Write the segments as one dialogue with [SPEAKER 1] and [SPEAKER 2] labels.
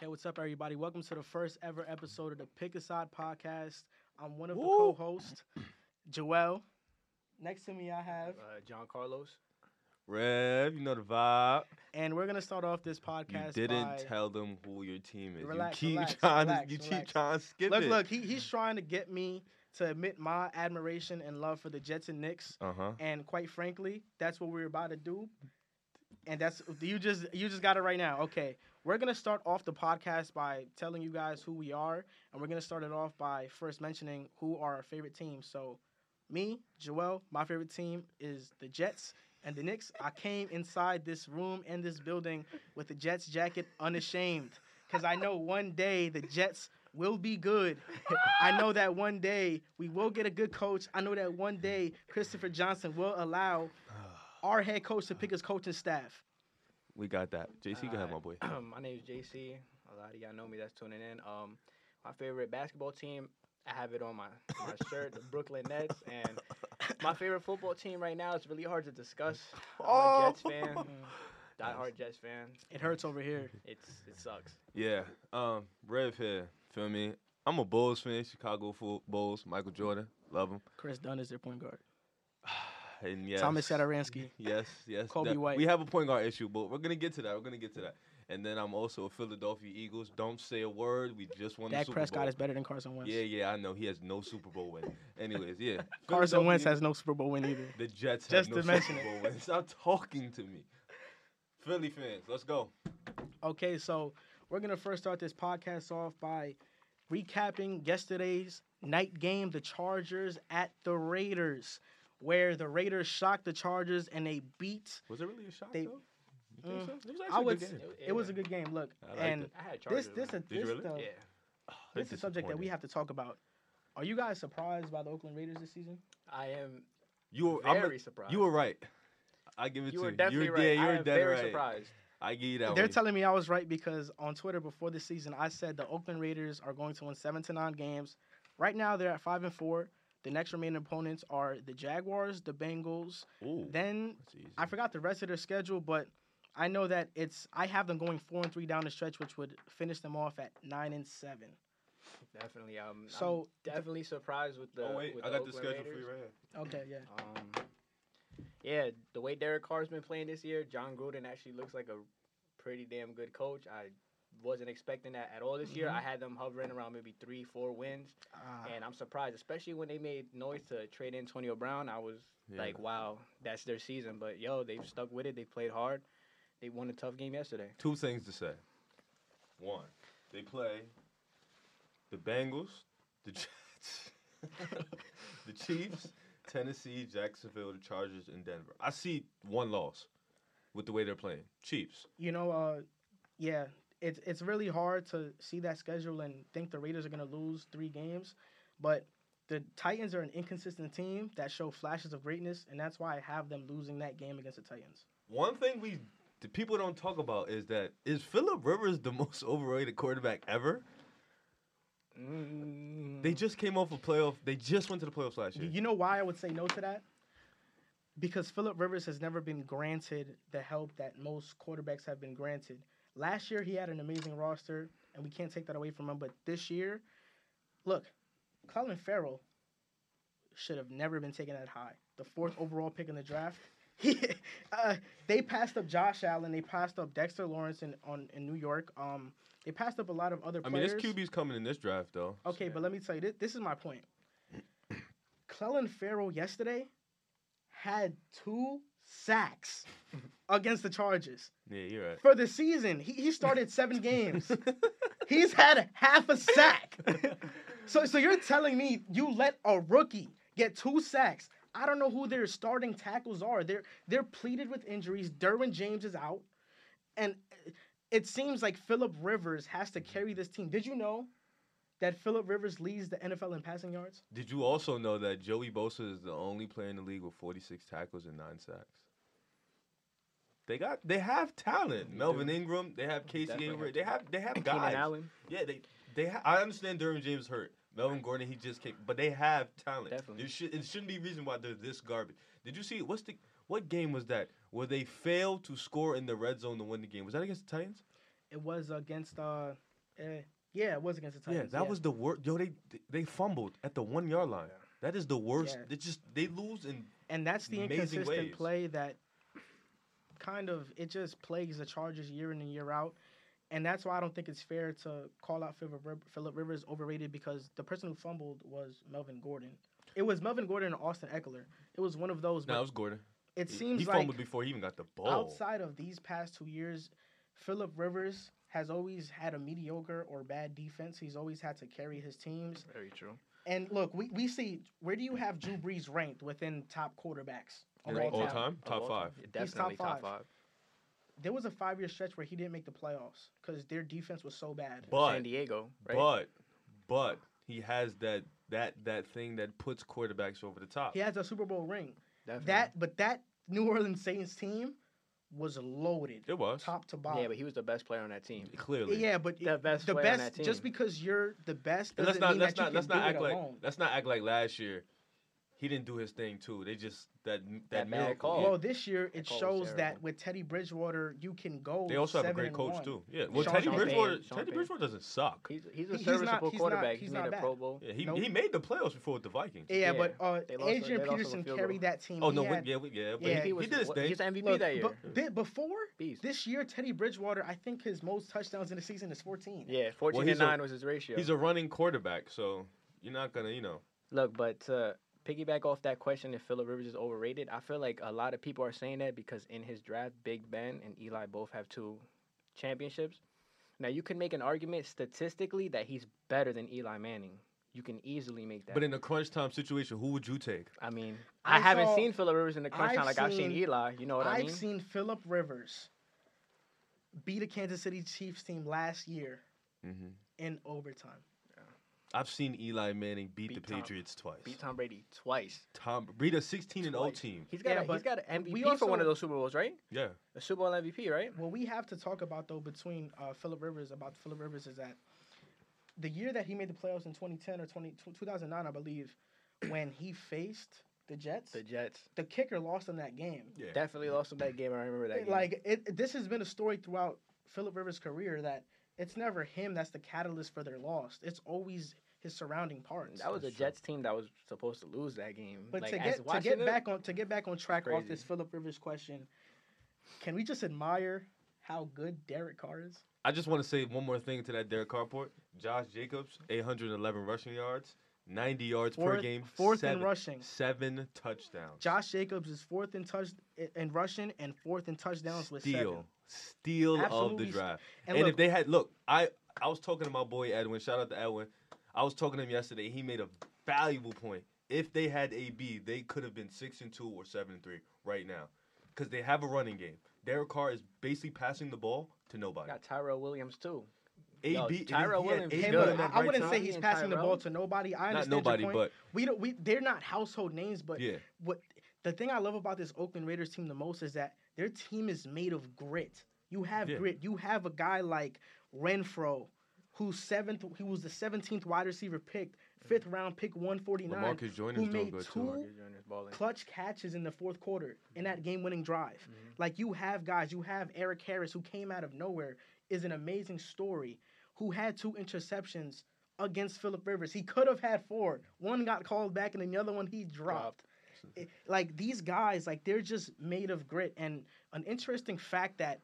[SPEAKER 1] Hey, what's up, everybody? Welcome to the first ever episode of the Pick Aside Podcast. I'm one of the co-hosts, Joel. Next to me, I have,
[SPEAKER 2] Uh, John Carlos.
[SPEAKER 3] Rev, you know the vibe.
[SPEAKER 1] and we're gonna start off this
[SPEAKER 3] You
[SPEAKER 1] podcast.
[SPEAKER 3] didn't
[SPEAKER 1] by-
[SPEAKER 3] tell them who your team is.
[SPEAKER 1] Relax,
[SPEAKER 3] you keep
[SPEAKER 1] relax,
[SPEAKER 3] trying.
[SPEAKER 1] relax,
[SPEAKER 3] you keep
[SPEAKER 1] relax.
[SPEAKER 3] trying to skip
[SPEAKER 1] Look,
[SPEAKER 3] it.
[SPEAKER 1] look, he, he's trying to get me to admit my admiration and love for the Jets and Knicks,
[SPEAKER 3] Uh huh.
[SPEAKER 1] and quite frankly, that's what we're about to do. And that's you just you just got it right now. Okay, we're gonna start off the podcast by telling you guys who we are, and we're gonna start it off by first mentioning who are our favorite teams. So, me, Joel, my favorite team is the Jets and the Knicks. I came inside this room and this building with the Jets jacket unashamed because I know one day the Jets will be good. I know that one day we will get a good coach. I know that one day Christopher Johnson will allow our head coach to pick his coaching staff.
[SPEAKER 3] We got that. JC, go ahead, my boy.
[SPEAKER 2] my name is JC. A lot of y'all know me that's tuning in. Um, my favorite basketball team, I have it on my, my shirt, the Brooklyn Nets. And my favorite football team right now, it's really hard to discuss. I'm
[SPEAKER 3] Oh.
[SPEAKER 2] a Jets fan, diehard Jets fan.
[SPEAKER 1] It hurts over here.
[SPEAKER 2] It's It sucks.
[SPEAKER 3] Yeah. Um, Rev here. Feel me? I'm a Bulls fan. Chicago full Bulls. Michael Jordan. Love him.
[SPEAKER 1] Chris Dunn is their point guard.
[SPEAKER 3] And yes.
[SPEAKER 1] Thomas Sadaransky.
[SPEAKER 3] Yes, yes.
[SPEAKER 1] Kobe
[SPEAKER 3] that-
[SPEAKER 1] White.
[SPEAKER 3] We have a point guard issue, but we're gonna get to that. We're gonna get to that. And then I'm also a Philadelphia Eagles. Don't say a word. We just won the
[SPEAKER 1] Dak
[SPEAKER 3] Super
[SPEAKER 1] Prescott
[SPEAKER 3] Bowl.
[SPEAKER 1] is better than Carson Wentz.
[SPEAKER 3] Yeah, yeah, I know. He has no Super Bowl win. Anyways, yeah.
[SPEAKER 1] Carson Wentz
[SPEAKER 3] Philadelphia-
[SPEAKER 1] has no Super Bowl win either.
[SPEAKER 3] The Jets
[SPEAKER 1] Just
[SPEAKER 3] have
[SPEAKER 1] to
[SPEAKER 3] no
[SPEAKER 1] mention
[SPEAKER 3] Super
[SPEAKER 1] it.
[SPEAKER 3] Bowl win. Stop talking to me. Philly fans, let's go.
[SPEAKER 1] Okay, so we're gonna first start this podcast off by recapping yesterday's night game, the Chargers at the Raiders, where the Raiders shocked the Chargers and they beat.
[SPEAKER 3] Was it really a shock
[SPEAKER 1] They-
[SPEAKER 3] though? You think
[SPEAKER 1] Mm,
[SPEAKER 3] so? It was
[SPEAKER 1] I
[SPEAKER 3] actually a
[SPEAKER 1] would.
[SPEAKER 3] good
[SPEAKER 1] s-
[SPEAKER 3] game.
[SPEAKER 1] It was a good game. Look,
[SPEAKER 3] I liked
[SPEAKER 1] and
[SPEAKER 3] it.
[SPEAKER 2] I had
[SPEAKER 1] this uh,
[SPEAKER 2] Chargers.
[SPEAKER 1] this
[SPEAKER 2] win.
[SPEAKER 1] is
[SPEAKER 3] you
[SPEAKER 1] this
[SPEAKER 3] really?
[SPEAKER 1] the,
[SPEAKER 2] yeah.
[SPEAKER 3] They're
[SPEAKER 1] this is a subject that we
[SPEAKER 3] disappointing.
[SPEAKER 1] have to talk about. Are you guys surprised by the Oakland Raiders this season?
[SPEAKER 2] I am
[SPEAKER 3] You were, I'm a-
[SPEAKER 2] very surprised.
[SPEAKER 3] you were right. I give it
[SPEAKER 2] You
[SPEAKER 3] to
[SPEAKER 2] were
[SPEAKER 3] you.
[SPEAKER 2] definitely
[SPEAKER 3] you're
[SPEAKER 2] right.
[SPEAKER 3] dead.
[SPEAKER 2] I
[SPEAKER 3] You're
[SPEAKER 2] am
[SPEAKER 3] dead
[SPEAKER 2] very
[SPEAKER 3] right.
[SPEAKER 2] surprised.
[SPEAKER 3] I give you that
[SPEAKER 1] They're
[SPEAKER 3] one.
[SPEAKER 1] telling me I was right because on Twitter before the season I said the Oakland Raiders are going to win seven to nine games. Right now they're at five and four. The next remaining opponents are the Jaguars, the Bengals.
[SPEAKER 3] Ooh,
[SPEAKER 1] Then
[SPEAKER 3] that's easy.
[SPEAKER 1] I forgot the rest of their schedule, but I know that it's I have them going four and three down the stretch, which would finish them off at nine and seven.
[SPEAKER 2] Definitely. Um,
[SPEAKER 1] So-
[SPEAKER 2] I'm definitely surprised with the.
[SPEAKER 3] oh wait,
[SPEAKER 2] with
[SPEAKER 3] I
[SPEAKER 2] the
[SPEAKER 3] got the
[SPEAKER 2] Oakland
[SPEAKER 3] schedule
[SPEAKER 2] Raiders.
[SPEAKER 3] for you right here.
[SPEAKER 1] Okay, yeah.
[SPEAKER 2] Um, yeah, the way Derek Carr's been playing this year, John Gruden actually looks like a pretty damn good coach. I wasn't expecting that at all this
[SPEAKER 1] Mhm.
[SPEAKER 2] year.
[SPEAKER 3] Mm-hmm.
[SPEAKER 2] I had them hovering around maybe three, four wins,
[SPEAKER 1] Ah,
[SPEAKER 2] and I'm surprised, especially when they made noise to trade Antonio Brown. I was
[SPEAKER 3] Yeah.
[SPEAKER 2] like, wow, that's their season. But yo, they've stuck with it. They played hard. They won a tough game yesterday.
[SPEAKER 3] Two things to say. One, they play the Bengals, the Jets, the Chiefs, Tennessee, Jacksonville, the Chargers, and Denver. I see one loss with the way they're playing. Chiefs.
[SPEAKER 1] you know, uh, yeah, it's it's really hard to see that schedule and think the Raiders are gonna lose three games, but the Titans are an inconsistent team that show flashes of greatness, and that's why I have them losing that game against the Titans.
[SPEAKER 3] One thing we the people don't talk about is that is Philip Rivers the most overrated quarterback ever?
[SPEAKER 2] Mm-hmm.
[SPEAKER 3] They just came off a playoff. They just went to the playoffs last
[SPEAKER 1] Y-
[SPEAKER 3] year.
[SPEAKER 1] You know why I would say no to that? Because Philip Rivers has never been granted the help that most quarterbacks have been granted. Last year he had an amazing roster, and we can't take that away from him. But this year, look, Colin Farrell should have never been taken that high. The fourth overall pick in the draft. He, uh, they passed up Josh Allen. They passed up Dexter Lawrence in on in New York. Um, they passed up a lot of other.
[SPEAKER 3] I
[SPEAKER 1] Players.
[SPEAKER 3] mean, this QB's coming in this draft though.
[SPEAKER 1] Oh, Okay, but let me tell you, this, this is my point. Cullen Farrell yesterday had two sacks against the Chargers.
[SPEAKER 3] Yeah, you're right.
[SPEAKER 1] For the season, he, he started seven games. He's had half a sack. so, so you're telling me you let a rookie get two sacks. I don't know who their starting tackles are. They're they're pleaded with injuries. Derwin James is out. And it seems like Philip Rivers has to carry this team. Did you know that Philip Rivers leads the NFL in passing yards?
[SPEAKER 3] Did you also know that Joey Bosa is the only player in the league with 46 tackles and nine sacks? They got they have talent. Melvin Ingram, they have Casey
[SPEAKER 2] Definitely
[SPEAKER 3] Avery,
[SPEAKER 2] have
[SPEAKER 3] they have they have
[SPEAKER 2] And Keenan
[SPEAKER 3] guys.
[SPEAKER 2] Allen,
[SPEAKER 3] Yeah, they they ha- I understand Durham James hurt. Melvin Gordon, he just came, but they have talent.
[SPEAKER 2] Definitely.
[SPEAKER 3] There should, it shouldn't be a reason why they're this garbage. Did you see what's the what game was that where they failed to score in the red zone to win the game? Was that against the Titans?
[SPEAKER 1] It It was against uh, eh, yeah, it was against the
[SPEAKER 3] Yeah,
[SPEAKER 1] Titans.
[SPEAKER 3] that was the worst. Yo, they they fumbled at the one yard line. That is the worst.
[SPEAKER 1] Yeah.
[SPEAKER 3] They just they lose and
[SPEAKER 1] and that's the
[SPEAKER 3] amazing
[SPEAKER 1] inconsistent
[SPEAKER 3] ways.
[SPEAKER 1] play that kind of it just plagues the Chargers year in and year out. And that's why I don't think it's fair to call out Philip Riv- Philip Rivers overrated because the person who fumbled was Melvin Gordon. It was Melvin Gordon and Austin Eckler. It was one of those.
[SPEAKER 3] no,
[SPEAKER 1] but
[SPEAKER 3] it was Gordon.
[SPEAKER 1] it seems
[SPEAKER 3] he
[SPEAKER 1] like
[SPEAKER 3] fumbled before he even got the ball.
[SPEAKER 1] outside of these past two years, Philip Rivers has always had a mediocre or bad defense. He's always had to carry his teams.
[SPEAKER 2] Very true.
[SPEAKER 1] And look, we, we see where do you have Drew Brees ranked within top quarterbacks of
[SPEAKER 3] Yeah,
[SPEAKER 1] all
[SPEAKER 3] all
[SPEAKER 1] time?
[SPEAKER 3] time,
[SPEAKER 2] Of
[SPEAKER 3] top
[SPEAKER 2] all
[SPEAKER 3] five.
[SPEAKER 2] time. Yeah, definitely
[SPEAKER 1] top
[SPEAKER 2] top five.
[SPEAKER 1] There was a five year stretch where he didn't make the playoffs because their defense was so bad.
[SPEAKER 3] But
[SPEAKER 2] San Diego, right?
[SPEAKER 3] but but he has that that that thing that puts quarterbacks over the top.
[SPEAKER 1] He has a Super Bowl ring.
[SPEAKER 2] Definitely.
[SPEAKER 1] That but that New Orleans Saints team was loaded,
[SPEAKER 3] it was
[SPEAKER 1] top to bottom.
[SPEAKER 2] Yeah, but he was the best player on that team.
[SPEAKER 3] clearly.
[SPEAKER 1] Yeah, but
[SPEAKER 2] The best
[SPEAKER 1] the
[SPEAKER 2] player on
[SPEAKER 1] best-
[SPEAKER 2] that team.
[SPEAKER 1] just because you're the best
[SPEAKER 3] And
[SPEAKER 1] doesn't
[SPEAKER 3] let's not
[SPEAKER 1] mean
[SPEAKER 3] let's
[SPEAKER 1] that you
[SPEAKER 3] not let's
[SPEAKER 1] can
[SPEAKER 3] not
[SPEAKER 1] do
[SPEAKER 3] act
[SPEAKER 1] it
[SPEAKER 3] like
[SPEAKER 1] alone.
[SPEAKER 3] let's not act like last year. He didn't do his thing too. They just that that,
[SPEAKER 2] That bad
[SPEAKER 3] miracle.
[SPEAKER 2] call.
[SPEAKER 1] Well, this year it
[SPEAKER 2] That call was
[SPEAKER 1] shows that
[SPEAKER 2] terrible.
[SPEAKER 1] with Teddy Bridgewater, you can go.
[SPEAKER 3] They also have
[SPEAKER 1] Oh,
[SPEAKER 3] a
[SPEAKER 1] seven
[SPEAKER 3] great
[SPEAKER 1] and
[SPEAKER 3] coach
[SPEAKER 1] one.
[SPEAKER 3] too. Yeah. Well,
[SPEAKER 1] Sean
[SPEAKER 3] Teddy
[SPEAKER 1] Payne.
[SPEAKER 3] Bridgewater.
[SPEAKER 2] Sean
[SPEAKER 3] Teddy
[SPEAKER 2] Payne.
[SPEAKER 3] Bridgewater doesn't suck.
[SPEAKER 2] He's he's
[SPEAKER 1] He-
[SPEAKER 2] a
[SPEAKER 1] he's not-
[SPEAKER 2] serviceable
[SPEAKER 1] he's not-
[SPEAKER 2] quarterback. he's,
[SPEAKER 1] he's
[SPEAKER 2] made
[SPEAKER 1] not
[SPEAKER 2] a
[SPEAKER 1] bad.
[SPEAKER 2] Pro Bowl.
[SPEAKER 3] Yeah, he,
[SPEAKER 1] Nope.
[SPEAKER 3] he made the playoffs before with the Vikings.
[SPEAKER 1] Yeah,
[SPEAKER 2] Yeah.
[SPEAKER 1] but uh,
[SPEAKER 2] They lost- they
[SPEAKER 1] Adrian
[SPEAKER 2] lost on the
[SPEAKER 1] Peterson
[SPEAKER 2] field
[SPEAKER 1] carried
[SPEAKER 2] goal.
[SPEAKER 1] that team.
[SPEAKER 3] Oh
[SPEAKER 1] He
[SPEAKER 3] no,
[SPEAKER 1] had-
[SPEAKER 3] we, yeah, we, yeah, but
[SPEAKER 1] Yeah.
[SPEAKER 3] He,
[SPEAKER 2] was,
[SPEAKER 3] he did his
[SPEAKER 2] what-
[SPEAKER 3] thing.
[SPEAKER 2] He was MVP
[SPEAKER 1] Look,
[SPEAKER 2] that year.
[SPEAKER 1] But, thi- before
[SPEAKER 2] Beast.
[SPEAKER 1] this year, Teddy Bridgewater, I think his most touchdowns in the season is 14.
[SPEAKER 2] Yeah, 14
[SPEAKER 3] he's
[SPEAKER 2] and
[SPEAKER 3] a-
[SPEAKER 2] 9 was his ratio.
[SPEAKER 3] He's a running quarterback, so you're not gonna, you know.
[SPEAKER 2] Look, but to piggyback off that question if Phillip Rivers is overrated, I feel like a lot of people are saying that because in his draft, Big Ben and Eli both have two championships. Now, you can make an argument statistically that he's better than Eli Manning. You can easily make that.
[SPEAKER 3] But in a crunch time situation, who would you take?
[SPEAKER 2] I mean,
[SPEAKER 1] I
[SPEAKER 2] I, haven't
[SPEAKER 1] saw-
[SPEAKER 2] seen Phillip Rivers in the crunch
[SPEAKER 1] I've
[SPEAKER 2] time like I've seen
[SPEAKER 1] seen-
[SPEAKER 2] Eli. You know what I
[SPEAKER 1] I've
[SPEAKER 2] mean?
[SPEAKER 1] seen Philip Rivers beat a Kansas City Chiefs team last year
[SPEAKER 3] Mm-hmm.
[SPEAKER 1] in overtime.
[SPEAKER 3] I've seen Eli Manning beat,
[SPEAKER 2] Beat
[SPEAKER 3] the
[SPEAKER 2] Tom-
[SPEAKER 3] Patriots twice.
[SPEAKER 2] Beat Tom Brady twice.
[SPEAKER 3] Tom beat a 16 and 0
[SPEAKER 2] Twice.
[SPEAKER 3] team.
[SPEAKER 2] He's got
[SPEAKER 1] Yeah,
[SPEAKER 2] a,
[SPEAKER 1] but
[SPEAKER 2] he's got an MVP
[SPEAKER 1] we
[SPEAKER 2] for one
[SPEAKER 1] also-
[SPEAKER 2] of those Super Bowls, right?
[SPEAKER 3] Yeah.
[SPEAKER 2] A Super Bowl MVP, right?
[SPEAKER 1] What we have to talk about though between uh, Philip Rivers about Philip Rivers is that the year that he made the playoffs in 2010 or 20, 2009, I believe, when he faced the Jets,
[SPEAKER 2] The
[SPEAKER 1] the,
[SPEAKER 2] Jets
[SPEAKER 1] kicker lost in that game.
[SPEAKER 3] Yeah.
[SPEAKER 2] definitely lost him that game. I remember that game.
[SPEAKER 1] Like it, this has been a story throughout Philip Rivers' career that it's never him that's the catalyst for their loss. It's always his surrounding parts.
[SPEAKER 2] That was a
[SPEAKER 3] That's true.
[SPEAKER 2] Jets team that was supposed to lose that game.
[SPEAKER 1] But
[SPEAKER 2] like,
[SPEAKER 1] to
[SPEAKER 2] as
[SPEAKER 1] get to
[SPEAKER 2] watching
[SPEAKER 1] get
[SPEAKER 2] it-
[SPEAKER 1] back on to get back on track off
[SPEAKER 2] Crazy.
[SPEAKER 1] this Philip Rivers question, can we just admire how good Derek Carr is?
[SPEAKER 3] I just want to say one more thing to that Derek Carport. Josh Jacobs, 811 rushing yards, 90 yards per
[SPEAKER 1] Fourth-
[SPEAKER 3] game,
[SPEAKER 1] fourth
[SPEAKER 3] seven,
[SPEAKER 1] in rushing.
[SPEAKER 3] seven touchdowns.
[SPEAKER 1] Josh Jacobs is fourth in touch in rushing and fourth in touchdowns with seven.
[SPEAKER 3] steal, steal of
[SPEAKER 1] Absolutely
[SPEAKER 3] the
[SPEAKER 1] st-
[SPEAKER 3] draft.
[SPEAKER 1] and
[SPEAKER 3] And,
[SPEAKER 1] look-
[SPEAKER 3] if they had look, I I was talking to my boy Edwin. Shout out to Edwin. I was talking to him yesterday. He made a valuable point. If they had AB, they could have been six and two or seven and three right now, because they have a running game. Derek Carr is basically passing the ball to nobody.
[SPEAKER 2] got Tyrell Williams too.
[SPEAKER 3] AB,
[SPEAKER 2] Yo,
[SPEAKER 3] and if
[SPEAKER 2] Tyrell
[SPEAKER 3] he had
[SPEAKER 2] Williams
[SPEAKER 3] AB
[SPEAKER 1] Hey,
[SPEAKER 2] He's
[SPEAKER 1] look,
[SPEAKER 2] good
[SPEAKER 3] on
[SPEAKER 1] I,
[SPEAKER 3] that
[SPEAKER 1] I
[SPEAKER 3] right
[SPEAKER 1] wouldn't
[SPEAKER 3] side-
[SPEAKER 1] say
[SPEAKER 2] side.
[SPEAKER 1] he's
[SPEAKER 2] And
[SPEAKER 1] passing the ball
[SPEAKER 2] Tyrell?
[SPEAKER 1] to nobody. I
[SPEAKER 3] not
[SPEAKER 1] understand
[SPEAKER 3] nobody,
[SPEAKER 1] your point.
[SPEAKER 3] but
[SPEAKER 1] we don't. We they're not household names, but
[SPEAKER 3] yeah,
[SPEAKER 1] what the thing I love about this Oakland Raiders team the most is that their team is made of grit. You have
[SPEAKER 3] Yeah.
[SPEAKER 1] grit. You have a guy like Renfro, who's seventh. He was the seventeenth wide receiver picked, fifth round pick, one forty nine.
[SPEAKER 3] Lamarcus
[SPEAKER 1] Who
[SPEAKER 3] Joyner's doing
[SPEAKER 1] made
[SPEAKER 3] good
[SPEAKER 1] two
[SPEAKER 3] too.
[SPEAKER 1] Clutch catches in the fourth quarter in that game winning drive.
[SPEAKER 2] Mm-hmm.
[SPEAKER 1] Like you have guys. You have Eric Harris, who came out of nowhere, is an amazing story. Who had two interceptions against Philip Rivers. He could have had four. One got called back, and then the other one he dropped it- like these guys, like they're just made of grit. And an interesting fact that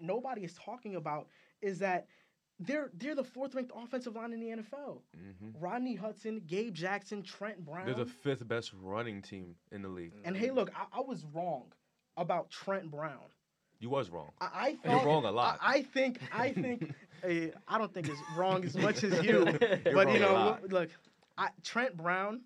[SPEAKER 1] nobody is talking about is that they're they're the fourth ranked offensive line in the NFL.
[SPEAKER 3] Mhm.
[SPEAKER 1] Rodney Hudson, Gabe Jackson, Trent Brown.
[SPEAKER 3] They're the fifth best running team in the league.
[SPEAKER 1] and hey, look, I, I was wrong about Trent Brown.
[SPEAKER 3] You was wrong.
[SPEAKER 1] I, I
[SPEAKER 3] You're
[SPEAKER 1] thought,
[SPEAKER 3] wrong a lot.
[SPEAKER 1] I, I think I think eh, I don't think it's wrong as much as you, but
[SPEAKER 3] wrong
[SPEAKER 1] you
[SPEAKER 3] a
[SPEAKER 1] know,
[SPEAKER 3] lot.
[SPEAKER 1] look, look I, Trent Brown,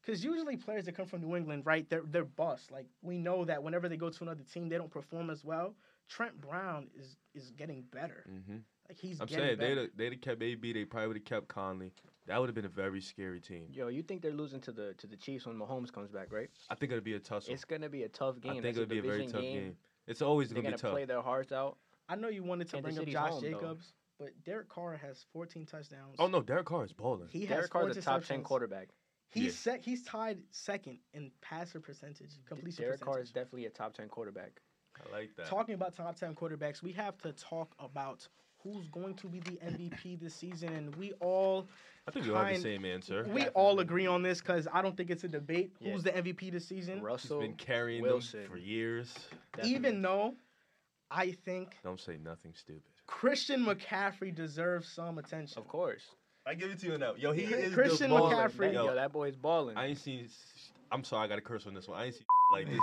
[SPEAKER 1] because usually players that come from New England, right? They're they're bust. Like we know that whenever they go to another team, they don't perform as well. Trent Brown is is getting better.
[SPEAKER 3] hmm
[SPEAKER 1] Like he's
[SPEAKER 3] I'm
[SPEAKER 1] getting
[SPEAKER 3] saying
[SPEAKER 1] better.
[SPEAKER 3] they'd have, they'd have kept AB. They probably would have kept Conley. That would have been a very scary team.
[SPEAKER 2] Yo, you think they're losing to the to the Chiefs when Mahomes comes back, right?
[SPEAKER 3] I think it'd be a tussle.
[SPEAKER 2] It's gonna be a tough
[SPEAKER 3] I
[SPEAKER 2] game.
[SPEAKER 3] think
[SPEAKER 2] That's
[SPEAKER 3] it'll be a very
[SPEAKER 2] division
[SPEAKER 3] tough game. It's always
[SPEAKER 2] They're
[SPEAKER 3] gonna,
[SPEAKER 2] gonna
[SPEAKER 3] be tough.
[SPEAKER 2] play their hearts out.
[SPEAKER 1] I know you wanted to
[SPEAKER 2] Kansas
[SPEAKER 1] bring up
[SPEAKER 2] City's
[SPEAKER 1] Josh
[SPEAKER 2] home, though.
[SPEAKER 1] Jacobs, but Derek Carr has 14 touchdowns.
[SPEAKER 3] Oh no, Derek Carr is balling.
[SPEAKER 1] He has
[SPEAKER 2] Derek
[SPEAKER 1] four
[SPEAKER 2] Carr's a top ten
[SPEAKER 1] interceptions.
[SPEAKER 2] quarterback.
[SPEAKER 1] He's
[SPEAKER 3] Yeah.
[SPEAKER 1] sec- he's tied second in passer percentage, completion
[SPEAKER 2] Derek Carr is
[SPEAKER 1] percentage.
[SPEAKER 2] definitely a top ten quarterback.
[SPEAKER 3] I like that.
[SPEAKER 1] Talking about top 10 quarterbacks, we have to talk about who's going to be the MVP this season, and we all
[SPEAKER 3] I think we all have the
[SPEAKER 1] Kind-
[SPEAKER 3] same answer.
[SPEAKER 1] we all agree on this because I don't think it's a debate
[SPEAKER 2] Yeah.
[SPEAKER 1] who's the MVP this season.
[SPEAKER 3] He's
[SPEAKER 2] Russell,
[SPEAKER 3] been carrying
[SPEAKER 2] Wilson.
[SPEAKER 3] them for years.
[SPEAKER 1] Even though I think
[SPEAKER 3] Don't say nothing stupid.
[SPEAKER 1] Christian McCaffrey deserves some attention.
[SPEAKER 2] of course,
[SPEAKER 3] I give it to you now. Yo, he is
[SPEAKER 1] Christian
[SPEAKER 3] the baller.
[SPEAKER 1] McCaffrey.
[SPEAKER 3] Yo,
[SPEAKER 2] Yo, that boy's balling.
[SPEAKER 3] I ain't seen. s- I'm sorry, I got to curse on this one. I ain't seen like this.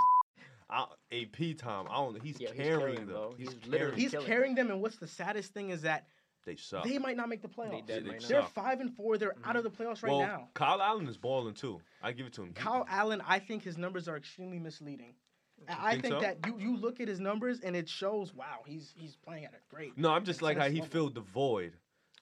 [SPEAKER 3] I, AP time. I don't. He's
[SPEAKER 2] Yeah, he's
[SPEAKER 3] carrying
[SPEAKER 2] carrying,
[SPEAKER 3] them.
[SPEAKER 2] bro.
[SPEAKER 3] He's,
[SPEAKER 2] He's literally-
[SPEAKER 3] carrying.
[SPEAKER 1] He's
[SPEAKER 2] killing.
[SPEAKER 1] carrying them, and what's the saddest thing is that
[SPEAKER 3] they suck.
[SPEAKER 1] they might not make the
[SPEAKER 2] They
[SPEAKER 1] playoffs.
[SPEAKER 2] dead
[SPEAKER 3] They
[SPEAKER 2] right now.
[SPEAKER 1] They're
[SPEAKER 3] suck. Mm-hmm.
[SPEAKER 1] five and four. They're out of the playoffs right
[SPEAKER 3] well,
[SPEAKER 1] now.
[SPEAKER 3] Kyle Allen is balling too. I give it to him. He-
[SPEAKER 1] Kyle Allen, I think his numbers are extremely misleading. I I
[SPEAKER 3] think
[SPEAKER 1] think,
[SPEAKER 3] so?
[SPEAKER 1] that you, you look at his numbers and it shows, wow, he's he's playing at a great.
[SPEAKER 3] No, I'm just like how he
[SPEAKER 1] Level.
[SPEAKER 3] filled the void.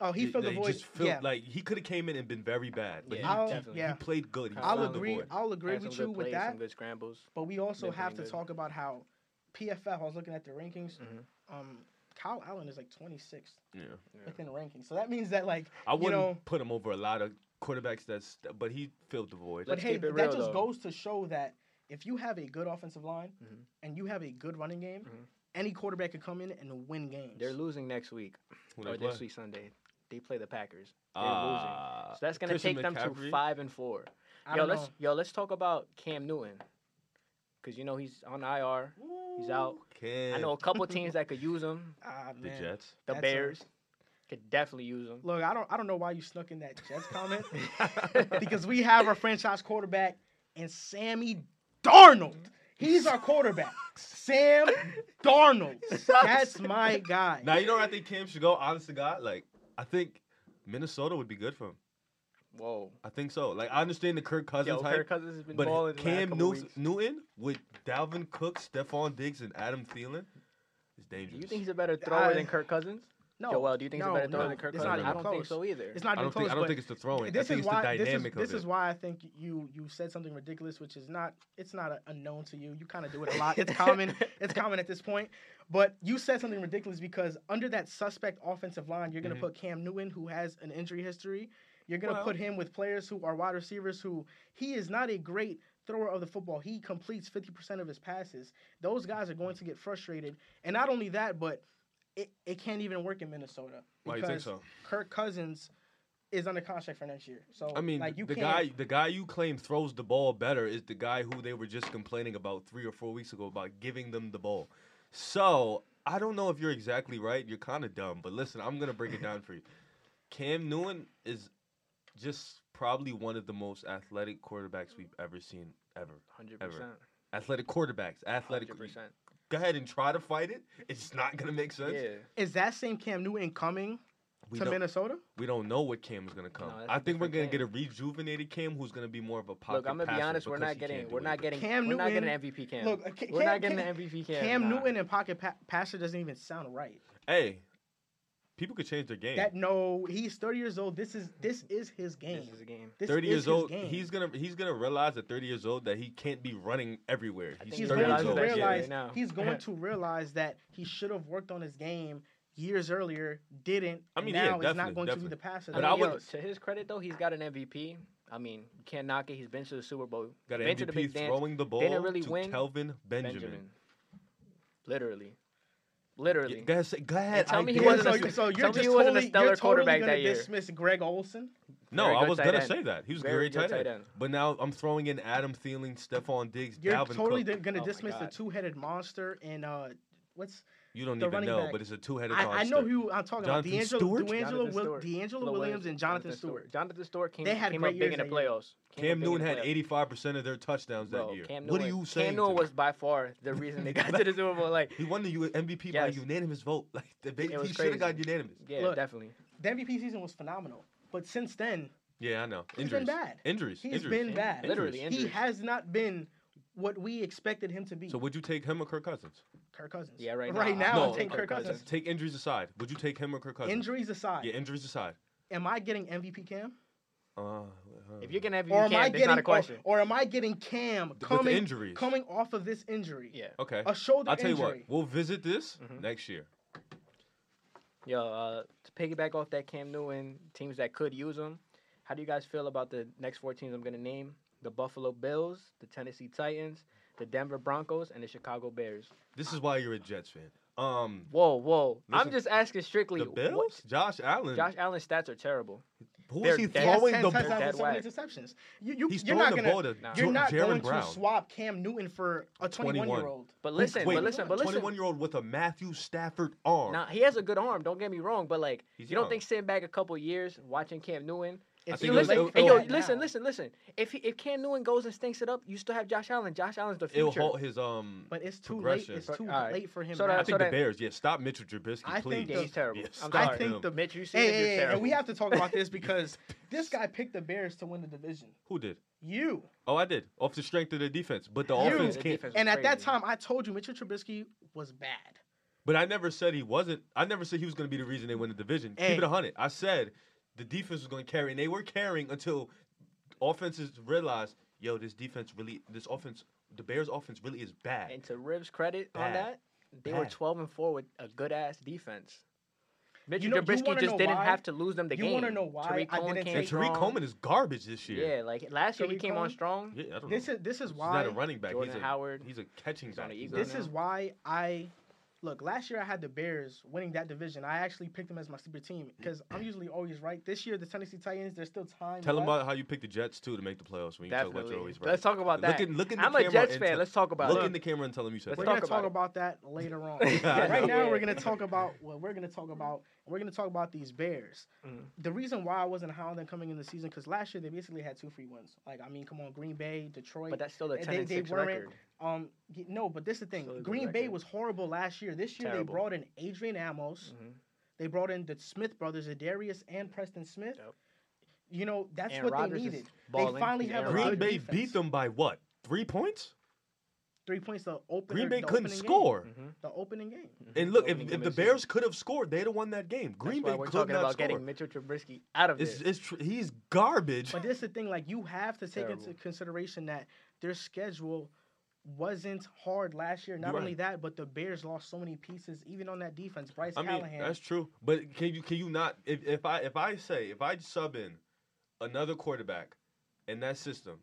[SPEAKER 1] Oh, he filled the
[SPEAKER 3] He
[SPEAKER 1] void.
[SPEAKER 3] just filled-
[SPEAKER 1] yeah,
[SPEAKER 3] Like he could have came in and been very bad, but
[SPEAKER 2] Yeah,
[SPEAKER 3] he,
[SPEAKER 1] I'll,
[SPEAKER 2] definitely.
[SPEAKER 1] yeah.
[SPEAKER 3] he played good. He
[SPEAKER 2] Kyle
[SPEAKER 1] I'll
[SPEAKER 3] filled the
[SPEAKER 1] agree.
[SPEAKER 3] void.
[SPEAKER 1] I'll agree
[SPEAKER 2] Had some
[SPEAKER 1] with
[SPEAKER 2] good
[SPEAKER 1] you with
[SPEAKER 2] plays,
[SPEAKER 1] that.
[SPEAKER 2] Some good scrambles.
[SPEAKER 1] But we also
[SPEAKER 2] Been
[SPEAKER 1] have to
[SPEAKER 2] playing good.
[SPEAKER 1] talk about how PFF. I was looking at the rankings.
[SPEAKER 3] Mm-hmm,
[SPEAKER 2] Mhm.
[SPEAKER 1] Um, Kyle Allen is like 26th
[SPEAKER 3] Yeah.
[SPEAKER 2] Yeah.
[SPEAKER 1] within rankings, so that means that like
[SPEAKER 3] I wouldn't
[SPEAKER 1] know-
[SPEAKER 3] put him over a lot of quarterbacks. That's but he filled the void.
[SPEAKER 1] But
[SPEAKER 2] Let's
[SPEAKER 1] hey,
[SPEAKER 2] keep it
[SPEAKER 1] that
[SPEAKER 2] real,
[SPEAKER 1] just
[SPEAKER 2] though.
[SPEAKER 1] goes to show that if you have a good offensive line
[SPEAKER 2] Mhm.
[SPEAKER 1] and you have a good running game,
[SPEAKER 2] Mhm.
[SPEAKER 1] any quarterback could come in and win games.
[SPEAKER 2] They're losing next week
[SPEAKER 3] Who
[SPEAKER 2] or
[SPEAKER 3] they play?
[SPEAKER 2] oh, this week Sunday. They play the Packers. They're
[SPEAKER 3] Ah,
[SPEAKER 2] So that's gonna
[SPEAKER 3] Christian
[SPEAKER 2] take them
[SPEAKER 3] McCaffrey?
[SPEAKER 2] to five and four.
[SPEAKER 1] I
[SPEAKER 2] Yo,
[SPEAKER 1] don't
[SPEAKER 2] let's
[SPEAKER 1] know.
[SPEAKER 2] yo let's talk about Cam Newton, because you know he's on IR. He's out.
[SPEAKER 3] Can
[SPEAKER 2] I know a couple teams that could use him.
[SPEAKER 1] Ah,
[SPEAKER 3] the
[SPEAKER 1] man.
[SPEAKER 3] Jets.
[SPEAKER 2] The
[SPEAKER 1] That's a-
[SPEAKER 2] Bears could definitely use him.
[SPEAKER 1] Look, I don't I don't know why you snuck in that Jets comment because we have our franchise quarterback and Sammy Darnold. He's our quarterback. Sam Darnold. That's my guy.
[SPEAKER 3] Now you know where I think Cam should go. Honest to God, like I think Minnesota would be good for him.
[SPEAKER 2] Whoa.
[SPEAKER 3] I think so. Like I understand the Kirk Cousins
[SPEAKER 2] Yo,
[SPEAKER 3] hype,
[SPEAKER 2] Kirk Cousins has been balling.
[SPEAKER 3] but
[SPEAKER 2] the last
[SPEAKER 3] Cam
[SPEAKER 2] couple
[SPEAKER 3] Newt-
[SPEAKER 2] weeks.
[SPEAKER 3] Newton with Dalvin Cook, Stephon Diggs, and Adam Thielen is
[SPEAKER 2] Do
[SPEAKER 3] dangerous.
[SPEAKER 2] you think he's a better thrower
[SPEAKER 1] I-
[SPEAKER 2] than Kirk Cousins?
[SPEAKER 1] No,
[SPEAKER 2] Joel, do you think
[SPEAKER 1] no,
[SPEAKER 2] he's a better
[SPEAKER 1] no,
[SPEAKER 2] thrower than Kirk
[SPEAKER 1] it's
[SPEAKER 2] Cousins?
[SPEAKER 1] not even
[SPEAKER 2] I don't think
[SPEAKER 1] close.
[SPEAKER 2] so either.
[SPEAKER 1] It's not
[SPEAKER 3] I
[SPEAKER 1] even
[SPEAKER 3] don't
[SPEAKER 1] close.
[SPEAKER 3] think. I don't
[SPEAKER 1] but-
[SPEAKER 3] think it's the throwing. I
[SPEAKER 1] This
[SPEAKER 3] think
[SPEAKER 1] is
[SPEAKER 3] it's the
[SPEAKER 1] why. This is,
[SPEAKER 3] dynamic
[SPEAKER 1] this
[SPEAKER 3] of
[SPEAKER 1] is
[SPEAKER 3] it.
[SPEAKER 1] why I think you you said something ridiculous, which is not. It's not a, unknown to you. You kind of do it a lot. It's common. it's common at this point. But you said something ridiculous because under that suspect offensive line, you're going to
[SPEAKER 3] Mhm.
[SPEAKER 1] put Cam Newton, who has an injury history. You're going to
[SPEAKER 3] Well-
[SPEAKER 1] put him with players who are wide receivers who he is not a great thrower of the football. He completes 50% of his passes. Those guys are going to get frustrated. And not only that, but it, it can't even work in Minnesota.
[SPEAKER 3] Why you think
[SPEAKER 1] because
[SPEAKER 3] so?
[SPEAKER 1] Kirk Cousins is under contract for next year. So
[SPEAKER 3] I mean,
[SPEAKER 1] like you
[SPEAKER 3] the
[SPEAKER 1] can't,
[SPEAKER 3] guy the guy you claim throws the ball better is the guy who they were just complaining about three or four weeks ago about giving them the ball. So I don't know if you're exactly right. You're kind of dumb, but listen, I'm gonna break it down for you. Cam Newton is just probably one of the most athletic quarterbacks we've ever seen ever.
[SPEAKER 2] Hundred percent.
[SPEAKER 3] Athletic quarterbacks, athletic.
[SPEAKER 2] Hundred percent.
[SPEAKER 3] Go ahead and try to fight it. It's not gonna make sense.
[SPEAKER 2] Yeah.
[SPEAKER 1] is that same Cam Newton coming
[SPEAKER 3] We
[SPEAKER 1] to
[SPEAKER 3] know-
[SPEAKER 1] Minnesota?
[SPEAKER 3] we don't know what Cam is gonna come.
[SPEAKER 2] that's
[SPEAKER 3] I
[SPEAKER 2] a
[SPEAKER 3] think we're gonna
[SPEAKER 2] different
[SPEAKER 3] get a rejuvenated Cam who's gonna be more of a pocket
[SPEAKER 2] Look, I'm gonna be
[SPEAKER 3] passer
[SPEAKER 2] honest. We're
[SPEAKER 3] because
[SPEAKER 2] not
[SPEAKER 3] he
[SPEAKER 2] getting.
[SPEAKER 3] can't do
[SPEAKER 2] We're
[SPEAKER 3] it,
[SPEAKER 2] not
[SPEAKER 3] but-
[SPEAKER 2] getting.
[SPEAKER 1] Cam
[SPEAKER 2] we're not getting
[SPEAKER 1] Newton-
[SPEAKER 2] an MVP Cam.
[SPEAKER 1] Look, uh, Ca-
[SPEAKER 2] we're
[SPEAKER 1] Cam-
[SPEAKER 2] not getting
[SPEAKER 1] Cam-
[SPEAKER 2] an MVP Cam.
[SPEAKER 1] Cam
[SPEAKER 2] nah.
[SPEAKER 1] Newton and pocket pa- passer doesn't even sound right.
[SPEAKER 3] Hey, people could change their game.
[SPEAKER 1] That no, he's 30 years old. This is this is his game.
[SPEAKER 2] This is a game.
[SPEAKER 1] This
[SPEAKER 3] thirty
[SPEAKER 1] is
[SPEAKER 3] years
[SPEAKER 1] his
[SPEAKER 3] old,
[SPEAKER 1] game.
[SPEAKER 3] he's gonna he's gonna realize at thirty years old that he can't be running everywhere. He's,
[SPEAKER 2] I think
[SPEAKER 1] he's
[SPEAKER 2] he's
[SPEAKER 3] thirty
[SPEAKER 1] going
[SPEAKER 3] years
[SPEAKER 1] to
[SPEAKER 2] realizing
[SPEAKER 3] old.
[SPEAKER 2] that shit
[SPEAKER 1] realize
[SPEAKER 2] right now.
[SPEAKER 1] he's going to realize that he should have worked on his game years earlier, didn't.
[SPEAKER 3] I
[SPEAKER 1] and
[SPEAKER 3] mean, yeah,
[SPEAKER 1] now it's
[SPEAKER 3] definitely,
[SPEAKER 1] not going
[SPEAKER 3] definitely.
[SPEAKER 1] to be the passer.
[SPEAKER 2] But
[SPEAKER 3] I
[SPEAKER 1] that
[SPEAKER 2] I
[SPEAKER 1] he
[SPEAKER 2] mean, yo,
[SPEAKER 1] was.
[SPEAKER 2] to his credit though, he's got an MVP. I mean, you can't knock it. He's been to the Super Bowl.
[SPEAKER 3] Got
[SPEAKER 2] been
[SPEAKER 3] an
[SPEAKER 2] to the
[SPEAKER 3] MVP
[SPEAKER 2] big dance.
[SPEAKER 3] throwing the ball
[SPEAKER 2] didn't really
[SPEAKER 3] to
[SPEAKER 2] win.
[SPEAKER 3] Kelvin Benjamin.
[SPEAKER 2] Literally.
[SPEAKER 3] Yeah,
[SPEAKER 2] Literally.
[SPEAKER 3] go ahead, say- go ahead.
[SPEAKER 2] tell
[SPEAKER 3] I
[SPEAKER 2] me he
[SPEAKER 3] did.
[SPEAKER 1] Yeah,
[SPEAKER 2] wasn't
[SPEAKER 1] so,
[SPEAKER 2] a-
[SPEAKER 1] so you're
[SPEAKER 2] tell me
[SPEAKER 1] just
[SPEAKER 2] he wasn't a
[SPEAKER 1] totally,
[SPEAKER 2] stellar
[SPEAKER 1] you're totally
[SPEAKER 2] quarterback
[SPEAKER 1] going
[SPEAKER 2] that
[SPEAKER 1] to
[SPEAKER 2] year.
[SPEAKER 1] dismiss Greg Olson.
[SPEAKER 3] no,
[SPEAKER 2] very
[SPEAKER 3] I
[SPEAKER 2] good
[SPEAKER 3] was
[SPEAKER 2] tight
[SPEAKER 3] gonna
[SPEAKER 2] end.
[SPEAKER 3] say that he was
[SPEAKER 2] Very
[SPEAKER 3] a great
[SPEAKER 2] good
[SPEAKER 3] tight, end.
[SPEAKER 2] tight end.
[SPEAKER 3] But now I'm throwing in Adam Thielen, Stephon Diggs,
[SPEAKER 1] You're
[SPEAKER 3] Dalvin
[SPEAKER 1] totally
[SPEAKER 3] Cook.
[SPEAKER 1] going to
[SPEAKER 2] Oh my
[SPEAKER 1] dismiss the
[SPEAKER 2] God.
[SPEAKER 1] two-headed monster and uh, what's
[SPEAKER 3] You don't
[SPEAKER 1] the
[SPEAKER 3] even
[SPEAKER 1] running
[SPEAKER 3] know,
[SPEAKER 1] back.
[SPEAKER 3] but it's a two-headed
[SPEAKER 1] I, I know
[SPEAKER 3] monster.
[SPEAKER 1] who I'm talking
[SPEAKER 3] Jonathan
[SPEAKER 1] about. D'Angelo,
[SPEAKER 3] Stewart?
[SPEAKER 1] D'Angelo,
[SPEAKER 2] Jonathan
[SPEAKER 1] Wil-
[SPEAKER 2] Stewart.
[SPEAKER 1] D'Angelo
[SPEAKER 2] Lil
[SPEAKER 1] Williams and Jonathan Stewart.
[SPEAKER 2] Jonathan Stewart came,
[SPEAKER 1] They had
[SPEAKER 2] came
[SPEAKER 1] great
[SPEAKER 2] up big
[SPEAKER 1] years
[SPEAKER 2] in the
[SPEAKER 1] that year.
[SPEAKER 2] playoffs.
[SPEAKER 3] Cam
[SPEAKER 2] Came up big in
[SPEAKER 3] Newton
[SPEAKER 2] the
[SPEAKER 3] had
[SPEAKER 2] playoffs.
[SPEAKER 3] 85 percent of their touchdowns
[SPEAKER 2] Bro,
[SPEAKER 3] that year.
[SPEAKER 2] Cam
[SPEAKER 3] what are
[SPEAKER 2] Newton-
[SPEAKER 3] you saying?
[SPEAKER 2] Cam
[SPEAKER 3] to
[SPEAKER 2] Newton
[SPEAKER 3] me?
[SPEAKER 2] was by far the reason they got to the Super Bowl. Like,
[SPEAKER 3] He won the U- MVP
[SPEAKER 2] Yes.
[SPEAKER 3] by unanimous vote. Like the ba-
[SPEAKER 2] It was
[SPEAKER 3] he should have got
[SPEAKER 2] crazy.
[SPEAKER 3] unanimous.
[SPEAKER 2] yeah,
[SPEAKER 1] Look,
[SPEAKER 2] definitely.
[SPEAKER 1] The MVP season was phenomenal, but since then
[SPEAKER 3] Yeah, I know.
[SPEAKER 1] He's
[SPEAKER 3] Injuries.
[SPEAKER 1] been bad.
[SPEAKER 3] Injuries.
[SPEAKER 1] he's
[SPEAKER 3] Injuries.
[SPEAKER 1] been bad.
[SPEAKER 3] Injuries.
[SPEAKER 2] Literally
[SPEAKER 1] He
[SPEAKER 2] injuries.
[SPEAKER 1] has not been what we expected him to be.
[SPEAKER 3] So would you take him or Kirk Cousins?
[SPEAKER 1] Kirk Cousins.
[SPEAKER 2] Yeah, right
[SPEAKER 1] Right
[SPEAKER 2] now,
[SPEAKER 1] now,
[SPEAKER 2] I'll
[SPEAKER 1] i
[SPEAKER 3] take
[SPEAKER 1] think
[SPEAKER 2] Kirk
[SPEAKER 1] Kirk Cousins.
[SPEAKER 2] Cousins.
[SPEAKER 3] Take injuries aside. Would you take him or Kirk Cousins?
[SPEAKER 1] Injuries aside,
[SPEAKER 3] Yeah, injuries aside.
[SPEAKER 1] am I getting MVP Cam?
[SPEAKER 3] Uh, uh,
[SPEAKER 2] If you're gonna have
[SPEAKER 1] Or am I
[SPEAKER 2] Cam, that's
[SPEAKER 1] getting
[SPEAKER 2] not a question.
[SPEAKER 1] Or, or am I getting Cam
[SPEAKER 3] Th- with
[SPEAKER 1] coming
[SPEAKER 3] injuries.
[SPEAKER 1] coming off of this injury?
[SPEAKER 2] yeah.
[SPEAKER 3] okay,
[SPEAKER 1] A shoulder
[SPEAKER 3] I'll tell you what.
[SPEAKER 1] injury.
[SPEAKER 3] We'll visit this
[SPEAKER 2] Mhm.
[SPEAKER 3] next year.
[SPEAKER 2] Yo, uh, to piggyback off that Cam Newton, teams that could use him, how do you guys feel about the next four teams I'm going to name? The Buffalo Bills, the Tennessee Titans, the Denver Broncos, and the Chicago Bears.
[SPEAKER 3] This is why you're a Jets fan. Um,
[SPEAKER 2] Whoa, whoa. I'm
[SPEAKER 3] Listen,
[SPEAKER 2] just asking strictly.
[SPEAKER 3] the
[SPEAKER 2] what-
[SPEAKER 3] Bills, Josh Allen.
[SPEAKER 2] Josh Allen's stats are terrible.
[SPEAKER 3] who
[SPEAKER 2] they're
[SPEAKER 3] is he
[SPEAKER 2] dead.
[SPEAKER 1] He has
[SPEAKER 3] throwing
[SPEAKER 1] 10
[SPEAKER 3] the
[SPEAKER 1] touchdowns
[SPEAKER 3] ball?
[SPEAKER 2] Dead
[SPEAKER 1] and so many
[SPEAKER 2] whack.
[SPEAKER 1] interceptions. You, you,
[SPEAKER 3] He's
[SPEAKER 1] you're
[SPEAKER 3] throwing
[SPEAKER 1] not
[SPEAKER 3] the
[SPEAKER 1] gonna,
[SPEAKER 3] ball to
[SPEAKER 2] Nah.
[SPEAKER 1] you're
[SPEAKER 3] Jo-
[SPEAKER 1] not
[SPEAKER 3] Jaren
[SPEAKER 1] going
[SPEAKER 3] Brown.
[SPEAKER 1] to swap Cam Newton for a 21 year old.
[SPEAKER 2] But listen,
[SPEAKER 3] Wait,
[SPEAKER 2] but listen, but listen.
[SPEAKER 3] 21 year old with a Matthew Stafford arm.
[SPEAKER 2] Now he has a good arm. Don't get me wrong, but like
[SPEAKER 3] He's
[SPEAKER 2] you don't
[SPEAKER 3] young.
[SPEAKER 2] think sitting back a couple years watching Cam Newton.
[SPEAKER 3] I
[SPEAKER 1] If
[SPEAKER 3] think
[SPEAKER 2] You
[SPEAKER 1] you
[SPEAKER 3] it was-
[SPEAKER 2] listen,
[SPEAKER 3] it'll-
[SPEAKER 1] listen,
[SPEAKER 3] it
[SPEAKER 2] and
[SPEAKER 3] it'll-
[SPEAKER 2] yo, listen, listen, listen. If he, if Cam Newton goes and stinks it up, you still have Josh Allen. Josh Allen's the
[SPEAKER 3] It'll
[SPEAKER 2] future.
[SPEAKER 3] halt his um.
[SPEAKER 1] But it's too late.
[SPEAKER 3] Progression.
[SPEAKER 1] It's
[SPEAKER 2] But-
[SPEAKER 1] too
[SPEAKER 2] all right.
[SPEAKER 1] late for him.
[SPEAKER 2] So
[SPEAKER 1] now.
[SPEAKER 3] I
[SPEAKER 2] that-
[SPEAKER 3] think the
[SPEAKER 2] so
[SPEAKER 3] Bears. Yeah, stop Mitchell Trubisky,
[SPEAKER 1] I think
[SPEAKER 3] please.
[SPEAKER 1] the-
[SPEAKER 2] yeah, he's terrible.
[SPEAKER 3] Yeah,
[SPEAKER 2] I'm
[SPEAKER 3] stop
[SPEAKER 1] I
[SPEAKER 2] sorry.
[SPEAKER 1] think
[SPEAKER 3] him.
[SPEAKER 1] the
[SPEAKER 2] Mitch, you see
[SPEAKER 1] hey,
[SPEAKER 2] hey,
[SPEAKER 1] hey,
[SPEAKER 2] you're
[SPEAKER 1] hey,
[SPEAKER 2] terrible.
[SPEAKER 1] and we have to talk about this because this guy picked the Bears to win the division.
[SPEAKER 3] Who did?
[SPEAKER 1] You
[SPEAKER 3] Oh, I did. Off the strength of the defense, but the
[SPEAKER 1] You-
[SPEAKER 3] offense
[SPEAKER 2] The
[SPEAKER 3] can't.
[SPEAKER 2] defense was
[SPEAKER 1] and at that
[SPEAKER 2] crazy.
[SPEAKER 1] time, I told you Mitchell Trubisky was bad.
[SPEAKER 3] But I never said he wasn't. I never said he was going to be the reason they win the division.
[SPEAKER 1] Hey.
[SPEAKER 3] Keep it hundred. I said the defense was going to carry, and they were carrying until offenses realized, yo, this defense really, this offense, the Bears' offense really is bad.
[SPEAKER 2] And to Rib's credit on
[SPEAKER 3] Bad.
[SPEAKER 2] that, they were
[SPEAKER 3] Bad.
[SPEAKER 2] 12 and 4 with a good ass defense. Mitchell
[SPEAKER 1] know- you
[SPEAKER 2] Trubisky
[SPEAKER 1] wanna
[SPEAKER 2] just
[SPEAKER 1] know
[SPEAKER 2] didn't
[SPEAKER 1] why?
[SPEAKER 2] have to lose them the
[SPEAKER 1] You
[SPEAKER 2] game.
[SPEAKER 1] wanna know why
[SPEAKER 2] Tariq
[SPEAKER 1] I
[SPEAKER 2] Cohen
[SPEAKER 1] didn't
[SPEAKER 2] came
[SPEAKER 3] and
[SPEAKER 1] take-
[SPEAKER 3] Tariq
[SPEAKER 2] strong.
[SPEAKER 3] Coleman is garbage this year.
[SPEAKER 2] Yeah, like last year he
[SPEAKER 1] Tariq
[SPEAKER 2] came on
[SPEAKER 1] Cohen?
[SPEAKER 2] strong.
[SPEAKER 3] Yeah, I don't
[SPEAKER 1] This
[SPEAKER 3] know.
[SPEAKER 1] is this is
[SPEAKER 3] He's
[SPEAKER 1] why
[SPEAKER 3] not a running back.
[SPEAKER 2] Jordan
[SPEAKER 3] he's a,
[SPEAKER 2] Howard.
[SPEAKER 3] He's a catching
[SPEAKER 2] He's on
[SPEAKER 3] back.
[SPEAKER 2] the
[SPEAKER 3] He's
[SPEAKER 2] Eagles.
[SPEAKER 1] this
[SPEAKER 2] now.
[SPEAKER 1] is why I look last year I had the Bears winning that division. I actually picked them as my sleeper team because I'm usually always right. This year the Tennessee Titans there's still time.
[SPEAKER 3] Tell him
[SPEAKER 1] left.
[SPEAKER 3] about how you picked the Jets too to make the playoffs. When you talk about
[SPEAKER 2] Definitely.
[SPEAKER 3] you're always right.
[SPEAKER 2] Let's talk about that.
[SPEAKER 3] Look in, look in the
[SPEAKER 2] I'm
[SPEAKER 3] camera
[SPEAKER 2] a Jets
[SPEAKER 3] and
[SPEAKER 2] fan.
[SPEAKER 3] tell-
[SPEAKER 2] Let's talk about
[SPEAKER 3] look
[SPEAKER 2] it.
[SPEAKER 3] in the camera and tell him you said
[SPEAKER 2] Let's
[SPEAKER 1] we're
[SPEAKER 3] that.
[SPEAKER 1] gonna
[SPEAKER 2] talk
[SPEAKER 1] talk
[SPEAKER 2] about
[SPEAKER 1] about
[SPEAKER 2] it.
[SPEAKER 1] that later on.
[SPEAKER 3] Yeah.
[SPEAKER 1] right now,
[SPEAKER 2] Yeah.
[SPEAKER 1] we're gonna talk about what we're gonna talk about. We're gonna talk about these Bears.
[SPEAKER 2] Mhm.
[SPEAKER 1] The reason why I wasn't high on them coming in the season because last year they basically had two free wins. Like I mean, come on, Green Bay, Detroit.
[SPEAKER 2] But that's still a
[SPEAKER 1] They-
[SPEAKER 2] 10 and
[SPEAKER 1] they
[SPEAKER 2] 6
[SPEAKER 1] weren't-
[SPEAKER 2] record.
[SPEAKER 1] um, y- no, but this is the thing.
[SPEAKER 2] So is the
[SPEAKER 1] Green Bay
[SPEAKER 2] record.
[SPEAKER 1] was horrible last year. This year they
[SPEAKER 2] Terrible.
[SPEAKER 1] brought in Adrian Amos.
[SPEAKER 2] Mhm.
[SPEAKER 1] They brought in the Smith brothers, Darius and Preston Smith.
[SPEAKER 2] Yep.
[SPEAKER 1] You know that's
[SPEAKER 2] Aaron
[SPEAKER 1] what
[SPEAKER 2] Rodgers
[SPEAKER 1] they
[SPEAKER 2] is
[SPEAKER 1] needed.
[SPEAKER 2] balling.
[SPEAKER 1] finally
[SPEAKER 2] He's
[SPEAKER 1] have a
[SPEAKER 2] Aaron
[SPEAKER 1] good
[SPEAKER 3] Green
[SPEAKER 2] Rodgers.
[SPEAKER 3] Bay
[SPEAKER 1] defense.
[SPEAKER 3] beat them by what? Three points?
[SPEAKER 1] Three points to open.
[SPEAKER 3] Green
[SPEAKER 1] their-
[SPEAKER 3] Bay
[SPEAKER 1] the
[SPEAKER 3] couldn't
[SPEAKER 1] opening game.
[SPEAKER 3] score.
[SPEAKER 2] Mhm.
[SPEAKER 1] the opening game.
[SPEAKER 3] And look, if,
[SPEAKER 2] Opening game
[SPEAKER 3] if the
[SPEAKER 2] of season.
[SPEAKER 3] Bears could have scored, they'd have won that game. Green
[SPEAKER 2] That's why
[SPEAKER 3] Bay
[SPEAKER 2] we're
[SPEAKER 3] could
[SPEAKER 2] talking
[SPEAKER 3] not
[SPEAKER 2] about
[SPEAKER 3] score.
[SPEAKER 2] getting Mitchell Trubisky out of
[SPEAKER 3] It's, it's
[SPEAKER 2] this.
[SPEAKER 3] tr- he's garbage.
[SPEAKER 1] But this is the thing, like you have to take into
[SPEAKER 2] Terrible.
[SPEAKER 1] consideration that their schedule wasn't hard last year. Not
[SPEAKER 3] Right.
[SPEAKER 1] only that, but the Bears lost so many pieces, even on that defense. Bryce
[SPEAKER 3] I mean,
[SPEAKER 1] Callahan.
[SPEAKER 3] that's true. But can you can you not if, if I if I say if I sub in another quarterback in that system,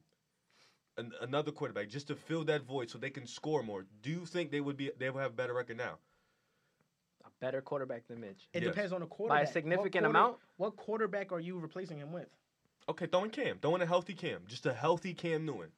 [SPEAKER 3] an, another quarterback just to fill that void so they can score more, do you think they would be they would have a better record now?
[SPEAKER 2] a better quarterback than Mitch.
[SPEAKER 1] it
[SPEAKER 3] Yes.
[SPEAKER 1] depends on the
[SPEAKER 2] By
[SPEAKER 1] quarterback.
[SPEAKER 2] a
[SPEAKER 1] What
[SPEAKER 2] significant
[SPEAKER 1] quarter-
[SPEAKER 2] amount,
[SPEAKER 1] What quarterback are you replacing him with?
[SPEAKER 3] Okay, throwing Cam, throwing a healthy Cam, just a healthy Cam Newton.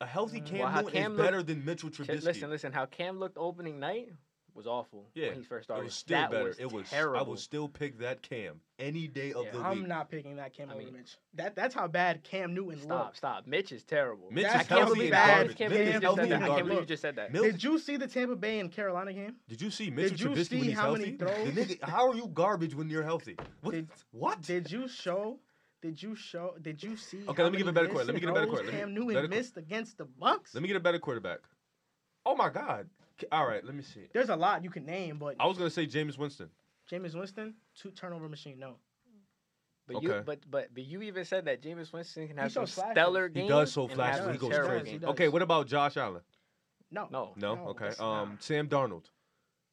[SPEAKER 3] A healthy
[SPEAKER 1] Mm.
[SPEAKER 3] Cam
[SPEAKER 2] Well, how
[SPEAKER 3] Newton
[SPEAKER 2] Cam
[SPEAKER 3] is
[SPEAKER 2] look-
[SPEAKER 3] better than Mitchell
[SPEAKER 2] Ch-
[SPEAKER 3] Trubisky.
[SPEAKER 2] Listen, listen. How Cam looked opening night was awful.
[SPEAKER 3] Yeah,
[SPEAKER 2] when he
[SPEAKER 3] it
[SPEAKER 2] first started.
[SPEAKER 3] was still
[SPEAKER 2] that
[SPEAKER 3] better.
[SPEAKER 2] Was
[SPEAKER 3] it was
[SPEAKER 2] terrible.
[SPEAKER 3] I will still pick that Cam any day of
[SPEAKER 2] Yeah.
[SPEAKER 3] the
[SPEAKER 1] I'm
[SPEAKER 3] week.
[SPEAKER 1] not picking that Cam
[SPEAKER 2] I
[SPEAKER 1] over
[SPEAKER 2] mean-
[SPEAKER 1] Mitch. That that's how bad Cam Newton
[SPEAKER 2] Stop,
[SPEAKER 1] looked.
[SPEAKER 2] stop. Mitch is terrible.
[SPEAKER 3] Mitch
[SPEAKER 1] is
[SPEAKER 2] I
[SPEAKER 1] healthy
[SPEAKER 2] can't believe
[SPEAKER 1] and
[SPEAKER 2] I
[SPEAKER 1] garbage.
[SPEAKER 2] just can't
[SPEAKER 1] Mitch
[SPEAKER 2] believe
[SPEAKER 1] is
[SPEAKER 2] you just
[SPEAKER 1] healthy
[SPEAKER 2] said that.
[SPEAKER 1] and
[SPEAKER 2] I can't believe you
[SPEAKER 1] garbage.
[SPEAKER 2] just said that.
[SPEAKER 3] Mil-
[SPEAKER 1] Did you see the Tampa Bay and Carolina game?
[SPEAKER 3] Did you see Mitchell
[SPEAKER 1] Did you
[SPEAKER 3] Trubisky
[SPEAKER 1] see
[SPEAKER 3] when he's
[SPEAKER 1] how
[SPEAKER 3] healthy?
[SPEAKER 1] many
[SPEAKER 3] The
[SPEAKER 1] throws?
[SPEAKER 3] nigga, how are you garbage when you're healthy? What?
[SPEAKER 1] Did-
[SPEAKER 3] what?
[SPEAKER 1] Did you show? Did you show? Did you see?
[SPEAKER 3] Okay,
[SPEAKER 1] how
[SPEAKER 3] let me give
[SPEAKER 1] many
[SPEAKER 3] a better quote.
[SPEAKER 1] missed
[SPEAKER 3] Let me get a better
[SPEAKER 1] throws
[SPEAKER 3] quote. Let me-
[SPEAKER 1] Cam
[SPEAKER 3] better
[SPEAKER 1] Newton
[SPEAKER 3] quote.
[SPEAKER 1] missed against the Bucks.
[SPEAKER 3] let me get a better quarterback. Oh my God! K- All right, let me see.
[SPEAKER 1] There's a lot you can name, but
[SPEAKER 3] I was gonna say James Winston.
[SPEAKER 1] Jameis Winston, two turnover machine. No,
[SPEAKER 2] But you,
[SPEAKER 3] Okay.
[SPEAKER 2] but but but you even said that Jameis Winston can have some
[SPEAKER 1] shows flashes.
[SPEAKER 2] stellar
[SPEAKER 3] He
[SPEAKER 2] games.
[SPEAKER 3] does so
[SPEAKER 2] and
[SPEAKER 3] flashy.
[SPEAKER 2] have
[SPEAKER 1] does,
[SPEAKER 3] he
[SPEAKER 2] some
[SPEAKER 3] goes
[SPEAKER 2] terrible
[SPEAKER 1] does,
[SPEAKER 3] crazy.
[SPEAKER 1] he
[SPEAKER 2] games.
[SPEAKER 1] does.
[SPEAKER 3] Okay, what about Josh Allen?
[SPEAKER 1] no,
[SPEAKER 2] No.
[SPEAKER 3] No.
[SPEAKER 1] No,
[SPEAKER 3] okay.
[SPEAKER 1] that's
[SPEAKER 3] Um,
[SPEAKER 1] not-
[SPEAKER 3] Sam Darnold.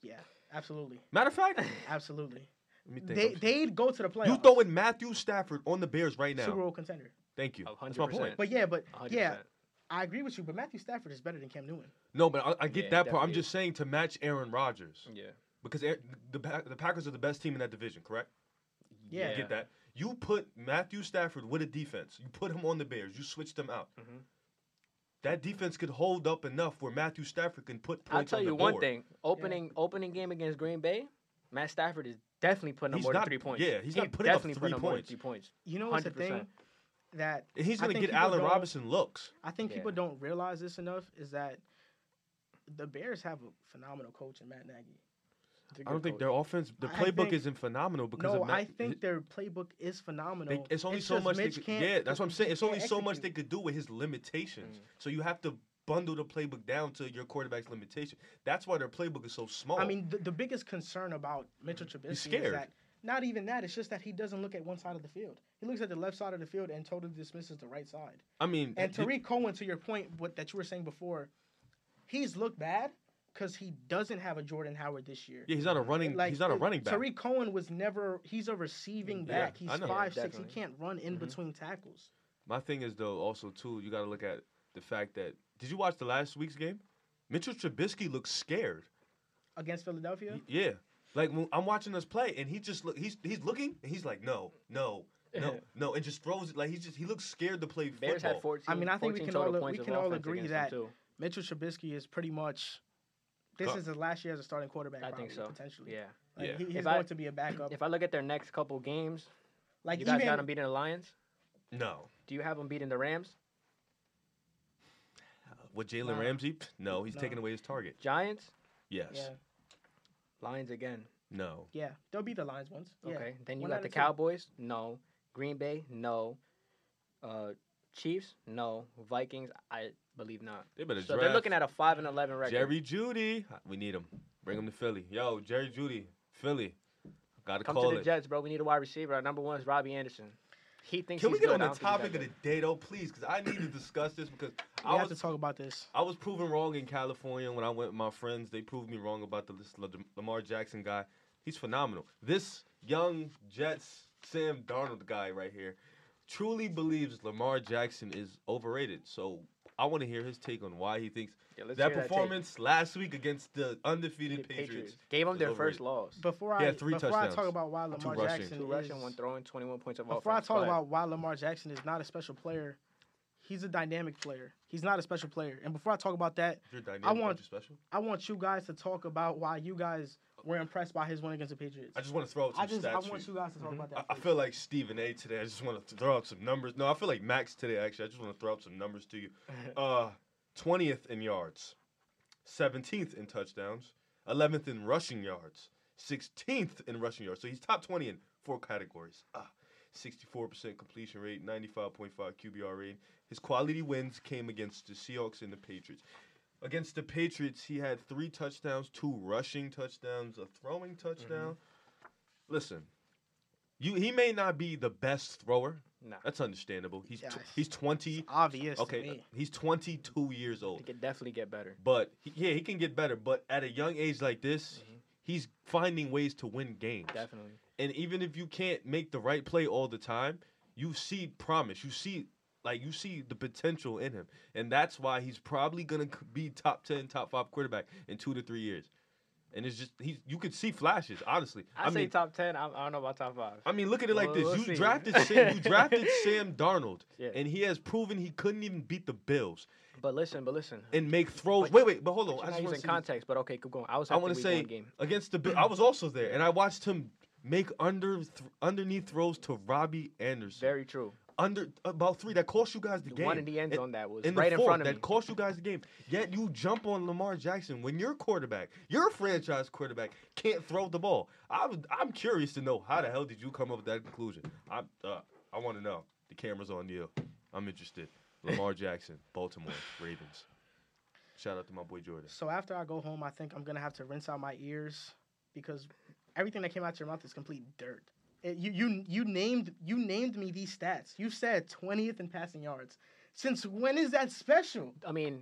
[SPEAKER 1] Yeah, absolutely,
[SPEAKER 3] Matter of fact,
[SPEAKER 1] absolutely.
[SPEAKER 3] let me think.
[SPEAKER 1] They
[SPEAKER 3] I'm-
[SPEAKER 1] they'd go to the playoffs.
[SPEAKER 3] you throwing Matthew Stafford on the Bears right
[SPEAKER 1] Super
[SPEAKER 3] now?
[SPEAKER 1] Bowl contender.
[SPEAKER 3] Thank you.
[SPEAKER 2] A
[SPEAKER 3] That's
[SPEAKER 2] hundred
[SPEAKER 3] my point.
[SPEAKER 2] percent.
[SPEAKER 1] But yeah, but
[SPEAKER 2] 100%.
[SPEAKER 1] yeah, I agree with you. But Matthew Stafford is better than Cam Newton.
[SPEAKER 3] No, but I, I get
[SPEAKER 2] Yeah,
[SPEAKER 3] that part. I'm
[SPEAKER 2] definitely.
[SPEAKER 3] just saying to match Aaron Rodgers
[SPEAKER 2] Yeah.
[SPEAKER 3] because Aaron, the Pa- the Packers are the best team in that division, correct?
[SPEAKER 1] Yeah.
[SPEAKER 3] You get that. You put Matthew Stafford with a defense. You put him on the Bears. You switch them out.
[SPEAKER 1] Mm-hmm.
[SPEAKER 2] Mhm.
[SPEAKER 3] That defense could hold up enough where Matthew Stafford can put
[SPEAKER 2] I'll
[SPEAKER 3] points
[SPEAKER 2] tell
[SPEAKER 3] on the
[SPEAKER 2] you one
[SPEAKER 3] board.
[SPEAKER 2] thing. Opening opening game against Green Bay, Matt Stafford is definitely putting up
[SPEAKER 3] He's
[SPEAKER 2] more
[SPEAKER 3] not-
[SPEAKER 2] than three points.
[SPEAKER 3] yeah, he's
[SPEAKER 2] He
[SPEAKER 3] not putting up
[SPEAKER 2] definitely
[SPEAKER 3] three
[SPEAKER 2] putting up more than
[SPEAKER 3] points.
[SPEAKER 2] three points.
[SPEAKER 1] You know what's the thing
[SPEAKER 2] 100%.
[SPEAKER 1] that
[SPEAKER 3] And he's
[SPEAKER 1] I
[SPEAKER 3] going to
[SPEAKER 1] think
[SPEAKER 3] get
[SPEAKER 1] people
[SPEAKER 3] Allen
[SPEAKER 1] don't-
[SPEAKER 3] Robinson looks.
[SPEAKER 1] I think
[SPEAKER 2] Yeah.
[SPEAKER 1] people don't realize this enough is that the Bears have a phenomenal coach in Matt Nagy.
[SPEAKER 3] I don't think
[SPEAKER 2] they're.
[SPEAKER 3] their offense, the
[SPEAKER 1] I
[SPEAKER 3] playbook
[SPEAKER 1] think-
[SPEAKER 3] isn't phenomenal because
[SPEAKER 1] No,
[SPEAKER 3] of Matt.
[SPEAKER 1] I think their playbook is phenomenal.
[SPEAKER 3] they- it's only so
[SPEAKER 1] just
[SPEAKER 3] much. They
[SPEAKER 1] Mitch
[SPEAKER 3] could,
[SPEAKER 1] can't-
[SPEAKER 3] yeah, that's what I'm saying. It's
[SPEAKER 1] can't
[SPEAKER 3] only so
[SPEAKER 1] execute.
[SPEAKER 3] much
[SPEAKER 1] Mm.
[SPEAKER 3] they could do with his limitations. So you have to bundle the playbook down to your quarterback's limitation. That's why their playbook is so small.
[SPEAKER 1] I mean, the, the biggest concern about Mitchell Trubisky is
[SPEAKER 3] Oh. scared.
[SPEAKER 1] that not even that. It's just that he doesn't look at one side of the field. He looks at the left side of the field and totally dismisses the right side.
[SPEAKER 3] I mean,
[SPEAKER 1] And
[SPEAKER 3] th-
[SPEAKER 1] Tariq Cohen, to your point, what that you were saying before, he's looked bad because he doesn't have a Jordan Howard this year.
[SPEAKER 3] yeah, he's not a running. he's not a
[SPEAKER 1] uh,
[SPEAKER 3] running back.
[SPEAKER 1] Tariq Cohen was never. He's a receiving
[SPEAKER 3] Yeah,
[SPEAKER 1] back. He's
[SPEAKER 3] I know. Mm-hmm.
[SPEAKER 1] five
[SPEAKER 2] Yeah,
[SPEAKER 1] six. He
[SPEAKER 2] definitely.
[SPEAKER 1] can't run in
[SPEAKER 2] Mhm.
[SPEAKER 1] between tackles.
[SPEAKER 3] My thing is though, also too, you got to look at the fact that did you watch the last week's game? Mitchell Trubisky looked scared.
[SPEAKER 1] against Philadelphia.
[SPEAKER 3] Yeah. Like when I'm watching us play, and he just look. He's he's looking, and he's like, no, no, no, no, and just throws it. Like he's just he looks scared to play
[SPEAKER 2] Bears
[SPEAKER 3] football.
[SPEAKER 2] had 14.
[SPEAKER 1] I mean, I think we
[SPEAKER 2] 14
[SPEAKER 1] can all
[SPEAKER 2] total
[SPEAKER 1] ag-
[SPEAKER 2] points
[SPEAKER 1] we
[SPEAKER 2] of
[SPEAKER 1] can all
[SPEAKER 2] offense
[SPEAKER 1] agree
[SPEAKER 2] against them,
[SPEAKER 1] that
[SPEAKER 2] too.
[SPEAKER 1] Mitchell Trubisky is pretty much. This
[SPEAKER 3] Cut.
[SPEAKER 1] is his last year as a starting quarterback.
[SPEAKER 2] I
[SPEAKER 1] probably,
[SPEAKER 2] think so.
[SPEAKER 1] Potentially,
[SPEAKER 2] Yeah.
[SPEAKER 1] Like,
[SPEAKER 3] Yeah.
[SPEAKER 1] he- he's
[SPEAKER 2] If I-
[SPEAKER 1] going to be a backup.
[SPEAKER 2] If I look at their next couple games,
[SPEAKER 1] like
[SPEAKER 2] you guys
[SPEAKER 1] even
[SPEAKER 2] got them beating the Lions.
[SPEAKER 3] no,
[SPEAKER 2] Do you have them beating the Rams?
[SPEAKER 3] with Jalen
[SPEAKER 1] Nah.
[SPEAKER 3] Ramsey, pff, no, he's
[SPEAKER 1] No.
[SPEAKER 3] taking away his target.
[SPEAKER 2] Giants,
[SPEAKER 3] Yes,
[SPEAKER 1] yeah,
[SPEAKER 2] Lions again.
[SPEAKER 3] no,
[SPEAKER 1] yeah, they'll be the Lions ones. Yeah.
[SPEAKER 2] Okay. Then you
[SPEAKER 1] One out
[SPEAKER 2] got the
[SPEAKER 1] of two.
[SPEAKER 2] Cowboys? No. Green Bay? No. Uh, Chiefs? No. Vikings? I believe not.
[SPEAKER 3] they better
[SPEAKER 2] so
[SPEAKER 3] draft
[SPEAKER 2] they're looking at a 5 and 11 record.
[SPEAKER 3] Jerry Judy. We need him. Bring him to Philly. Yo, Jerry Judy, Philly. Got to
[SPEAKER 2] Come
[SPEAKER 3] call
[SPEAKER 2] to the
[SPEAKER 3] it.
[SPEAKER 2] Jets, bro. We need a wide receiver. Our number one is Robbie Anderson. He thinks
[SPEAKER 3] Can we
[SPEAKER 2] he's
[SPEAKER 3] get on
[SPEAKER 2] good. I
[SPEAKER 3] the
[SPEAKER 2] don't think he's
[SPEAKER 3] topic
[SPEAKER 2] that
[SPEAKER 3] of the day though, please? Because I need to discuss this because
[SPEAKER 1] We
[SPEAKER 3] I
[SPEAKER 1] have to
[SPEAKER 3] was
[SPEAKER 1] talk about this.
[SPEAKER 3] I was proven wrong in California when I went with my friends. They proved me wrong about the this La- Lamar Jackson guy. He's phenomenal. This young Jets Sam Darnold guy right here truly believes Lamar Jackson is overrated. So I want to hear his take on why he thinks
[SPEAKER 2] good. Yeah, let's
[SPEAKER 3] that
[SPEAKER 2] hear tape.
[SPEAKER 3] performance last week against the undefeated
[SPEAKER 2] The
[SPEAKER 3] Patriots.
[SPEAKER 2] gave them
[SPEAKER 3] is
[SPEAKER 2] their
[SPEAKER 3] overrated.
[SPEAKER 2] first loss.
[SPEAKER 1] Before
[SPEAKER 3] He
[SPEAKER 1] I
[SPEAKER 3] had three
[SPEAKER 1] before I talk
[SPEAKER 3] touchdowns.
[SPEAKER 1] about why Lamar
[SPEAKER 3] rushing.
[SPEAKER 1] Jackson
[SPEAKER 2] Two rushing,
[SPEAKER 1] is-
[SPEAKER 2] one throwing, 21 points of
[SPEAKER 1] Before I
[SPEAKER 2] offense.
[SPEAKER 1] talk
[SPEAKER 2] but
[SPEAKER 1] about why Lamar Jackson is not a special player, he's a dynamic player. He's not a special player. And before I talk about that,
[SPEAKER 3] You're dynamic. aren't
[SPEAKER 1] want-
[SPEAKER 3] you special.
[SPEAKER 1] I want you guys to talk about why you guys were impressed by his win against the Patriots.
[SPEAKER 3] I just want to throw out some
[SPEAKER 1] I just I
[SPEAKER 3] stats.
[SPEAKER 1] want
[SPEAKER 3] for
[SPEAKER 1] you
[SPEAKER 3] you.
[SPEAKER 1] guys to talk about that.
[SPEAKER 3] I, I
[SPEAKER 1] please.
[SPEAKER 3] feel like Stephen A. today. I just want to throw out some numbers. No, I feel like Max today. Actually, I just want to throw out some numbers to you. Uh, 20th in yards, 17th in touchdowns, 11th in rushing yards, 16th in rushing yards. So he's top 20 in four categories. Ah, 64% completion rate, 95.5 QBR rate. His quality wins came against the Seahawks and the Patriots. Against the Patriots, he had three touchdowns, two rushing touchdowns, a throwing touchdown.
[SPEAKER 1] Mm-hmm.
[SPEAKER 3] Listen, you he may not be the best thrower.
[SPEAKER 2] Nah.
[SPEAKER 3] That's understandable. He's tw-
[SPEAKER 1] Yeah.
[SPEAKER 3] he's 20
[SPEAKER 1] obvious.
[SPEAKER 3] Okay,
[SPEAKER 1] to
[SPEAKER 3] uh,
[SPEAKER 1] me.
[SPEAKER 3] he's 22 years
[SPEAKER 2] They
[SPEAKER 3] old,
[SPEAKER 2] could definitely get better.
[SPEAKER 3] but he, yeah, he can get better. But at a young age like this,
[SPEAKER 2] Mhm.
[SPEAKER 3] he's finding ways to win games.
[SPEAKER 2] Definitely.
[SPEAKER 3] And even if you can't make the right play all the time, you see promise. You see like you see the potential in him, and that's why he's probably gonna c- be top 10, top five quarterback in two to three years. And it's just he's you could see flashes. Honestly,
[SPEAKER 2] I, say
[SPEAKER 3] mean,
[SPEAKER 2] top 10. I, I don't know about top 5.
[SPEAKER 3] I mean, look at it like
[SPEAKER 2] Well,
[SPEAKER 3] this:
[SPEAKER 2] we'll
[SPEAKER 3] you
[SPEAKER 2] see.
[SPEAKER 3] drafted Sam, you drafted Sam Darnold,
[SPEAKER 2] Yeah.
[SPEAKER 3] and he has proven he couldn't even beat the Bills
[SPEAKER 2] But listen, but listen.
[SPEAKER 3] and make throws.
[SPEAKER 2] But-
[SPEAKER 3] wait, wait, but hold on.
[SPEAKER 2] You're
[SPEAKER 3] I
[SPEAKER 2] not
[SPEAKER 3] just want
[SPEAKER 2] using
[SPEAKER 3] to say this.
[SPEAKER 2] context, but okay, keep going. I was
[SPEAKER 3] I
[SPEAKER 2] at the
[SPEAKER 3] wanna
[SPEAKER 2] week
[SPEAKER 3] say-
[SPEAKER 2] one game.
[SPEAKER 3] against the. Bill- I was also there, and I watched him make under th- underneath throws to Robbie Anderson.
[SPEAKER 2] Very true.
[SPEAKER 3] under about three that cost you guys the
[SPEAKER 2] The
[SPEAKER 3] game.
[SPEAKER 2] one in the end
[SPEAKER 3] And-
[SPEAKER 2] zone that was
[SPEAKER 3] in the
[SPEAKER 2] right in
[SPEAKER 3] fourth,
[SPEAKER 2] front of
[SPEAKER 3] that
[SPEAKER 2] me.
[SPEAKER 3] cost you guys the game. Yet you jump on Lamar Jackson when your quarterback, your franchise quarterback, can't throw the ball. I was, I'm curious to know how the hell did you come up with that conclusion? I uh, I want to know. The camera's on you. I'm interested. Lamar Jackson, Baltimore Ravens. Shout out to my boy Jordan.
[SPEAKER 1] So after I go home, I think I'm gonna have to rinse out my ears because everything that came out your mouth is complete dirt. It- you you you named you named me these stats. You said 20th in passing yards. Since when is that special?
[SPEAKER 2] I mean,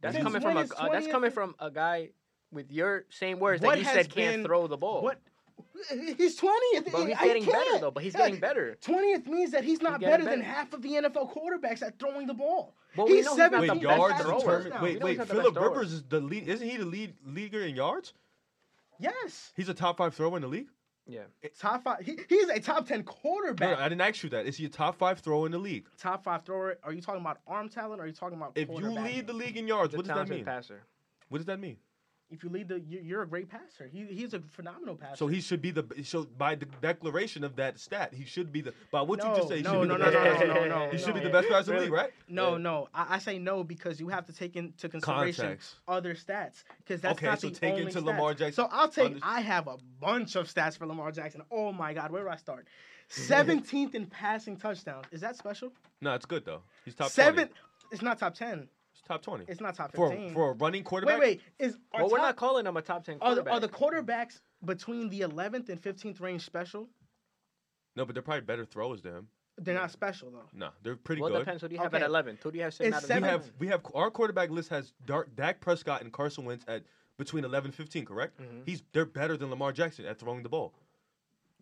[SPEAKER 2] that's
[SPEAKER 3] Since
[SPEAKER 2] coming from a
[SPEAKER 1] when is
[SPEAKER 2] uh, that's
[SPEAKER 1] 20th?
[SPEAKER 2] coming from a guy with your same words
[SPEAKER 1] What
[SPEAKER 2] that he
[SPEAKER 1] has
[SPEAKER 2] said can't
[SPEAKER 1] been-
[SPEAKER 2] throw the ball.
[SPEAKER 1] What? He's 20th.
[SPEAKER 2] Oh. But he's
[SPEAKER 1] I
[SPEAKER 2] getting better
[SPEAKER 1] can't.
[SPEAKER 2] though. But he's getting better.
[SPEAKER 1] 20th means that he's not
[SPEAKER 2] getting
[SPEAKER 1] better, than
[SPEAKER 2] better.
[SPEAKER 1] half of the NFL quarterbacks at throwing the ball.
[SPEAKER 2] But we
[SPEAKER 1] he's
[SPEAKER 2] know he's not the
[SPEAKER 1] seventh
[SPEAKER 3] Wait,
[SPEAKER 1] in
[SPEAKER 2] best
[SPEAKER 3] yards
[SPEAKER 1] passing
[SPEAKER 2] thrower.
[SPEAKER 3] determine.
[SPEAKER 1] touchdowns.
[SPEAKER 2] We
[SPEAKER 3] Wait,
[SPEAKER 2] know
[SPEAKER 3] wait.
[SPEAKER 2] he's not the
[SPEAKER 3] Philip
[SPEAKER 2] best thrower.
[SPEAKER 3] Rivers is the lead. Isn't he the lead leaguer in yards?
[SPEAKER 1] Yes.
[SPEAKER 3] He's a top five thrower in the league.
[SPEAKER 2] Yeah.
[SPEAKER 1] Top five. He, he's a top 10
[SPEAKER 3] No,
[SPEAKER 1] quarterback.
[SPEAKER 3] no, I didn't ask you that. Is he a top five thrower in the league?
[SPEAKER 1] top five thrower. Are you talking about arm talent? Or are you talking about
[SPEAKER 3] If you
[SPEAKER 1] quarterback?
[SPEAKER 3] lead the league in yards,
[SPEAKER 2] The
[SPEAKER 3] what does that
[SPEAKER 2] talented
[SPEAKER 3] mean?
[SPEAKER 2] passer.
[SPEAKER 3] What does that mean?
[SPEAKER 1] if you lead the, you- you're a great passer. He, he's a phenomenal passer.
[SPEAKER 3] So he should be the so by the declaration of that stat, he should be the by what you just say. He
[SPEAKER 1] No,
[SPEAKER 3] should be
[SPEAKER 1] no, no,
[SPEAKER 3] the
[SPEAKER 1] no,
[SPEAKER 3] best
[SPEAKER 1] no,
[SPEAKER 3] passer.
[SPEAKER 1] no, no.
[SPEAKER 3] He should be
[SPEAKER 1] no.
[SPEAKER 3] the best passer in the league,
[SPEAKER 2] Really?
[SPEAKER 3] right?
[SPEAKER 1] No,
[SPEAKER 3] Yeah.
[SPEAKER 1] no. I, I say no because you have to take into consideration
[SPEAKER 3] Context.
[SPEAKER 1] other stats because that's
[SPEAKER 3] Okay,
[SPEAKER 1] not
[SPEAKER 3] so
[SPEAKER 1] the
[SPEAKER 3] take
[SPEAKER 1] only
[SPEAKER 3] into
[SPEAKER 1] stats.
[SPEAKER 3] Lamar Jackson-
[SPEAKER 1] So I'll take.
[SPEAKER 3] Under-
[SPEAKER 1] I have a bunch of stats for Lamar Jackson. Oh my God, where do I start? Seventeenth in passing touchdowns. Is that special?
[SPEAKER 3] No, it's good though. He's top
[SPEAKER 1] Seven.
[SPEAKER 3] 20.
[SPEAKER 1] It's not top ten.
[SPEAKER 3] He's top twenty
[SPEAKER 1] It's not top
[SPEAKER 3] for
[SPEAKER 1] fifteen.
[SPEAKER 3] for a running
[SPEAKER 1] wait,
[SPEAKER 3] quarterback.
[SPEAKER 1] wait. Is are,
[SPEAKER 2] Well, we're not
[SPEAKER 1] top,
[SPEAKER 2] calling him a top ten
[SPEAKER 1] are, the,
[SPEAKER 2] quarterback.
[SPEAKER 1] are the quarterbacks between the eleventh and fifteenth range special?
[SPEAKER 3] No, but they're probably better throwers than him.
[SPEAKER 1] They're not special though.
[SPEAKER 3] No, they're pretty
[SPEAKER 2] well, it
[SPEAKER 3] good.
[SPEAKER 2] depends. Who do you have
[SPEAKER 1] Okay.
[SPEAKER 2] at eleven? Who do you have sitting
[SPEAKER 1] It's
[SPEAKER 2] out of
[SPEAKER 3] We
[SPEAKER 1] seven-
[SPEAKER 2] the
[SPEAKER 3] have we have our quarterback list has Dark, Dak Prescott and Carson Wentz at between 11 and 15, correct?
[SPEAKER 1] Mm-hmm.
[SPEAKER 2] Mhm.
[SPEAKER 3] He's they're better than Lamar Jackson at throwing the ball.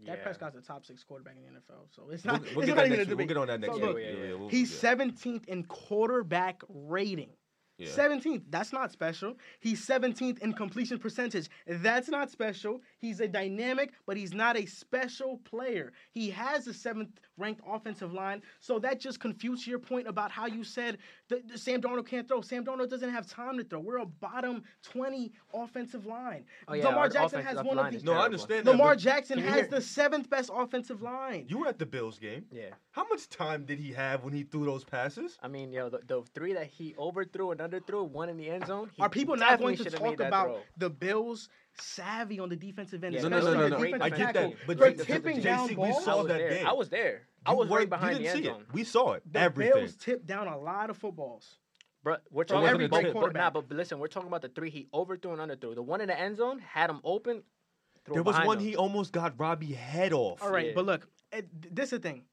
[SPEAKER 2] Yeah.
[SPEAKER 1] Dak Prescott's a top six quarterback in the NFL, so it's
[SPEAKER 3] We'll,
[SPEAKER 1] not.
[SPEAKER 3] we'll
[SPEAKER 1] it's
[SPEAKER 3] get
[SPEAKER 1] not
[SPEAKER 3] that
[SPEAKER 1] even a
[SPEAKER 3] next week. We'll
[SPEAKER 1] debate.
[SPEAKER 3] get on that
[SPEAKER 1] So
[SPEAKER 3] next
[SPEAKER 1] look,
[SPEAKER 3] week. Yeah, yeah, we'll-
[SPEAKER 1] He's
[SPEAKER 3] yeah.
[SPEAKER 1] seventeenth in quarterback rating.
[SPEAKER 3] Yeah.
[SPEAKER 1] 17th. That's not special. He's 17th in completion percentage. That's not special. He's a dynamic, but he's not a special player. He has the seventh ranked offensive line. So that just confutes your point about how you said the, the Sam Darnold can't throw. Sam Darnold doesn't have time to throw. We're a bottom 20 offensive line.
[SPEAKER 2] Oh, yeah,
[SPEAKER 1] Lamar
[SPEAKER 2] our
[SPEAKER 1] Jackson has
[SPEAKER 2] offensive
[SPEAKER 1] one of
[SPEAKER 2] line
[SPEAKER 1] the.
[SPEAKER 2] is
[SPEAKER 3] No, I
[SPEAKER 2] terrible.
[SPEAKER 3] understand that.
[SPEAKER 1] Lamar
[SPEAKER 3] but
[SPEAKER 1] Jackson
[SPEAKER 3] Can you
[SPEAKER 1] has
[SPEAKER 3] hear-
[SPEAKER 1] the seventh best offensive line.
[SPEAKER 3] You were at the Bills game.
[SPEAKER 2] Yeah.
[SPEAKER 3] How much time did he have when he threw those passes?
[SPEAKER 2] I mean, yo, the, the three that he overthrew and underthrew, one in the end zone. he
[SPEAKER 1] Are people not
[SPEAKER 2] definitely
[SPEAKER 1] going to
[SPEAKER 2] shoulda
[SPEAKER 1] talk
[SPEAKER 2] made that
[SPEAKER 1] about
[SPEAKER 2] throw.
[SPEAKER 1] the Bills' savvy on the defensive end?
[SPEAKER 2] Yeah,
[SPEAKER 3] No, no,
[SPEAKER 1] especially
[SPEAKER 3] no, no,
[SPEAKER 1] the
[SPEAKER 3] no.
[SPEAKER 1] defensive
[SPEAKER 3] I get
[SPEAKER 1] tackle?
[SPEAKER 3] that. But
[SPEAKER 1] They're
[SPEAKER 3] J- J-
[SPEAKER 1] tipping
[SPEAKER 3] JC,
[SPEAKER 1] down
[SPEAKER 3] we
[SPEAKER 1] balls.
[SPEAKER 3] saw
[SPEAKER 2] I was
[SPEAKER 3] that
[SPEAKER 2] there.
[SPEAKER 3] game.
[SPEAKER 2] I was there. I
[SPEAKER 3] You
[SPEAKER 2] was right
[SPEAKER 3] weren't-
[SPEAKER 2] behind
[SPEAKER 3] you
[SPEAKER 2] the
[SPEAKER 3] didn't
[SPEAKER 2] end
[SPEAKER 3] see
[SPEAKER 2] zone.
[SPEAKER 3] It. We saw it.
[SPEAKER 1] The
[SPEAKER 3] everything.
[SPEAKER 1] Bills tipped down a lot of footballs.
[SPEAKER 2] Bro, we're
[SPEAKER 3] From
[SPEAKER 2] talking
[SPEAKER 3] every
[SPEAKER 2] about but-
[SPEAKER 3] great
[SPEAKER 2] but, nah,
[SPEAKER 1] quarterback.
[SPEAKER 2] but listen, we're talking about the three he overthrew and underthrew. The one in the end zone had him open. threw
[SPEAKER 3] There
[SPEAKER 2] it
[SPEAKER 3] was
[SPEAKER 2] behind
[SPEAKER 3] one
[SPEAKER 2] him.
[SPEAKER 3] he almost got Robbie head off.
[SPEAKER 1] All right,
[SPEAKER 2] Yeah.
[SPEAKER 1] but look, it, Eh, th- this is the thing.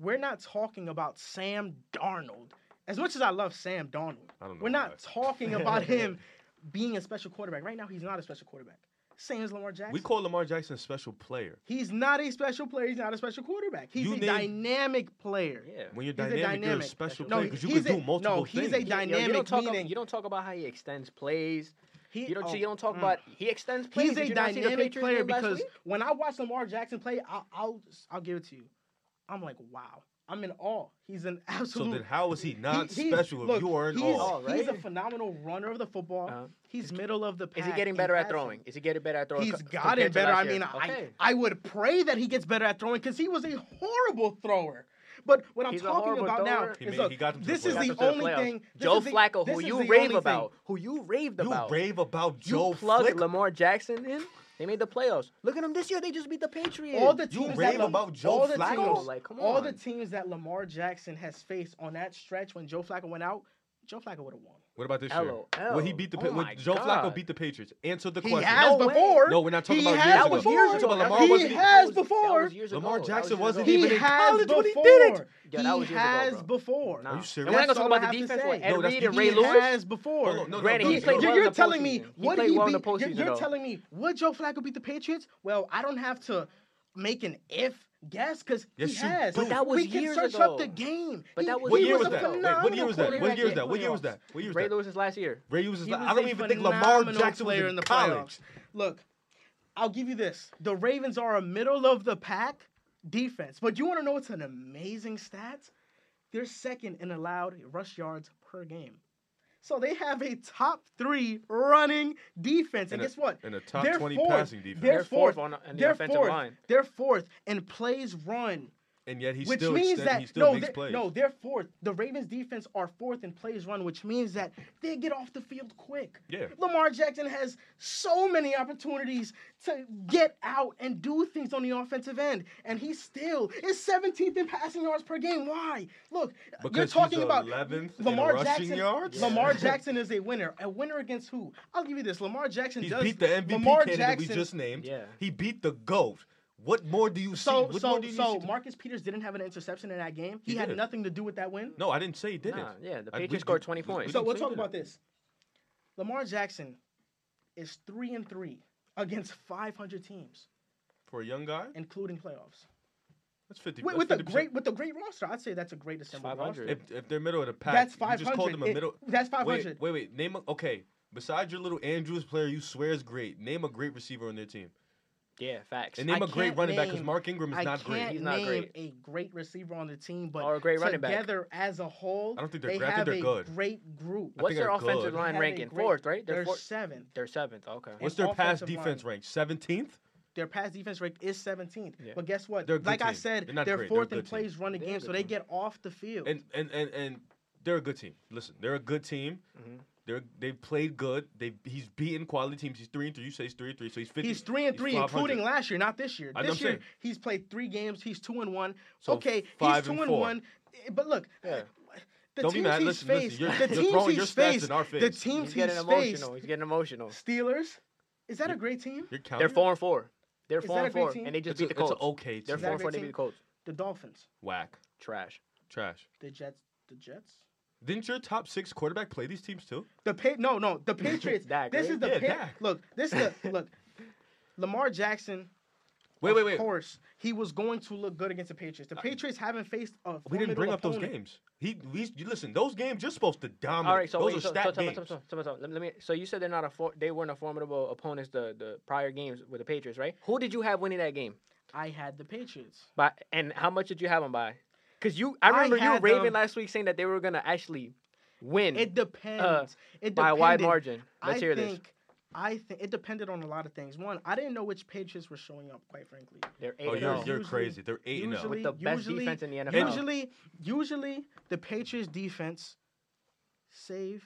[SPEAKER 1] We're not talking about Sam Darnold. As much as I love Sam Darnold,
[SPEAKER 3] I don't know
[SPEAKER 1] we're not
[SPEAKER 3] why.
[SPEAKER 1] talking about him being a special quarterback. Right now, he's not a special quarterback. Same as Lamar Jackson.
[SPEAKER 3] We call Lamar Jackson a special player.
[SPEAKER 1] he's not a special player. He's not a special quarterback. He's
[SPEAKER 3] You
[SPEAKER 1] a
[SPEAKER 3] named-
[SPEAKER 1] dynamic player.
[SPEAKER 2] Yeah.
[SPEAKER 3] When you're
[SPEAKER 1] He's a
[SPEAKER 3] dynamic, you're a
[SPEAKER 1] dynamic.
[SPEAKER 3] special
[SPEAKER 1] No,
[SPEAKER 3] player because you
[SPEAKER 1] he's
[SPEAKER 3] can
[SPEAKER 1] a-
[SPEAKER 3] do multiple
[SPEAKER 1] no, he's a
[SPEAKER 3] things.
[SPEAKER 1] dy-
[SPEAKER 2] Yo, you
[SPEAKER 1] dynamic
[SPEAKER 2] don't talk ab-
[SPEAKER 1] meaning-
[SPEAKER 2] you don't talk about how he extends plays.
[SPEAKER 1] He,
[SPEAKER 2] You don't.
[SPEAKER 1] oh,
[SPEAKER 2] you don't talk
[SPEAKER 1] mm.
[SPEAKER 2] about he extends plays.
[SPEAKER 1] He's
[SPEAKER 2] Did
[SPEAKER 1] a
[SPEAKER 2] you not see the
[SPEAKER 1] dynamic
[SPEAKER 2] Patriots
[SPEAKER 1] player
[SPEAKER 2] game last
[SPEAKER 1] because
[SPEAKER 2] week?
[SPEAKER 1] when I watch Lamar Jackson play, I'll, I'll I'll give it to you. I'm like, wow. I'm in awe. He's an
[SPEAKER 3] So
[SPEAKER 1] absolute.
[SPEAKER 3] then, how is he not
[SPEAKER 1] he- he's-
[SPEAKER 3] special if
[SPEAKER 1] look,
[SPEAKER 3] you are in
[SPEAKER 1] he's,
[SPEAKER 3] all?
[SPEAKER 1] He's a
[SPEAKER 2] right?
[SPEAKER 1] phenomenal runner of the football.
[SPEAKER 2] Uh-huh.
[SPEAKER 1] He's middle of the pack.
[SPEAKER 2] Is he getting
[SPEAKER 1] in
[SPEAKER 2] better at
[SPEAKER 1] passing.
[SPEAKER 2] throwing? Is he getting better at throwing?
[SPEAKER 1] He's
[SPEAKER 2] co-
[SPEAKER 1] got it
[SPEAKER 2] compared to
[SPEAKER 1] better. I
[SPEAKER 2] last year?
[SPEAKER 1] mean,
[SPEAKER 2] Okay.
[SPEAKER 1] I I would pray that he gets better at throwing because he was a horrible thrower. But what I'm
[SPEAKER 2] He's a
[SPEAKER 1] talking
[SPEAKER 2] horrible
[SPEAKER 1] about now
[SPEAKER 2] thrower.
[SPEAKER 1] is
[SPEAKER 2] He
[SPEAKER 3] made-
[SPEAKER 1] look,
[SPEAKER 3] he got him to the
[SPEAKER 1] this is
[SPEAKER 3] playoffs.
[SPEAKER 2] Got
[SPEAKER 1] the
[SPEAKER 2] us to
[SPEAKER 1] only
[SPEAKER 2] playoffs.
[SPEAKER 1] thing. this
[SPEAKER 2] Joe
[SPEAKER 1] is the-
[SPEAKER 2] Flacco,
[SPEAKER 1] this
[SPEAKER 2] who
[SPEAKER 1] is
[SPEAKER 2] you
[SPEAKER 1] the only
[SPEAKER 2] rave
[SPEAKER 1] thing.
[SPEAKER 2] about, who you raved
[SPEAKER 3] You
[SPEAKER 2] about.
[SPEAKER 3] rave about
[SPEAKER 2] You
[SPEAKER 3] Joe
[SPEAKER 2] plugged
[SPEAKER 3] Flick.
[SPEAKER 2] Lamar Jackson in. They made the playoffs. Look at them this year. They just beat the Patriots.
[SPEAKER 1] All the
[SPEAKER 3] You
[SPEAKER 1] teams
[SPEAKER 3] rave
[SPEAKER 1] that Lam-
[SPEAKER 3] about Joe
[SPEAKER 1] all the
[SPEAKER 3] Flacco?
[SPEAKER 1] teams-
[SPEAKER 2] Like, come
[SPEAKER 1] all the
[SPEAKER 2] on.
[SPEAKER 1] teams that Lamar Jackson has faced on that stretch when Joe Flacco went out, Joe Flacco would have won.
[SPEAKER 3] What about this
[SPEAKER 2] LOL.
[SPEAKER 3] year? When he beat the
[SPEAKER 2] Oh
[SPEAKER 3] Pa-
[SPEAKER 2] my
[SPEAKER 3] when Joe
[SPEAKER 2] God.
[SPEAKER 3] Flacco beat the Patriots. Answer the
[SPEAKER 1] He
[SPEAKER 3] question.
[SPEAKER 1] has
[SPEAKER 2] No way.
[SPEAKER 1] before.
[SPEAKER 3] No, we're not talking
[SPEAKER 1] he
[SPEAKER 3] about
[SPEAKER 1] has
[SPEAKER 3] years
[SPEAKER 2] that
[SPEAKER 3] ago.
[SPEAKER 2] was
[SPEAKER 1] before.
[SPEAKER 2] years ago.
[SPEAKER 3] But
[SPEAKER 2] That
[SPEAKER 3] Lamar
[SPEAKER 2] was-
[SPEAKER 1] he
[SPEAKER 3] wasn't even-
[SPEAKER 1] has
[SPEAKER 2] that was-
[SPEAKER 1] before.
[SPEAKER 2] That was years ago.
[SPEAKER 3] Lamar
[SPEAKER 2] That was
[SPEAKER 3] Jackson
[SPEAKER 2] years
[SPEAKER 3] wasn't
[SPEAKER 2] ago.
[SPEAKER 1] He
[SPEAKER 3] even in
[SPEAKER 1] has
[SPEAKER 3] college
[SPEAKER 1] before.
[SPEAKER 3] when he did it.
[SPEAKER 2] Yeah, that was
[SPEAKER 1] he
[SPEAKER 2] years ago,
[SPEAKER 1] has
[SPEAKER 2] bro.
[SPEAKER 1] before.
[SPEAKER 2] Nah.
[SPEAKER 3] Are you serious?
[SPEAKER 2] And we're not gonna
[SPEAKER 1] That's all
[SPEAKER 2] talk
[SPEAKER 1] I
[SPEAKER 2] about
[SPEAKER 1] have
[SPEAKER 2] the
[SPEAKER 1] to
[SPEAKER 2] defense
[SPEAKER 1] say.
[SPEAKER 2] with
[SPEAKER 3] No,
[SPEAKER 2] Ed
[SPEAKER 3] that's
[SPEAKER 2] Reed and
[SPEAKER 1] he
[SPEAKER 2] Ray Lewis.
[SPEAKER 1] has before.
[SPEAKER 3] Hold on, no, no,
[SPEAKER 2] Granted,
[SPEAKER 3] no,
[SPEAKER 2] he
[SPEAKER 3] no,
[SPEAKER 2] played
[SPEAKER 3] no.
[SPEAKER 1] you're,
[SPEAKER 2] well in
[SPEAKER 1] you're
[SPEAKER 2] the
[SPEAKER 1] telling me
[SPEAKER 2] postseason. He
[SPEAKER 1] what
[SPEAKER 2] played
[SPEAKER 1] he
[SPEAKER 2] well in
[SPEAKER 1] beat,
[SPEAKER 2] the
[SPEAKER 1] you're,
[SPEAKER 2] postseason,
[SPEAKER 1] you're
[SPEAKER 2] though.
[SPEAKER 1] telling me would Joe Flacco beat the Patriots? Well, I don't have to make an if guess because he
[SPEAKER 3] Yes, you
[SPEAKER 1] has.
[SPEAKER 3] do. But
[SPEAKER 2] that was
[SPEAKER 1] we can
[SPEAKER 2] years
[SPEAKER 1] search
[SPEAKER 2] ago.
[SPEAKER 1] up the game.
[SPEAKER 2] But
[SPEAKER 1] He-
[SPEAKER 2] that was
[SPEAKER 3] What
[SPEAKER 1] he
[SPEAKER 3] year was
[SPEAKER 1] a
[SPEAKER 3] that? Wait, what year was that? What
[SPEAKER 1] phenomenal
[SPEAKER 3] year was that?
[SPEAKER 1] quarterback
[SPEAKER 3] What year was
[SPEAKER 1] in
[SPEAKER 3] that? What year was
[SPEAKER 2] Ray
[SPEAKER 3] that?
[SPEAKER 2] Lewis is last year.
[SPEAKER 3] Ray Lewis
[SPEAKER 1] playoffs.
[SPEAKER 3] is
[SPEAKER 1] He
[SPEAKER 3] not,
[SPEAKER 1] was
[SPEAKER 3] I don't
[SPEAKER 1] a
[SPEAKER 3] even think Lamar
[SPEAKER 1] phenomenal
[SPEAKER 3] Jackson was
[SPEAKER 1] player
[SPEAKER 3] in,
[SPEAKER 1] in the
[SPEAKER 3] college.
[SPEAKER 1] playoffs. Look, I'll give you this: the Ravens are a middle of the pack defense. But you want to know what's an amazing stat? They're second in allowed rush yards per game. So they have a top three running defense, and,
[SPEAKER 3] And a-
[SPEAKER 1] guess what?
[SPEAKER 3] And a top
[SPEAKER 1] They're
[SPEAKER 3] 20
[SPEAKER 1] fourth.
[SPEAKER 3] passing defense.
[SPEAKER 1] They're
[SPEAKER 2] They're fourth
[SPEAKER 1] fourth.
[SPEAKER 2] on on the
[SPEAKER 1] they're
[SPEAKER 2] offensive
[SPEAKER 1] fourth.
[SPEAKER 2] line.
[SPEAKER 1] They're fourth and plays run,
[SPEAKER 3] and yet he
[SPEAKER 1] which
[SPEAKER 3] still,
[SPEAKER 1] means
[SPEAKER 3] extend-
[SPEAKER 1] that
[SPEAKER 3] he still
[SPEAKER 1] no,
[SPEAKER 3] makes
[SPEAKER 1] they're-
[SPEAKER 3] plays.
[SPEAKER 1] no, they're fourth. The Ravens defense are fourth in plays run, which means that they get off the field quick.
[SPEAKER 3] Yeah.
[SPEAKER 1] Lamar Jackson has so many opportunities to get out and do things on the offensive end, and he still is 17th in passing yards per game. Why? Look,
[SPEAKER 3] Because
[SPEAKER 1] you're talking
[SPEAKER 3] he's
[SPEAKER 1] about
[SPEAKER 3] 11th in
[SPEAKER 1] Lamar
[SPEAKER 3] rushing
[SPEAKER 1] Jackson.
[SPEAKER 3] yards?
[SPEAKER 1] Lamar Jackson is a winner. A winner against who? I'll give you this. Lamar Jackson
[SPEAKER 3] He's
[SPEAKER 1] does.
[SPEAKER 3] beat the MVP
[SPEAKER 1] Lamar
[SPEAKER 3] candidate
[SPEAKER 1] Jackson.
[SPEAKER 3] we just named.
[SPEAKER 2] Yeah.
[SPEAKER 3] He beat the GOAT. What more do you
[SPEAKER 1] So
[SPEAKER 3] see? What
[SPEAKER 1] so
[SPEAKER 3] more do you
[SPEAKER 1] so
[SPEAKER 3] see?
[SPEAKER 1] Marcus Peters didn't have an interception in that game. He,
[SPEAKER 3] He
[SPEAKER 1] had
[SPEAKER 3] did.
[SPEAKER 1] nothing to do with that win.
[SPEAKER 3] no, I didn't say he didn't.
[SPEAKER 2] Nah, yeah, the
[SPEAKER 3] I- we
[SPEAKER 2] Patriots
[SPEAKER 3] did-
[SPEAKER 2] scored 20
[SPEAKER 3] we-
[SPEAKER 2] points.
[SPEAKER 3] we
[SPEAKER 1] so
[SPEAKER 3] didn't
[SPEAKER 1] we'll
[SPEAKER 3] say
[SPEAKER 1] talk
[SPEAKER 3] that.
[SPEAKER 1] about this. Lamar Jackson is three and three against 500 teams,
[SPEAKER 3] For a young guy,
[SPEAKER 1] including playoffs.
[SPEAKER 3] that's 50
[SPEAKER 1] With,
[SPEAKER 3] that's
[SPEAKER 1] with a
[SPEAKER 3] 50%.
[SPEAKER 1] great with a great roster, I'd say that's a great assembled
[SPEAKER 2] 500.
[SPEAKER 1] roster.
[SPEAKER 3] If, if they're middle of the pack,
[SPEAKER 1] That's
[SPEAKER 3] you
[SPEAKER 1] 500.
[SPEAKER 3] just called them a
[SPEAKER 1] It-
[SPEAKER 3] middle.
[SPEAKER 1] that's
[SPEAKER 3] Wait,
[SPEAKER 1] 500.
[SPEAKER 3] wait, wait. Name a, okay. Besides your little Andrews player, you swear is great. Name a great receiver on their team,
[SPEAKER 2] Yeah, facts.
[SPEAKER 3] and name
[SPEAKER 1] I
[SPEAKER 3] a great
[SPEAKER 1] can't
[SPEAKER 3] running back because
[SPEAKER 1] name-
[SPEAKER 3] Mark Ingram is
[SPEAKER 1] I
[SPEAKER 3] not
[SPEAKER 1] can't
[SPEAKER 3] great.
[SPEAKER 2] He's not
[SPEAKER 1] name
[SPEAKER 2] great.
[SPEAKER 1] a great receiver on the team, but
[SPEAKER 2] Or a great running back.
[SPEAKER 1] together as a whole,
[SPEAKER 3] I don't think they're
[SPEAKER 1] they
[SPEAKER 3] great. I think
[SPEAKER 1] have
[SPEAKER 3] they're
[SPEAKER 1] a
[SPEAKER 3] good.
[SPEAKER 1] great group.
[SPEAKER 3] I
[SPEAKER 2] What's
[SPEAKER 3] think
[SPEAKER 2] their
[SPEAKER 3] they're
[SPEAKER 2] offensive
[SPEAKER 3] good.
[SPEAKER 1] They
[SPEAKER 2] line
[SPEAKER 1] have a
[SPEAKER 2] ranking?
[SPEAKER 1] great-
[SPEAKER 2] Fourth, right? They're
[SPEAKER 1] They're
[SPEAKER 2] four-
[SPEAKER 1] seventh.
[SPEAKER 2] They're seventh. Okay.
[SPEAKER 3] What's their pass
[SPEAKER 1] offensive line.
[SPEAKER 3] defense rank? Seventeenth.
[SPEAKER 1] Their pass defense rank is 17th.
[SPEAKER 2] Yeah.
[SPEAKER 1] But guess what?
[SPEAKER 3] They're a good
[SPEAKER 1] Like I
[SPEAKER 3] team.
[SPEAKER 1] said,
[SPEAKER 3] They're
[SPEAKER 1] they're,
[SPEAKER 3] not great. They're a
[SPEAKER 1] fourth in
[SPEAKER 3] good team.
[SPEAKER 1] plays running
[SPEAKER 2] They're a
[SPEAKER 1] games, so
[SPEAKER 2] good
[SPEAKER 1] they
[SPEAKER 2] team.
[SPEAKER 1] get off the field.
[SPEAKER 3] And and and and they're a good team. Listen, they're a good team.
[SPEAKER 1] Mm-hmm.
[SPEAKER 2] Mhm.
[SPEAKER 3] They're they've played good. They he's beaten quality teams. He's three and three. You say he's three and three. So he's fifty.
[SPEAKER 1] He's three and three,
[SPEAKER 3] 500.
[SPEAKER 1] including last year, not this year.
[SPEAKER 3] I know
[SPEAKER 1] This
[SPEAKER 3] I'm
[SPEAKER 1] year
[SPEAKER 3] saying.
[SPEAKER 1] he's played three games. He's two and one.
[SPEAKER 3] So
[SPEAKER 1] okay, he's
[SPEAKER 3] five
[SPEAKER 1] two
[SPEAKER 3] and
[SPEAKER 1] and,
[SPEAKER 3] four.
[SPEAKER 1] one. eh, But look,
[SPEAKER 2] Yeah.
[SPEAKER 1] the
[SPEAKER 3] Don't be
[SPEAKER 1] teams
[SPEAKER 3] mad.
[SPEAKER 1] he's
[SPEAKER 3] Listen, listen,
[SPEAKER 1] faced,
[SPEAKER 3] you're-
[SPEAKER 1] the
[SPEAKER 3] you're
[SPEAKER 1] teams
[SPEAKER 3] throwing
[SPEAKER 1] he's
[SPEAKER 3] your stats
[SPEAKER 1] faced,
[SPEAKER 3] in our
[SPEAKER 1] the
[SPEAKER 3] face.
[SPEAKER 1] teams
[SPEAKER 2] He's getting
[SPEAKER 1] faced.
[SPEAKER 2] emotional. He's getting emotional.
[SPEAKER 1] Steelers, is that a great team?
[SPEAKER 3] You're counting.
[SPEAKER 2] They're four and four. They're
[SPEAKER 1] Is
[SPEAKER 2] four
[SPEAKER 1] that a
[SPEAKER 2] and
[SPEAKER 1] great
[SPEAKER 2] four,
[SPEAKER 1] team?
[SPEAKER 2] and they just
[SPEAKER 3] It's,
[SPEAKER 2] beat
[SPEAKER 3] a,
[SPEAKER 2] the
[SPEAKER 3] it's an
[SPEAKER 2] Colts.
[SPEAKER 3] okay team.
[SPEAKER 2] They're
[SPEAKER 1] Is that
[SPEAKER 2] four
[SPEAKER 1] a
[SPEAKER 2] and four.
[SPEAKER 1] great
[SPEAKER 2] They beat the
[SPEAKER 1] team?
[SPEAKER 2] Colts.
[SPEAKER 1] The Dolphins,
[SPEAKER 3] Whack.
[SPEAKER 2] Trash.
[SPEAKER 3] Trash.
[SPEAKER 1] the Jets, the Jets.
[SPEAKER 3] Didn't your top six quarterback play these teams too?
[SPEAKER 1] The pa- no, no, the Patriots.
[SPEAKER 2] Dak,
[SPEAKER 1] this
[SPEAKER 2] right?
[SPEAKER 1] is the
[SPEAKER 3] Yeah,
[SPEAKER 1] pa-
[SPEAKER 3] Dak.
[SPEAKER 1] look. This is the look. Lamar Jackson Wait,
[SPEAKER 3] Wait,
[SPEAKER 1] of
[SPEAKER 3] wait, wait.
[SPEAKER 1] course, he was going to look good against the Patriots. The Patriots haven't faced a.
[SPEAKER 3] We
[SPEAKER 1] formidable
[SPEAKER 3] didn't bring up those
[SPEAKER 1] opponent.
[SPEAKER 3] games. He, we, you listen, those games you're supposed to dominate.
[SPEAKER 2] All right, so
[SPEAKER 3] those
[SPEAKER 2] wait,
[SPEAKER 3] are
[SPEAKER 2] so, so,
[SPEAKER 3] stat
[SPEAKER 2] so, so,
[SPEAKER 3] games.
[SPEAKER 2] so, so, so, so, let me. So you said they're not a for, they weren't a formidable opponents the the prior games with the Patriots, right? Who did you have winning that game?
[SPEAKER 1] I had the Patriots.
[SPEAKER 2] By and how much did you have them by? Because you, I
[SPEAKER 1] I
[SPEAKER 2] remember you
[SPEAKER 1] had
[SPEAKER 2] raving
[SPEAKER 1] them-
[SPEAKER 2] last week saying that they were gonna actually win
[SPEAKER 1] It depends. it
[SPEAKER 2] uh, by a wide
[SPEAKER 1] depended.
[SPEAKER 2] margin. Let's
[SPEAKER 1] I
[SPEAKER 2] hear
[SPEAKER 1] think,
[SPEAKER 2] this.
[SPEAKER 1] I think it depended on a lot of things. One, I didn't know which Patriots were showing up, quite frankly.
[SPEAKER 2] They're eight
[SPEAKER 3] Oh,
[SPEAKER 2] and
[SPEAKER 3] you're,
[SPEAKER 2] oh.
[SPEAKER 3] you're
[SPEAKER 1] Usually-
[SPEAKER 3] crazy. They're eight and oh. zero.
[SPEAKER 1] usually-
[SPEAKER 2] with the best
[SPEAKER 1] usually-
[SPEAKER 2] defense in the NFL.
[SPEAKER 1] Usually, usually the Patriots defense save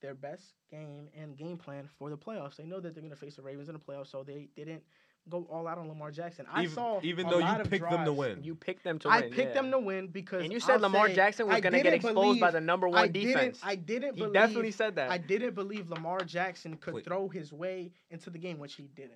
[SPEAKER 1] their best game and game plan for the playoffs. They know that they're going to face the Ravens in the playoffs, so they didn't go all out on Lamar Jackson. I
[SPEAKER 3] Even-
[SPEAKER 1] saw
[SPEAKER 3] even
[SPEAKER 1] a
[SPEAKER 3] though you
[SPEAKER 1] lot of
[SPEAKER 3] picked them to
[SPEAKER 1] drives.
[SPEAKER 3] win.
[SPEAKER 2] you picked them to
[SPEAKER 1] I
[SPEAKER 2] win.
[SPEAKER 1] picked
[SPEAKER 2] yeah.
[SPEAKER 1] them to win because
[SPEAKER 2] And you said
[SPEAKER 1] I'll
[SPEAKER 2] Lamar
[SPEAKER 1] say
[SPEAKER 2] Jackson was
[SPEAKER 1] I
[SPEAKER 2] gonna get
[SPEAKER 1] didn't
[SPEAKER 2] exposed
[SPEAKER 1] believe-
[SPEAKER 2] by the number one
[SPEAKER 1] I Didn't,
[SPEAKER 2] defense.
[SPEAKER 1] I didn't
[SPEAKER 2] he
[SPEAKER 1] believe.
[SPEAKER 2] definitely said that.
[SPEAKER 1] I didn't believe Lamar Jackson could
[SPEAKER 3] Wait.
[SPEAKER 1] throw his way into the game, which he didn't.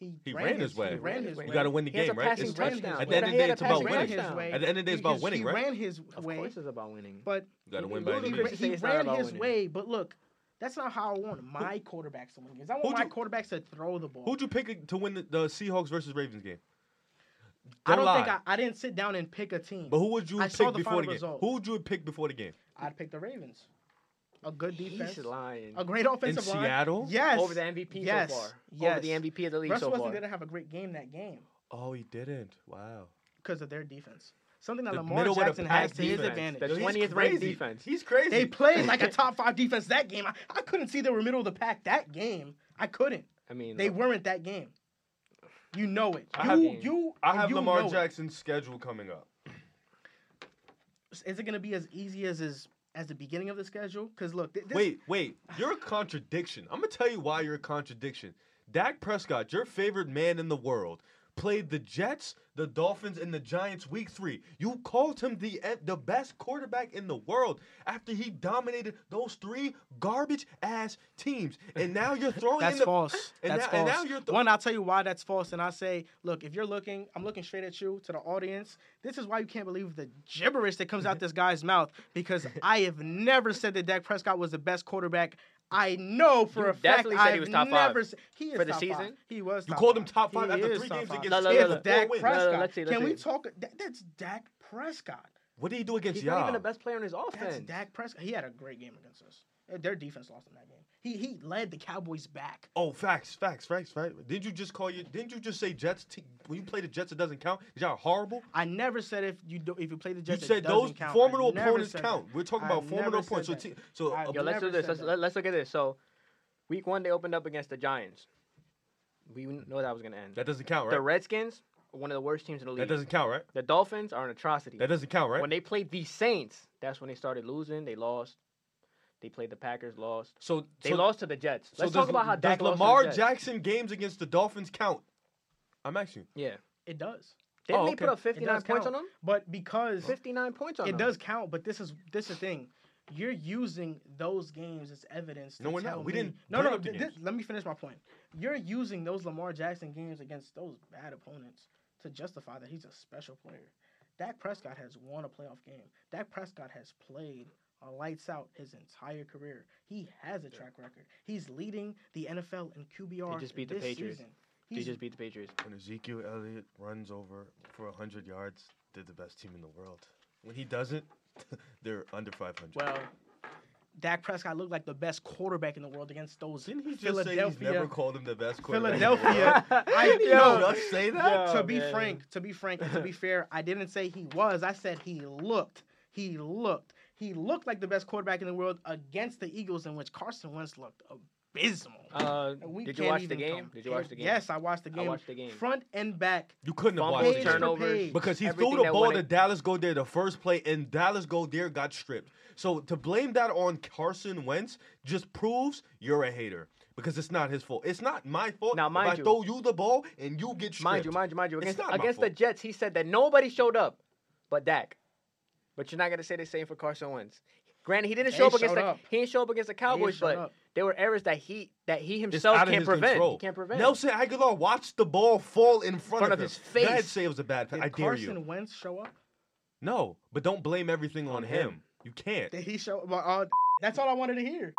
[SPEAKER 1] He,
[SPEAKER 3] He ran his way.
[SPEAKER 1] He ran his way.
[SPEAKER 3] You got to win the
[SPEAKER 2] He has
[SPEAKER 3] game,
[SPEAKER 2] a
[SPEAKER 3] right?
[SPEAKER 2] passing
[SPEAKER 3] It's-
[SPEAKER 1] touchdown.
[SPEAKER 3] At
[SPEAKER 1] He
[SPEAKER 3] the end of the day,
[SPEAKER 2] had a
[SPEAKER 3] it's about
[SPEAKER 2] passing
[SPEAKER 3] winning.
[SPEAKER 1] Ran his
[SPEAKER 2] touchdown.
[SPEAKER 1] way.
[SPEAKER 3] At the end of the day, it's
[SPEAKER 1] because
[SPEAKER 3] about winning,
[SPEAKER 1] he
[SPEAKER 3] right?
[SPEAKER 1] ran his
[SPEAKER 2] Of
[SPEAKER 1] way,
[SPEAKER 2] course, it's about winning.
[SPEAKER 1] but
[SPEAKER 3] You got to
[SPEAKER 2] It-
[SPEAKER 3] win
[SPEAKER 2] it
[SPEAKER 3] by any
[SPEAKER 2] literally
[SPEAKER 1] he, ran-
[SPEAKER 3] means.
[SPEAKER 2] Chris is saying
[SPEAKER 1] he
[SPEAKER 2] it's not
[SPEAKER 1] ran
[SPEAKER 2] about
[SPEAKER 1] his
[SPEAKER 2] winning.
[SPEAKER 1] way. But look, that's not how I want my quarterbacks to win games. I want
[SPEAKER 3] Who'd
[SPEAKER 1] my
[SPEAKER 3] you-
[SPEAKER 1] quarterbacks to throw the ball.
[SPEAKER 3] Who'd you pick to win the, the Seahawks versus Ravens game?
[SPEAKER 1] I don't think
[SPEAKER 3] lie.
[SPEAKER 1] I, I didn't sit down and pick a team.
[SPEAKER 3] But who would you
[SPEAKER 1] I saw
[SPEAKER 3] pick
[SPEAKER 1] the
[SPEAKER 3] before
[SPEAKER 1] final
[SPEAKER 3] the game?
[SPEAKER 1] result.
[SPEAKER 3] Who would you pick before the game?
[SPEAKER 1] I'd pick the Ravens. A good defense,
[SPEAKER 2] He's lying.
[SPEAKER 1] a great
[SPEAKER 3] In
[SPEAKER 1] offensive line.
[SPEAKER 3] Seattle?
[SPEAKER 1] Yes.
[SPEAKER 2] Over the MVP
[SPEAKER 1] Yes.
[SPEAKER 2] so far. Over
[SPEAKER 1] Yes.
[SPEAKER 2] the MVP of the league
[SPEAKER 1] Russell
[SPEAKER 2] so
[SPEAKER 1] Wilson
[SPEAKER 2] far.
[SPEAKER 1] didn't have a great game that game
[SPEAKER 3] Oh, he didn't. Wow.
[SPEAKER 1] because of their defense. Something that
[SPEAKER 3] The
[SPEAKER 1] Lamar
[SPEAKER 3] middle of the
[SPEAKER 1] Jackson has
[SPEAKER 3] pack
[SPEAKER 1] to his
[SPEAKER 3] defense.
[SPEAKER 1] advantage.
[SPEAKER 2] The
[SPEAKER 3] Yo, he's
[SPEAKER 2] 20th ranked
[SPEAKER 3] crazy.
[SPEAKER 2] defense.
[SPEAKER 3] He's crazy.
[SPEAKER 1] They played like a top five defense that game. I, I couldn't see they were middle of the pack that game. I couldn't.
[SPEAKER 2] I mean,
[SPEAKER 1] They
[SPEAKER 2] look,
[SPEAKER 1] weren't that game. You know it.
[SPEAKER 3] I
[SPEAKER 1] You
[SPEAKER 3] have-
[SPEAKER 1] you
[SPEAKER 4] I have
[SPEAKER 1] you
[SPEAKER 4] Lamar
[SPEAKER 1] know it.
[SPEAKER 4] Jackson's schedule coming up.
[SPEAKER 1] Is it gonna be as easy as is as the beginning of the schedule? Because look, thi- this,
[SPEAKER 3] Wait, wait. You're a contradiction. I'm going to tell you why you're a contradiction. Dak Prescott, your favorite man in the world, played the Jets, the Dolphins, and the Giants week three. You called him the, eh, the best quarterback in the world after he dominated those three garbage ass teams. And now you're throwing
[SPEAKER 1] That's
[SPEAKER 3] in the.
[SPEAKER 1] false.
[SPEAKER 3] and
[SPEAKER 1] that's
[SPEAKER 3] now- and
[SPEAKER 1] false.
[SPEAKER 3] now you're th-
[SPEAKER 1] One, I'll tell you why that's false, and I say, look, if you're looking, I'm looking straight at you to the audience. This is why you can't believe the gibberish that comes out this guy's mouth because I have never said that Dak Prescott was the best quarterback. I know for
[SPEAKER 2] You
[SPEAKER 1] a fact.
[SPEAKER 2] definitely said he
[SPEAKER 1] I've
[SPEAKER 2] was top five
[SPEAKER 1] never, se- He is
[SPEAKER 2] for the
[SPEAKER 1] top five.
[SPEAKER 2] season?
[SPEAKER 1] He was.
[SPEAKER 3] You
[SPEAKER 1] top
[SPEAKER 3] called him
[SPEAKER 1] five.
[SPEAKER 3] top five
[SPEAKER 1] He
[SPEAKER 3] after
[SPEAKER 1] is
[SPEAKER 3] three
[SPEAKER 1] top
[SPEAKER 3] games
[SPEAKER 1] five.
[SPEAKER 3] against
[SPEAKER 2] No, no, no,
[SPEAKER 1] It's
[SPEAKER 2] no.
[SPEAKER 3] Tampa. Four
[SPEAKER 1] Dak
[SPEAKER 3] wins.
[SPEAKER 2] No, no,
[SPEAKER 1] Prescott.
[SPEAKER 2] let's see, let's
[SPEAKER 1] Can we
[SPEAKER 2] see.
[SPEAKER 1] talk? That, that's Dak Prescott.
[SPEAKER 3] What did he do against
[SPEAKER 2] he's not even
[SPEAKER 3] y'all?
[SPEAKER 2] the best player on his offense.
[SPEAKER 1] That's Dak Prescott. He had a great game against us. Their defense lost in that game. He he led the Cowboys back.
[SPEAKER 3] Oh, facts, facts, facts, right? Didn't you just call you? Didn't you just say Jets? Te- when you play the Jets, it doesn't count. Y'all horrible.
[SPEAKER 1] I never said if you do, if you play the Jets.
[SPEAKER 3] you
[SPEAKER 1] it
[SPEAKER 3] said
[SPEAKER 1] doesn't
[SPEAKER 3] those
[SPEAKER 1] count. I
[SPEAKER 3] formidable
[SPEAKER 1] never
[SPEAKER 3] opponents
[SPEAKER 1] said
[SPEAKER 3] count.
[SPEAKER 1] that.
[SPEAKER 3] We're talking
[SPEAKER 1] I
[SPEAKER 3] about formidable
[SPEAKER 1] never said
[SPEAKER 3] opponents. So,
[SPEAKER 1] that.
[SPEAKER 3] te- so
[SPEAKER 1] I-
[SPEAKER 3] a-
[SPEAKER 2] Yo, let's do
[SPEAKER 1] never
[SPEAKER 2] this.
[SPEAKER 1] said
[SPEAKER 2] Let's,
[SPEAKER 1] that.
[SPEAKER 2] let- let's look at this. So, week one, they opened up against the Giants. We know that was going to end.
[SPEAKER 3] that doesn't count,
[SPEAKER 2] The
[SPEAKER 3] right?
[SPEAKER 2] Redskins are one of the worst teams in the league.
[SPEAKER 3] That doesn't count, right?
[SPEAKER 2] the Dolphins are an atrocity.
[SPEAKER 3] That doesn't count,
[SPEAKER 2] When
[SPEAKER 3] right?
[SPEAKER 2] they played the Saints, that's when they started losing. They lost. They played the Packers, lost.
[SPEAKER 3] So
[SPEAKER 2] They
[SPEAKER 3] so,
[SPEAKER 2] lost to the Jets.
[SPEAKER 3] so
[SPEAKER 2] Let's
[SPEAKER 3] does-
[SPEAKER 2] talk about how
[SPEAKER 3] does
[SPEAKER 2] Dak lost to the
[SPEAKER 3] Lamar
[SPEAKER 2] Jets.
[SPEAKER 3] Jackson games against the Dolphins count? I'm asking. you.
[SPEAKER 2] Yeah.
[SPEAKER 1] It does,
[SPEAKER 2] Didn't
[SPEAKER 3] Oh,
[SPEAKER 2] they
[SPEAKER 3] okay.
[SPEAKER 2] put up
[SPEAKER 1] Oh, It
[SPEAKER 2] 59
[SPEAKER 1] does
[SPEAKER 2] points on
[SPEAKER 1] count.
[SPEAKER 2] them?
[SPEAKER 1] but because
[SPEAKER 2] 59 points on
[SPEAKER 1] it
[SPEAKER 2] them.
[SPEAKER 1] does count. But this is this is the thing. You're using those games as evidence. To
[SPEAKER 3] No, we're not.
[SPEAKER 1] tell
[SPEAKER 3] We
[SPEAKER 1] me-
[SPEAKER 3] didn't
[SPEAKER 1] No, no.
[SPEAKER 3] bring
[SPEAKER 1] no
[SPEAKER 3] up the
[SPEAKER 1] th- th-
[SPEAKER 3] games.
[SPEAKER 1] let me finish my point. You're using those Lamar Jackson games against those bad opponents to justify that he's a special player. Dak Prescott has won a playoff game. Dak Prescott has played a lights out his entire career. He has a track record. He's leading the NFL in QBR.
[SPEAKER 2] They just beat the
[SPEAKER 1] this
[SPEAKER 2] Patriots.
[SPEAKER 1] season.
[SPEAKER 2] They
[SPEAKER 1] He's
[SPEAKER 2] just beat the Patriots.
[SPEAKER 3] When Ezekiel Elliott runs over for 100 yards, they're the best team in the world. When he doesn't, they're under 500.
[SPEAKER 1] Well, Dak Prescott looked like the best quarterback in the world against those
[SPEAKER 3] didn't he just say he's never
[SPEAKER 1] Philadelphia.
[SPEAKER 3] called him the best quarterback? in the world?
[SPEAKER 1] Philadelphia. I
[SPEAKER 3] Didn't he
[SPEAKER 1] know.
[SPEAKER 3] just say that?
[SPEAKER 2] Yo.
[SPEAKER 1] To be
[SPEAKER 2] man.
[SPEAKER 1] frank, to be frank, and to be fair, I didn't say he was. I said he looked. He looked. He looked like the best quarterback in the world against the Eagles, in which Carson Wentz looked abysmal.
[SPEAKER 2] Uh,
[SPEAKER 1] And we
[SPEAKER 2] did you
[SPEAKER 1] can't
[SPEAKER 2] watch the
[SPEAKER 1] even
[SPEAKER 2] game?
[SPEAKER 1] compare-
[SPEAKER 2] Did you watch the game?
[SPEAKER 1] Yes, I watched the
[SPEAKER 2] I
[SPEAKER 1] game.
[SPEAKER 2] watched the game.
[SPEAKER 1] Front and back.
[SPEAKER 3] You couldn't have
[SPEAKER 2] Fumbles,
[SPEAKER 3] watched
[SPEAKER 1] Page
[SPEAKER 3] it.
[SPEAKER 1] for
[SPEAKER 2] turnovers,
[SPEAKER 1] page.
[SPEAKER 3] Because he
[SPEAKER 2] everything
[SPEAKER 3] threw the
[SPEAKER 2] that
[SPEAKER 3] ball
[SPEAKER 2] went
[SPEAKER 3] to
[SPEAKER 2] ag-
[SPEAKER 3] Dallas Goddard the first play, and Dallas Goddard got stripped. So to blame that on Carson Wentz just proves you're a hater because it's not his fault. It's not my fault.
[SPEAKER 2] Now,
[SPEAKER 3] if
[SPEAKER 2] mind
[SPEAKER 3] I
[SPEAKER 2] you-
[SPEAKER 3] throw you the ball and you get stripped.
[SPEAKER 2] Mind you, mind you, mind you.
[SPEAKER 3] It's
[SPEAKER 2] Against,
[SPEAKER 3] not my
[SPEAKER 2] against the
[SPEAKER 3] fault.
[SPEAKER 2] Jets, he said that nobody showed up but Dak. But you're not gonna say the same for Carson Wentz. Granted, he didn't
[SPEAKER 1] They
[SPEAKER 2] show up against
[SPEAKER 1] showed
[SPEAKER 2] the
[SPEAKER 1] up.
[SPEAKER 2] he didn't show up against the Cowboys,
[SPEAKER 1] showed
[SPEAKER 2] but
[SPEAKER 1] up.
[SPEAKER 2] there were errors that he that he
[SPEAKER 3] It's
[SPEAKER 2] himself
[SPEAKER 3] out of
[SPEAKER 2] can't
[SPEAKER 3] his
[SPEAKER 2] prevent.
[SPEAKER 3] control.
[SPEAKER 2] He can't prevent.
[SPEAKER 3] Nelson Aguilar watched the ball fall in front,
[SPEAKER 2] Front
[SPEAKER 3] of,
[SPEAKER 2] of his
[SPEAKER 3] him.
[SPEAKER 2] face.
[SPEAKER 3] That'd say it was a bad pass.
[SPEAKER 1] Did
[SPEAKER 3] I dare
[SPEAKER 1] Carson
[SPEAKER 3] you.
[SPEAKER 1] Wentz show up?
[SPEAKER 3] No, but don't blame everything on,
[SPEAKER 2] On
[SPEAKER 3] him.
[SPEAKER 2] him.
[SPEAKER 3] You can't.
[SPEAKER 1] Did he show? Well, uh, that's all I wanted to hear.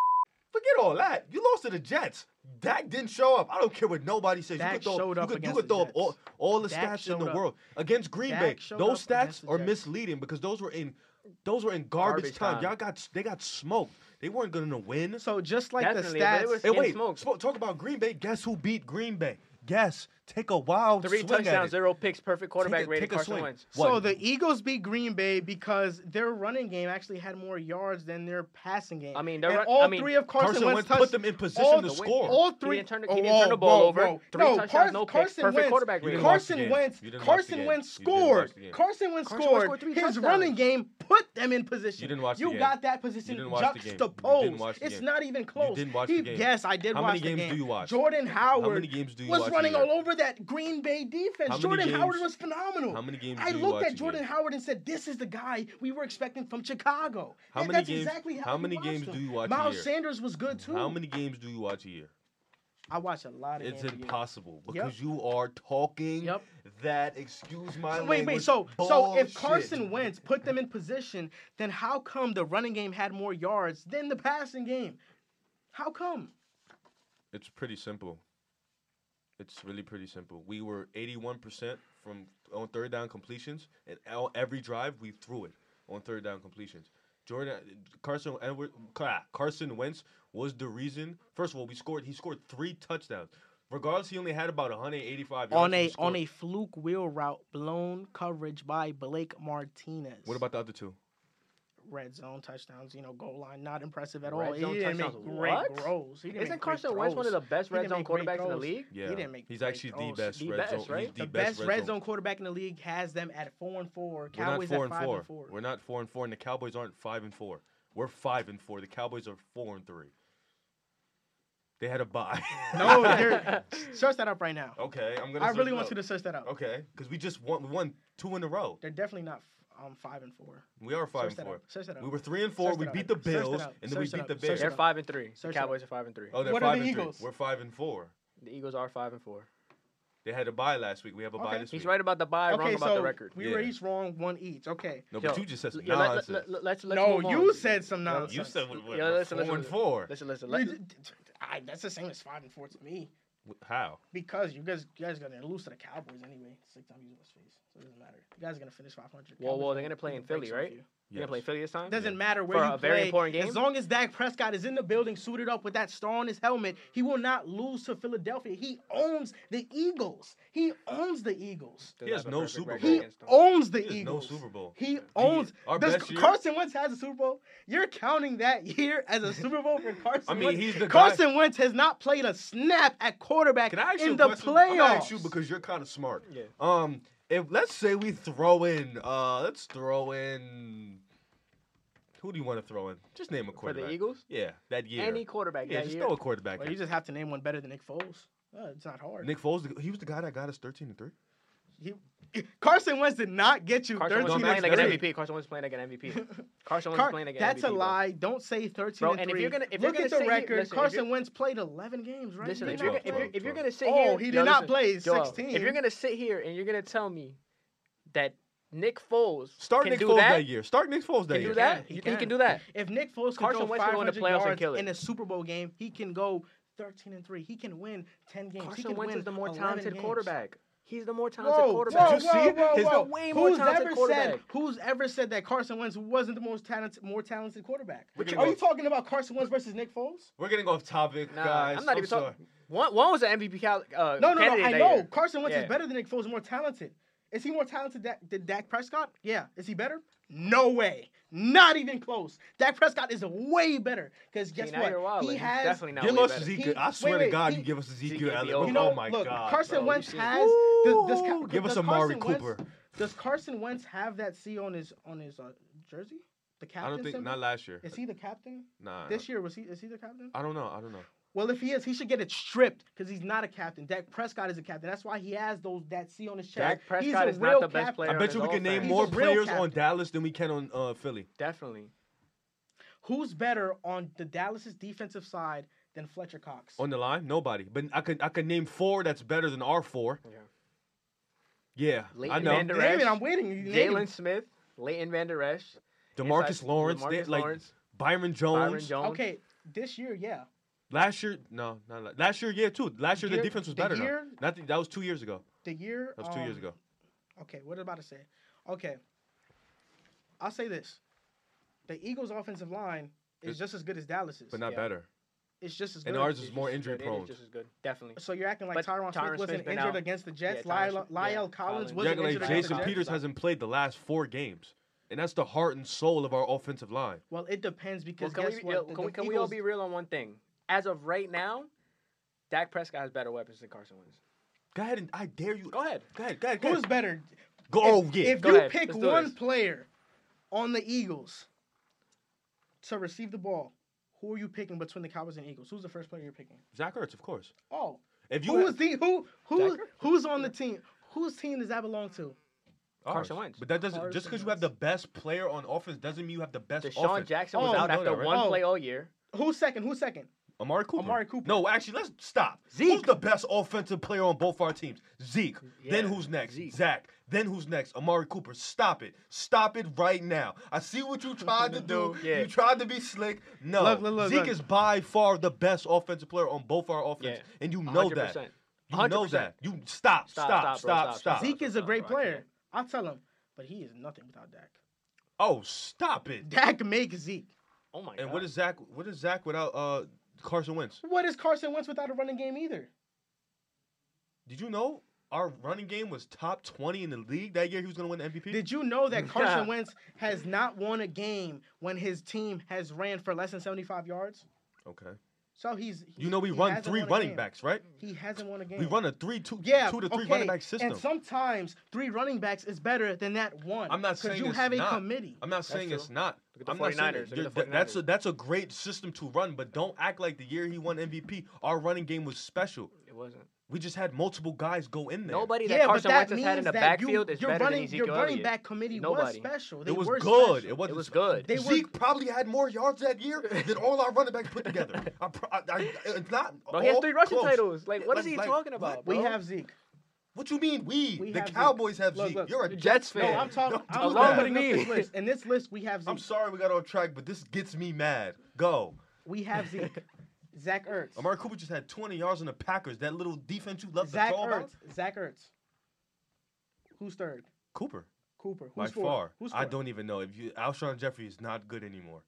[SPEAKER 3] Forget all that. You lost to the Jets. Dak didn't show up. I don't care what nobody says.
[SPEAKER 1] Dak
[SPEAKER 3] you could throw,
[SPEAKER 1] showed
[SPEAKER 3] you
[SPEAKER 1] up
[SPEAKER 3] could, you
[SPEAKER 1] against
[SPEAKER 3] could
[SPEAKER 1] the
[SPEAKER 3] throw up
[SPEAKER 1] Jets.
[SPEAKER 3] all, all the
[SPEAKER 1] Dak
[SPEAKER 3] stats in
[SPEAKER 1] showed
[SPEAKER 3] the
[SPEAKER 1] up.
[SPEAKER 3] world against Green
[SPEAKER 1] Dak
[SPEAKER 3] Bay.
[SPEAKER 1] showed
[SPEAKER 3] Those
[SPEAKER 1] up against
[SPEAKER 3] stats
[SPEAKER 1] the
[SPEAKER 3] are
[SPEAKER 1] Jets.
[SPEAKER 3] misleading because those were in those were in garbage,
[SPEAKER 2] Garbage
[SPEAKER 3] time.
[SPEAKER 2] time.
[SPEAKER 3] Y'all got they got smoked. They weren't gonna win.
[SPEAKER 1] So just like
[SPEAKER 2] Definitely,
[SPEAKER 1] the
[SPEAKER 2] but
[SPEAKER 1] stats,
[SPEAKER 2] it was-
[SPEAKER 3] Hey,
[SPEAKER 2] Getting
[SPEAKER 3] wait.
[SPEAKER 2] smoked.
[SPEAKER 3] spo- talk about Green Bay. Guess who beat Green Bay? Guess. Take a wild
[SPEAKER 2] Three
[SPEAKER 3] swing at
[SPEAKER 2] touchdowns,
[SPEAKER 3] it.
[SPEAKER 2] zero picks, perfect quarterback
[SPEAKER 3] take a,
[SPEAKER 2] rating.
[SPEAKER 3] take a
[SPEAKER 2] Carson
[SPEAKER 3] swing.
[SPEAKER 2] Wentz.
[SPEAKER 1] so
[SPEAKER 3] What?
[SPEAKER 1] the Eagles beat Green Bay because their running game actually had more yards than their passing game.
[SPEAKER 2] I mean, their
[SPEAKER 1] and
[SPEAKER 2] run- I
[SPEAKER 1] all
[SPEAKER 2] mean,
[SPEAKER 1] three of Carson,
[SPEAKER 3] Carson Wentz
[SPEAKER 1] touched-
[SPEAKER 3] put them in position
[SPEAKER 1] all
[SPEAKER 3] to
[SPEAKER 1] the
[SPEAKER 2] win-
[SPEAKER 3] score.
[SPEAKER 1] All three.
[SPEAKER 2] didn't turn the-
[SPEAKER 1] oh,
[SPEAKER 2] he didn't turn the
[SPEAKER 1] whoa,
[SPEAKER 2] ball
[SPEAKER 1] whoa,
[SPEAKER 2] over.
[SPEAKER 1] whoa.
[SPEAKER 2] Three
[SPEAKER 1] no,
[SPEAKER 2] touchdowns,
[SPEAKER 1] Carson,
[SPEAKER 2] no picks,
[SPEAKER 1] Carson
[SPEAKER 2] perfect
[SPEAKER 1] Wentz,
[SPEAKER 2] quarterback
[SPEAKER 3] rating. You didn't watch the
[SPEAKER 1] Carson
[SPEAKER 3] game.
[SPEAKER 1] Wentz.
[SPEAKER 3] You didn't watch the
[SPEAKER 1] Carson
[SPEAKER 3] game.
[SPEAKER 1] Wentz
[SPEAKER 3] You didn't watch
[SPEAKER 1] scored.
[SPEAKER 3] the game.
[SPEAKER 1] Carson Wentz
[SPEAKER 2] Carson Wentz
[SPEAKER 1] scored.
[SPEAKER 2] scored three
[SPEAKER 1] His
[SPEAKER 2] touchdowns.
[SPEAKER 1] running game put them in position.
[SPEAKER 3] You didn't watch the
[SPEAKER 1] You
[SPEAKER 3] game.
[SPEAKER 1] got that position
[SPEAKER 3] didn't watch the game. You didn't
[SPEAKER 1] juxtaposed.
[SPEAKER 3] watch the
[SPEAKER 1] it's
[SPEAKER 3] game.
[SPEAKER 1] not even close.
[SPEAKER 3] didn't watch
[SPEAKER 1] he,
[SPEAKER 3] the game.
[SPEAKER 1] Yes, I did
[SPEAKER 3] How
[SPEAKER 1] watch
[SPEAKER 3] many
[SPEAKER 1] the
[SPEAKER 3] games
[SPEAKER 1] game.
[SPEAKER 3] do you watch?
[SPEAKER 1] Jordan Howard
[SPEAKER 3] many games do you
[SPEAKER 1] was
[SPEAKER 3] watch a
[SPEAKER 1] running
[SPEAKER 3] year?
[SPEAKER 1] all over that Green Bay defense.
[SPEAKER 3] How many
[SPEAKER 1] Jordan
[SPEAKER 3] games-
[SPEAKER 1] Howard was phenomenal.
[SPEAKER 3] how many games
[SPEAKER 1] I
[SPEAKER 3] do you
[SPEAKER 1] looked
[SPEAKER 3] watch a
[SPEAKER 1] at Jordan
[SPEAKER 3] game?
[SPEAKER 1] Howard and said, "This is the guy we were expecting from Chicago."
[SPEAKER 3] How
[SPEAKER 1] And
[SPEAKER 3] many
[SPEAKER 1] that's
[SPEAKER 3] games-
[SPEAKER 1] Exactly how,
[SPEAKER 3] how
[SPEAKER 1] you
[SPEAKER 3] many
[SPEAKER 1] watch
[SPEAKER 3] games
[SPEAKER 1] them.
[SPEAKER 3] do you watch a
[SPEAKER 1] Miles
[SPEAKER 3] year?
[SPEAKER 1] Sanders was good too.
[SPEAKER 3] How many games do you watch a year?
[SPEAKER 1] I watch a lot of
[SPEAKER 3] It's
[SPEAKER 1] games a year.
[SPEAKER 3] impossible
[SPEAKER 1] Yep.
[SPEAKER 3] because you are talking
[SPEAKER 1] Yep.
[SPEAKER 3] that. Excuse my
[SPEAKER 1] So wait, wait.
[SPEAKER 3] language,
[SPEAKER 1] So, so if
[SPEAKER 3] bullshit.
[SPEAKER 1] Carson Wentz put them in position, then how come the running game had more yards than the passing game? How come?
[SPEAKER 3] it's pretty simple. It's really pretty simple. We were 81% from on third down completions, and el- every drive we threw it on third down completions. Jordan Carson Edward, Ca- Carson Wentz was the reason. First of all, we scored. He scored three touchdowns. Regardless, he only had about 185 yards.
[SPEAKER 1] on
[SPEAKER 3] he
[SPEAKER 1] a on
[SPEAKER 3] scored.
[SPEAKER 1] a fluke wheel route, blown coverage by Blake Martinez.
[SPEAKER 3] What about the other two?
[SPEAKER 1] red zone touchdowns? You know, goal line, not impressive at
[SPEAKER 2] Red
[SPEAKER 1] all.
[SPEAKER 2] zone
[SPEAKER 1] he didn't make
[SPEAKER 2] touchdowns,
[SPEAKER 1] great
[SPEAKER 2] what?
[SPEAKER 1] throws. He didn't
[SPEAKER 2] Isn't
[SPEAKER 1] make great
[SPEAKER 2] Carson Wentz one of the
[SPEAKER 1] throws.
[SPEAKER 2] best
[SPEAKER 1] He
[SPEAKER 2] red
[SPEAKER 1] didn't
[SPEAKER 2] zone
[SPEAKER 1] make great
[SPEAKER 2] quarterbacks in the
[SPEAKER 1] throws.
[SPEAKER 2] league?
[SPEAKER 1] He didn't make
[SPEAKER 3] He's
[SPEAKER 1] great
[SPEAKER 3] actually the
[SPEAKER 1] throws.
[SPEAKER 3] best
[SPEAKER 2] The
[SPEAKER 3] red
[SPEAKER 2] best,
[SPEAKER 3] zone.
[SPEAKER 2] right?
[SPEAKER 3] He's the,
[SPEAKER 1] The, best, red zone
[SPEAKER 3] zone.
[SPEAKER 1] quarterback in the league has them at four and four.
[SPEAKER 3] We're not
[SPEAKER 1] Cowboys
[SPEAKER 3] four
[SPEAKER 1] at
[SPEAKER 3] and
[SPEAKER 1] five
[SPEAKER 3] 4
[SPEAKER 1] and 4
[SPEAKER 3] We're not four and four, and the Cowboys aren't five and four. We're five and four. The Cowboys are four and three. They had a bye.
[SPEAKER 1] no,
[SPEAKER 3] Oh,
[SPEAKER 1] they're search that up right now.
[SPEAKER 3] okay, I'm Oh, gonna.
[SPEAKER 1] I
[SPEAKER 3] search
[SPEAKER 1] really
[SPEAKER 3] it
[SPEAKER 1] want
[SPEAKER 3] up.
[SPEAKER 1] you to search that up.
[SPEAKER 3] Okay, because we just won. We won two in a row.
[SPEAKER 1] They're definitely not f- um five and four.
[SPEAKER 3] We are five
[SPEAKER 1] search
[SPEAKER 3] and
[SPEAKER 1] that
[SPEAKER 3] four.
[SPEAKER 1] up. Search that up.
[SPEAKER 3] We were three and four.
[SPEAKER 1] Search
[SPEAKER 3] We
[SPEAKER 1] that
[SPEAKER 3] beat
[SPEAKER 1] up.
[SPEAKER 3] the
[SPEAKER 1] Search that
[SPEAKER 3] Bills,
[SPEAKER 1] up.
[SPEAKER 3] and then we
[SPEAKER 1] Search that
[SPEAKER 3] beat the
[SPEAKER 1] up. Search
[SPEAKER 3] Bears.
[SPEAKER 1] that
[SPEAKER 2] They're
[SPEAKER 1] up.
[SPEAKER 2] five and three. The
[SPEAKER 1] Search it up.
[SPEAKER 2] Cowboys are five and three.
[SPEAKER 3] Oh, they're
[SPEAKER 1] What are
[SPEAKER 3] five
[SPEAKER 1] the
[SPEAKER 3] and three.
[SPEAKER 1] Eagles?
[SPEAKER 3] We're five and four.
[SPEAKER 2] The Eagles are five and four.
[SPEAKER 3] They had a bye last week. We have a bye
[SPEAKER 1] Okay.
[SPEAKER 3] this
[SPEAKER 2] He's
[SPEAKER 3] week.
[SPEAKER 2] right about the bye, wrong
[SPEAKER 1] okay,
[SPEAKER 2] about
[SPEAKER 1] so
[SPEAKER 2] the record.
[SPEAKER 1] we were
[SPEAKER 3] Yeah.
[SPEAKER 1] each wrong, one each. Okay.
[SPEAKER 3] No, but
[SPEAKER 2] Yo,
[SPEAKER 3] you just said some
[SPEAKER 2] Yeah, let-
[SPEAKER 3] nonsense.
[SPEAKER 2] let- let- let's- let's
[SPEAKER 1] no,
[SPEAKER 2] move on.
[SPEAKER 1] you said some
[SPEAKER 2] No,
[SPEAKER 1] nonsense.
[SPEAKER 3] You said we- we're,
[SPEAKER 2] Yeah,
[SPEAKER 3] we're
[SPEAKER 2] listen,
[SPEAKER 3] four and
[SPEAKER 2] listen, listen.
[SPEAKER 3] four.
[SPEAKER 2] Listen, listen.
[SPEAKER 1] You
[SPEAKER 2] Let,
[SPEAKER 1] d- d- I, that's the same as five and four to me.
[SPEAKER 3] How?
[SPEAKER 1] Because you guys, you guys are gonna lose to the Cowboys anyway. Six times using his face, so it doesn't matter. You guys are gonna finish 500.
[SPEAKER 2] Whoa, whoa,
[SPEAKER 1] Cowboys
[SPEAKER 2] they're
[SPEAKER 1] gonna
[SPEAKER 2] gonna play
[SPEAKER 1] beat
[SPEAKER 2] in
[SPEAKER 1] the brakes
[SPEAKER 2] Philly,
[SPEAKER 1] off
[SPEAKER 2] right?
[SPEAKER 1] you.
[SPEAKER 2] you gonna play Philly this time?
[SPEAKER 1] Doesn't matter where
[SPEAKER 2] For
[SPEAKER 1] you
[SPEAKER 2] a very
[SPEAKER 1] play.
[SPEAKER 2] important game?
[SPEAKER 1] As long as Dak Prescott is in the building, suited up with that star on his helmet, he will not lose to Philadelphia. He owns the Eagles. He owns the Eagles.
[SPEAKER 2] Does
[SPEAKER 3] He has
[SPEAKER 2] have a
[SPEAKER 3] no
[SPEAKER 2] perfect
[SPEAKER 3] Super
[SPEAKER 2] record
[SPEAKER 3] Bowl.
[SPEAKER 1] He
[SPEAKER 2] against them.
[SPEAKER 1] owns the
[SPEAKER 3] He has no
[SPEAKER 1] Eagles.
[SPEAKER 3] Super Bowl.
[SPEAKER 1] He
[SPEAKER 3] The-
[SPEAKER 1] owns.
[SPEAKER 3] our
[SPEAKER 1] does
[SPEAKER 3] best year-
[SPEAKER 1] Carson Wentz has a Super Bowl? You're counting that year as a Super Bowl for Carson.
[SPEAKER 3] I mean,
[SPEAKER 1] Wentz?
[SPEAKER 3] he's the guy-
[SPEAKER 1] Carson Wentz has not played a snap at quarterback
[SPEAKER 3] Can I ask you
[SPEAKER 1] in
[SPEAKER 3] a
[SPEAKER 1] the
[SPEAKER 3] question? I'm gonna
[SPEAKER 1] playoffs.
[SPEAKER 3] ask you because you're kind of smart.
[SPEAKER 2] Yeah.
[SPEAKER 3] Um, if let's say we throw in, uh, let's throw in. Who do you want to throw in? Just name a
[SPEAKER 2] For
[SPEAKER 3] quarterback.
[SPEAKER 2] the Eagles?
[SPEAKER 3] Yeah, that year.
[SPEAKER 2] Any quarterback
[SPEAKER 3] yeah,
[SPEAKER 2] that
[SPEAKER 3] just
[SPEAKER 2] year.
[SPEAKER 3] throw a quarterback.
[SPEAKER 1] Well,
[SPEAKER 3] in.
[SPEAKER 1] you just have to name one better than Nick Foles. Uh, it's not hard.
[SPEAKER 3] Nick Foles, the- he was the guy that got us 13 and three.
[SPEAKER 1] He, Carson Wentz did not get you
[SPEAKER 2] Carson
[SPEAKER 1] 13
[SPEAKER 2] Wentz is
[SPEAKER 3] Wentz
[SPEAKER 2] playing
[SPEAKER 1] and
[SPEAKER 2] like an
[SPEAKER 3] does.
[SPEAKER 1] 3.
[SPEAKER 2] MVP. Carson Wentz is playing like an MVP. Carson Wentz is
[SPEAKER 1] Car-
[SPEAKER 2] playing like an MVP.
[SPEAKER 1] that's a
[SPEAKER 2] bro.
[SPEAKER 1] lie. Don't say 13
[SPEAKER 2] Bro,
[SPEAKER 1] and 3.
[SPEAKER 2] and if you're gonna- if you're
[SPEAKER 1] Look
[SPEAKER 2] gonna
[SPEAKER 1] at the
[SPEAKER 2] sit here-
[SPEAKER 1] record.
[SPEAKER 2] listen, if you're-
[SPEAKER 1] Carson Wentz played 11 games, right?
[SPEAKER 2] Listen,
[SPEAKER 1] He
[SPEAKER 2] if
[SPEAKER 1] did
[SPEAKER 2] you're,
[SPEAKER 1] not
[SPEAKER 2] gonna- if, you're,
[SPEAKER 1] play-
[SPEAKER 2] if you're
[SPEAKER 3] 12.
[SPEAKER 2] gonna sit here,
[SPEAKER 1] oh, he did
[SPEAKER 2] Yo,
[SPEAKER 1] not
[SPEAKER 2] listen,
[SPEAKER 1] play
[SPEAKER 2] Joel,
[SPEAKER 1] 16.
[SPEAKER 2] If you're gonna sit here and you're gonna tell me that Nick Foles
[SPEAKER 3] Start
[SPEAKER 2] can
[SPEAKER 3] Nick
[SPEAKER 2] do
[SPEAKER 3] Foles that?
[SPEAKER 2] that,
[SPEAKER 3] year. Start Nick Foles that
[SPEAKER 2] can
[SPEAKER 3] year.
[SPEAKER 2] do that,
[SPEAKER 1] He
[SPEAKER 2] you think he
[SPEAKER 1] can.
[SPEAKER 2] can do that?
[SPEAKER 1] if Nick Foles can
[SPEAKER 2] Carson
[SPEAKER 1] go
[SPEAKER 2] Wentz can go in the
[SPEAKER 1] 500
[SPEAKER 2] playoffs and
[SPEAKER 1] yards
[SPEAKER 2] kill it.
[SPEAKER 1] in a Super Bowl game, he can go 13 and 3. He can win 10 games. he
[SPEAKER 2] Carson
[SPEAKER 1] can
[SPEAKER 2] Wentz
[SPEAKER 1] win
[SPEAKER 2] is the more
[SPEAKER 1] 11
[SPEAKER 2] talented
[SPEAKER 1] games.
[SPEAKER 2] quarterback. He's the more talented
[SPEAKER 1] Whoa,
[SPEAKER 2] quarterback.
[SPEAKER 1] whoa,
[SPEAKER 3] Did you see
[SPEAKER 1] whoa, whoa,
[SPEAKER 3] his-
[SPEAKER 1] whoa.
[SPEAKER 2] way more
[SPEAKER 1] Who's
[SPEAKER 2] talented
[SPEAKER 1] ever said
[SPEAKER 2] quarterback.
[SPEAKER 1] who's ever said that Carson Wentz wasn't the most talented more talented quarterback?
[SPEAKER 3] We're gonna
[SPEAKER 1] Are
[SPEAKER 3] go-
[SPEAKER 1] you talking about Carson Wentz versus Nick Foles?
[SPEAKER 3] We're getting off topic,
[SPEAKER 2] Nah,
[SPEAKER 3] guys.
[SPEAKER 2] I'm not even
[SPEAKER 3] sorry.
[SPEAKER 2] talking. One, one was an MVP. cal- Uh,
[SPEAKER 1] No, no, no.
[SPEAKER 2] candidate
[SPEAKER 1] I
[SPEAKER 2] that
[SPEAKER 1] know
[SPEAKER 2] year.
[SPEAKER 1] Carson Wentz
[SPEAKER 2] Yeah.
[SPEAKER 1] is better than Nick Foles, more talented. Is he more talented tha- than Dak Prescott? Yeah. Is he better? No way. Not even close. Dak Prescott is way better because guess
[SPEAKER 2] See, now you're
[SPEAKER 1] what?
[SPEAKER 2] wilding.
[SPEAKER 1] He
[SPEAKER 2] He's
[SPEAKER 1] has.
[SPEAKER 2] definitely not
[SPEAKER 3] Give
[SPEAKER 2] way
[SPEAKER 3] us
[SPEAKER 2] better.
[SPEAKER 3] Ezekiel.
[SPEAKER 1] He-
[SPEAKER 3] I swear
[SPEAKER 1] wait,
[SPEAKER 3] to God,
[SPEAKER 1] wait,
[SPEAKER 3] you
[SPEAKER 1] he-
[SPEAKER 3] give us Ezekiel.
[SPEAKER 2] Ezekiel
[SPEAKER 3] Elliott.
[SPEAKER 2] Elliott.
[SPEAKER 1] You know,
[SPEAKER 3] oh my
[SPEAKER 1] look,
[SPEAKER 3] God.
[SPEAKER 1] Carson
[SPEAKER 3] bro.
[SPEAKER 1] Wentz
[SPEAKER 2] shit.
[SPEAKER 1] has. Does, does, Ca-
[SPEAKER 3] Ooh, give
[SPEAKER 1] does
[SPEAKER 3] us Amari
[SPEAKER 1] Carson Wentz-
[SPEAKER 3] Cooper.
[SPEAKER 1] Does Carson Wentz have that C on his on his uh, jersey? The captain.
[SPEAKER 3] I don't think
[SPEAKER 1] symbol?
[SPEAKER 3] not last year.
[SPEAKER 1] Is he the captain?
[SPEAKER 3] Nah.
[SPEAKER 1] This year was he? Is he the captain?
[SPEAKER 3] I don't know. I don't know.
[SPEAKER 1] Well, if he is, he should get it stripped because he's not a captain. Dak Prescott is a captain. That's why he has those that C on his chest.
[SPEAKER 2] Dak
[SPEAKER 1] He's
[SPEAKER 2] Prescott
[SPEAKER 1] a
[SPEAKER 2] is not
[SPEAKER 1] real
[SPEAKER 2] the best
[SPEAKER 1] captain.
[SPEAKER 2] player
[SPEAKER 3] I bet you we
[SPEAKER 2] on
[SPEAKER 3] can
[SPEAKER 2] his
[SPEAKER 3] name
[SPEAKER 2] offense.
[SPEAKER 3] more
[SPEAKER 1] He's a real
[SPEAKER 3] players on
[SPEAKER 1] captain.
[SPEAKER 3] Dallas than we can on uh, Philly.
[SPEAKER 2] Definitely.
[SPEAKER 1] Who's better on the Dallas' defensive side than Fletcher Cox?
[SPEAKER 3] On the line, nobody. But I could I could name four that's better than our four.
[SPEAKER 2] Yeah.
[SPEAKER 3] Yeah, I
[SPEAKER 2] Leighton
[SPEAKER 3] know.
[SPEAKER 2] Vander Esch,
[SPEAKER 1] Name it, I'm waiting. You name
[SPEAKER 2] Jalen
[SPEAKER 1] it.
[SPEAKER 2] Smith, Leighton Van Der Esch,
[SPEAKER 3] Demarcus
[SPEAKER 2] inside-
[SPEAKER 3] Lawrence, they-
[SPEAKER 2] DeMarcus
[SPEAKER 3] like
[SPEAKER 2] Lawrence,
[SPEAKER 3] Byron Jones.
[SPEAKER 2] Byron Jones.
[SPEAKER 1] Okay, this year, yeah.
[SPEAKER 3] Last year, no, not la- last year. Yeah, too. Last year the
[SPEAKER 1] Year-
[SPEAKER 3] defense was
[SPEAKER 1] the
[SPEAKER 3] better. though.
[SPEAKER 1] year-
[SPEAKER 3] Not the, that was two years ago.
[SPEAKER 1] The year
[SPEAKER 3] That was two years
[SPEAKER 1] um,
[SPEAKER 3] ago.
[SPEAKER 1] Okay, what am I about to say? Okay. I'll say this. The Eagles offensive line is
[SPEAKER 3] It-
[SPEAKER 1] just as good as Dallas's.
[SPEAKER 3] But not
[SPEAKER 2] yeah.
[SPEAKER 3] better.
[SPEAKER 1] it's just as good.
[SPEAKER 3] And ours
[SPEAKER 2] It's
[SPEAKER 3] is
[SPEAKER 2] just
[SPEAKER 3] more
[SPEAKER 2] as
[SPEAKER 3] injury
[SPEAKER 2] good. It is
[SPEAKER 3] prone.
[SPEAKER 2] just as good. Definitely.
[SPEAKER 1] so you're acting like
[SPEAKER 2] But
[SPEAKER 1] Tyron Smith
[SPEAKER 2] Tyron
[SPEAKER 1] wasn't
[SPEAKER 2] Smith's been
[SPEAKER 1] injured
[SPEAKER 2] out.
[SPEAKER 1] against the Jets.
[SPEAKER 2] Tyron
[SPEAKER 1] Lyle,
[SPEAKER 2] Smith-
[SPEAKER 1] Lyle
[SPEAKER 2] yeah,
[SPEAKER 1] Collins
[SPEAKER 2] Collins.
[SPEAKER 1] wasn't
[SPEAKER 3] Yeah,
[SPEAKER 2] Jack, like,
[SPEAKER 1] injured
[SPEAKER 3] like
[SPEAKER 1] against the
[SPEAKER 3] Jason
[SPEAKER 2] Jets.
[SPEAKER 3] Peters hasn't played the last four games, and that's the heart and soul of our offensive line.
[SPEAKER 1] Well, it depends because
[SPEAKER 2] Well, can we,
[SPEAKER 1] guess
[SPEAKER 2] be-
[SPEAKER 1] what?
[SPEAKER 2] uh,
[SPEAKER 1] The-
[SPEAKER 2] can,
[SPEAKER 1] the
[SPEAKER 2] we, can we all
[SPEAKER 1] Eagles-
[SPEAKER 2] be real on one thing? As of right now, Dak Prescott has better weapons than Carson Wentz.
[SPEAKER 3] Go ahead and I dare you.
[SPEAKER 2] Go ahead.
[SPEAKER 3] Go ahead. Go ahead. Go,
[SPEAKER 1] Who's
[SPEAKER 3] ahead.
[SPEAKER 1] better?
[SPEAKER 3] go. oh
[SPEAKER 1] if,
[SPEAKER 3] yeah.
[SPEAKER 1] If
[SPEAKER 2] Go
[SPEAKER 1] you
[SPEAKER 2] ahead,
[SPEAKER 1] pick
[SPEAKER 2] let's do
[SPEAKER 1] one
[SPEAKER 2] this.
[SPEAKER 1] player on the Eagles to receive the ball, who are you picking between the Cowboys and Eagles? Who's the first player you're picking?
[SPEAKER 3] Zach Ertz, of course.
[SPEAKER 1] Oh,
[SPEAKER 3] If you
[SPEAKER 1] who is the who who
[SPEAKER 2] Jack Ertz.
[SPEAKER 1] who's on the team? Whose team does that belong to?
[SPEAKER 3] Ours.
[SPEAKER 2] Carson Wentz.
[SPEAKER 3] Oh, But that doesn't just
[SPEAKER 1] Carson
[SPEAKER 3] because you have the best player on offense doesn't mean you have the best
[SPEAKER 2] Deshaun
[SPEAKER 3] offense.
[SPEAKER 2] Jackson was
[SPEAKER 1] Oh,
[SPEAKER 2] out
[SPEAKER 3] no,
[SPEAKER 2] after
[SPEAKER 3] no, right?
[SPEAKER 2] one
[SPEAKER 1] Oh.
[SPEAKER 2] play all year.
[SPEAKER 1] Who's second? Who's second?
[SPEAKER 3] Amari Cooper.
[SPEAKER 1] Amari Cooper.
[SPEAKER 3] No, actually, let's stop.
[SPEAKER 2] Zeke.
[SPEAKER 3] Who's the best offensive player on both our teams? Zeke. Then
[SPEAKER 2] Yeah,
[SPEAKER 3] who's next?
[SPEAKER 2] Zeke.
[SPEAKER 3] Zach. Then who's next? Amari Cooper. Stop it. Stop it right now. I see what you tried to do.
[SPEAKER 2] Yeah.
[SPEAKER 3] You tried to be slick. No.
[SPEAKER 1] Look, look, look,
[SPEAKER 3] Zeke
[SPEAKER 1] look.
[SPEAKER 3] is by far the best offensive player on both our offense.
[SPEAKER 2] Yeah.
[SPEAKER 3] And you know that.
[SPEAKER 2] 100%.
[SPEAKER 3] You know
[SPEAKER 2] 100%.
[SPEAKER 3] that. You stop, stop,
[SPEAKER 2] Stop,
[SPEAKER 3] stop,
[SPEAKER 2] stop, bro,
[SPEAKER 3] stop.
[SPEAKER 2] stop, stop.
[SPEAKER 1] Zeke is a
[SPEAKER 3] ah,
[SPEAKER 2] Bro,
[SPEAKER 1] great
[SPEAKER 2] I
[SPEAKER 1] player.
[SPEAKER 2] can't.
[SPEAKER 1] I'll tell him, but he is nothing without Dak.
[SPEAKER 3] Oh, stop it.
[SPEAKER 1] Dak makes Zeke.
[SPEAKER 2] Oh my
[SPEAKER 3] And
[SPEAKER 2] god.
[SPEAKER 3] what is Zach? What is Zach without uh Carson Wentz?
[SPEAKER 1] What is Carson Wentz without a running game either?
[SPEAKER 3] Did you know our running game was top twenty in the league that year? He was gonna win the MVP.
[SPEAKER 1] Did you know that Carson
[SPEAKER 2] Yeah.
[SPEAKER 1] Wentz has not won a game when his team has ran for less than 75 yards?
[SPEAKER 3] okay.
[SPEAKER 1] So he's he-
[SPEAKER 3] You know we
[SPEAKER 1] he
[SPEAKER 3] run
[SPEAKER 1] hasn't
[SPEAKER 3] three
[SPEAKER 1] won a
[SPEAKER 3] running
[SPEAKER 1] game.
[SPEAKER 3] backs, right?
[SPEAKER 1] He hasn't won a game.
[SPEAKER 3] We run a three two
[SPEAKER 1] yeah,
[SPEAKER 3] two to three
[SPEAKER 1] okay.
[SPEAKER 3] running back system.
[SPEAKER 1] And sometimes three running backs is better than that one.
[SPEAKER 3] I'm not
[SPEAKER 1] 'cause
[SPEAKER 3] saying
[SPEAKER 1] you
[SPEAKER 3] it's
[SPEAKER 1] have
[SPEAKER 3] not.
[SPEAKER 1] a committee.
[SPEAKER 3] I'm not saying
[SPEAKER 2] true.
[SPEAKER 3] it's not.
[SPEAKER 2] Look at the
[SPEAKER 3] I'm not saying
[SPEAKER 2] 49ers, look at
[SPEAKER 3] you're- that-
[SPEAKER 2] the
[SPEAKER 3] that's a
[SPEAKER 2] 49ers.
[SPEAKER 3] that's a great system to run, but don't act like the year he won MVP, our running game was special.
[SPEAKER 2] It wasn't.
[SPEAKER 3] We just had multiple guys go in there.
[SPEAKER 2] Nobody that
[SPEAKER 1] yeah, but
[SPEAKER 2] Carson
[SPEAKER 1] that
[SPEAKER 2] Wentz has
[SPEAKER 1] means
[SPEAKER 2] had in the
[SPEAKER 1] that you,
[SPEAKER 2] backfield is
[SPEAKER 1] your
[SPEAKER 2] better
[SPEAKER 1] running,
[SPEAKER 2] than Ezekiel
[SPEAKER 1] your running
[SPEAKER 2] Elliott.
[SPEAKER 1] back committee was
[SPEAKER 2] Nobody.
[SPEAKER 1] special. They
[SPEAKER 3] It was
[SPEAKER 1] were
[SPEAKER 3] good.
[SPEAKER 1] special.
[SPEAKER 3] It wasn't
[SPEAKER 2] It was
[SPEAKER 3] spe-
[SPEAKER 2] good.
[SPEAKER 1] They were-
[SPEAKER 3] Zeke probably had more yards that year than all our running backs put together. I, pro- I, I, it's not.
[SPEAKER 2] Bro, he has
[SPEAKER 3] all
[SPEAKER 2] three rushing
[SPEAKER 3] close.
[SPEAKER 2] titles. Like, what
[SPEAKER 3] Like-
[SPEAKER 2] is he
[SPEAKER 3] like,
[SPEAKER 2] talking
[SPEAKER 3] what?
[SPEAKER 2] about?
[SPEAKER 1] We
[SPEAKER 2] bro?
[SPEAKER 1] have Zeke.
[SPEAKER 3] What you mean we?
[SPEAKER 1] We
[SPEAKER 3] the
[SPEAKER 1] have Zeke.
[SPEAKER 3] Cowboys have
[SPEAKER 1] Look,
[SPEAKER 3] Zeke.
[SPEAKER 1] look.
[SPEAKER 3] You're a
[SPEAKER 2] The
[SPEAKER 3] Jets
[SPEAKER 2] Jets
[SPEAKER 3] fan.
[SPEAKER 1] No, I'm talking.
[SPEAKER 3] Don't
[SPEAKER 1] I'm
[SPEAKER 3] do
[SPEAKER 2] along
[SPEAKER 1] along
[SPEAKER 3] that.
[SPEAKER 2] with
[SPEAKER 1] putting up this
[SPEAKER 2] me.
[SPEAKER 1] list, and this list we have Zeke.
[SPEAKER 3] I'm sorry we got off track, but this gets me mad. Go.
[SPEAKER 1] We have Zeke, Zach Ertz,
[SPEAKER 3] Amari Cooper just had 20 yards on the Packers. That little defense you love
[SPEAKER 1] Zach
[SPEAKER 3] to talk
[SPEAKER 1] Ertz,
[SPEAKER 3] about.
[SPEAKER 1] Zach Ertz. Who's third?
[SPEAKER 3] Cooper,
[SPEAKER 1] Cooper. Who's
[SPEAKER 3] by
[SPEAKER 1] fourth?
[SPEAKER 3] far.
[SPEAKER 1] Who's
[SPEAKER 3] I
[SPEAKER 1] fourth?
[SPEAKER 3] don't even know if you. Alshon Jeffrey is not good anymore.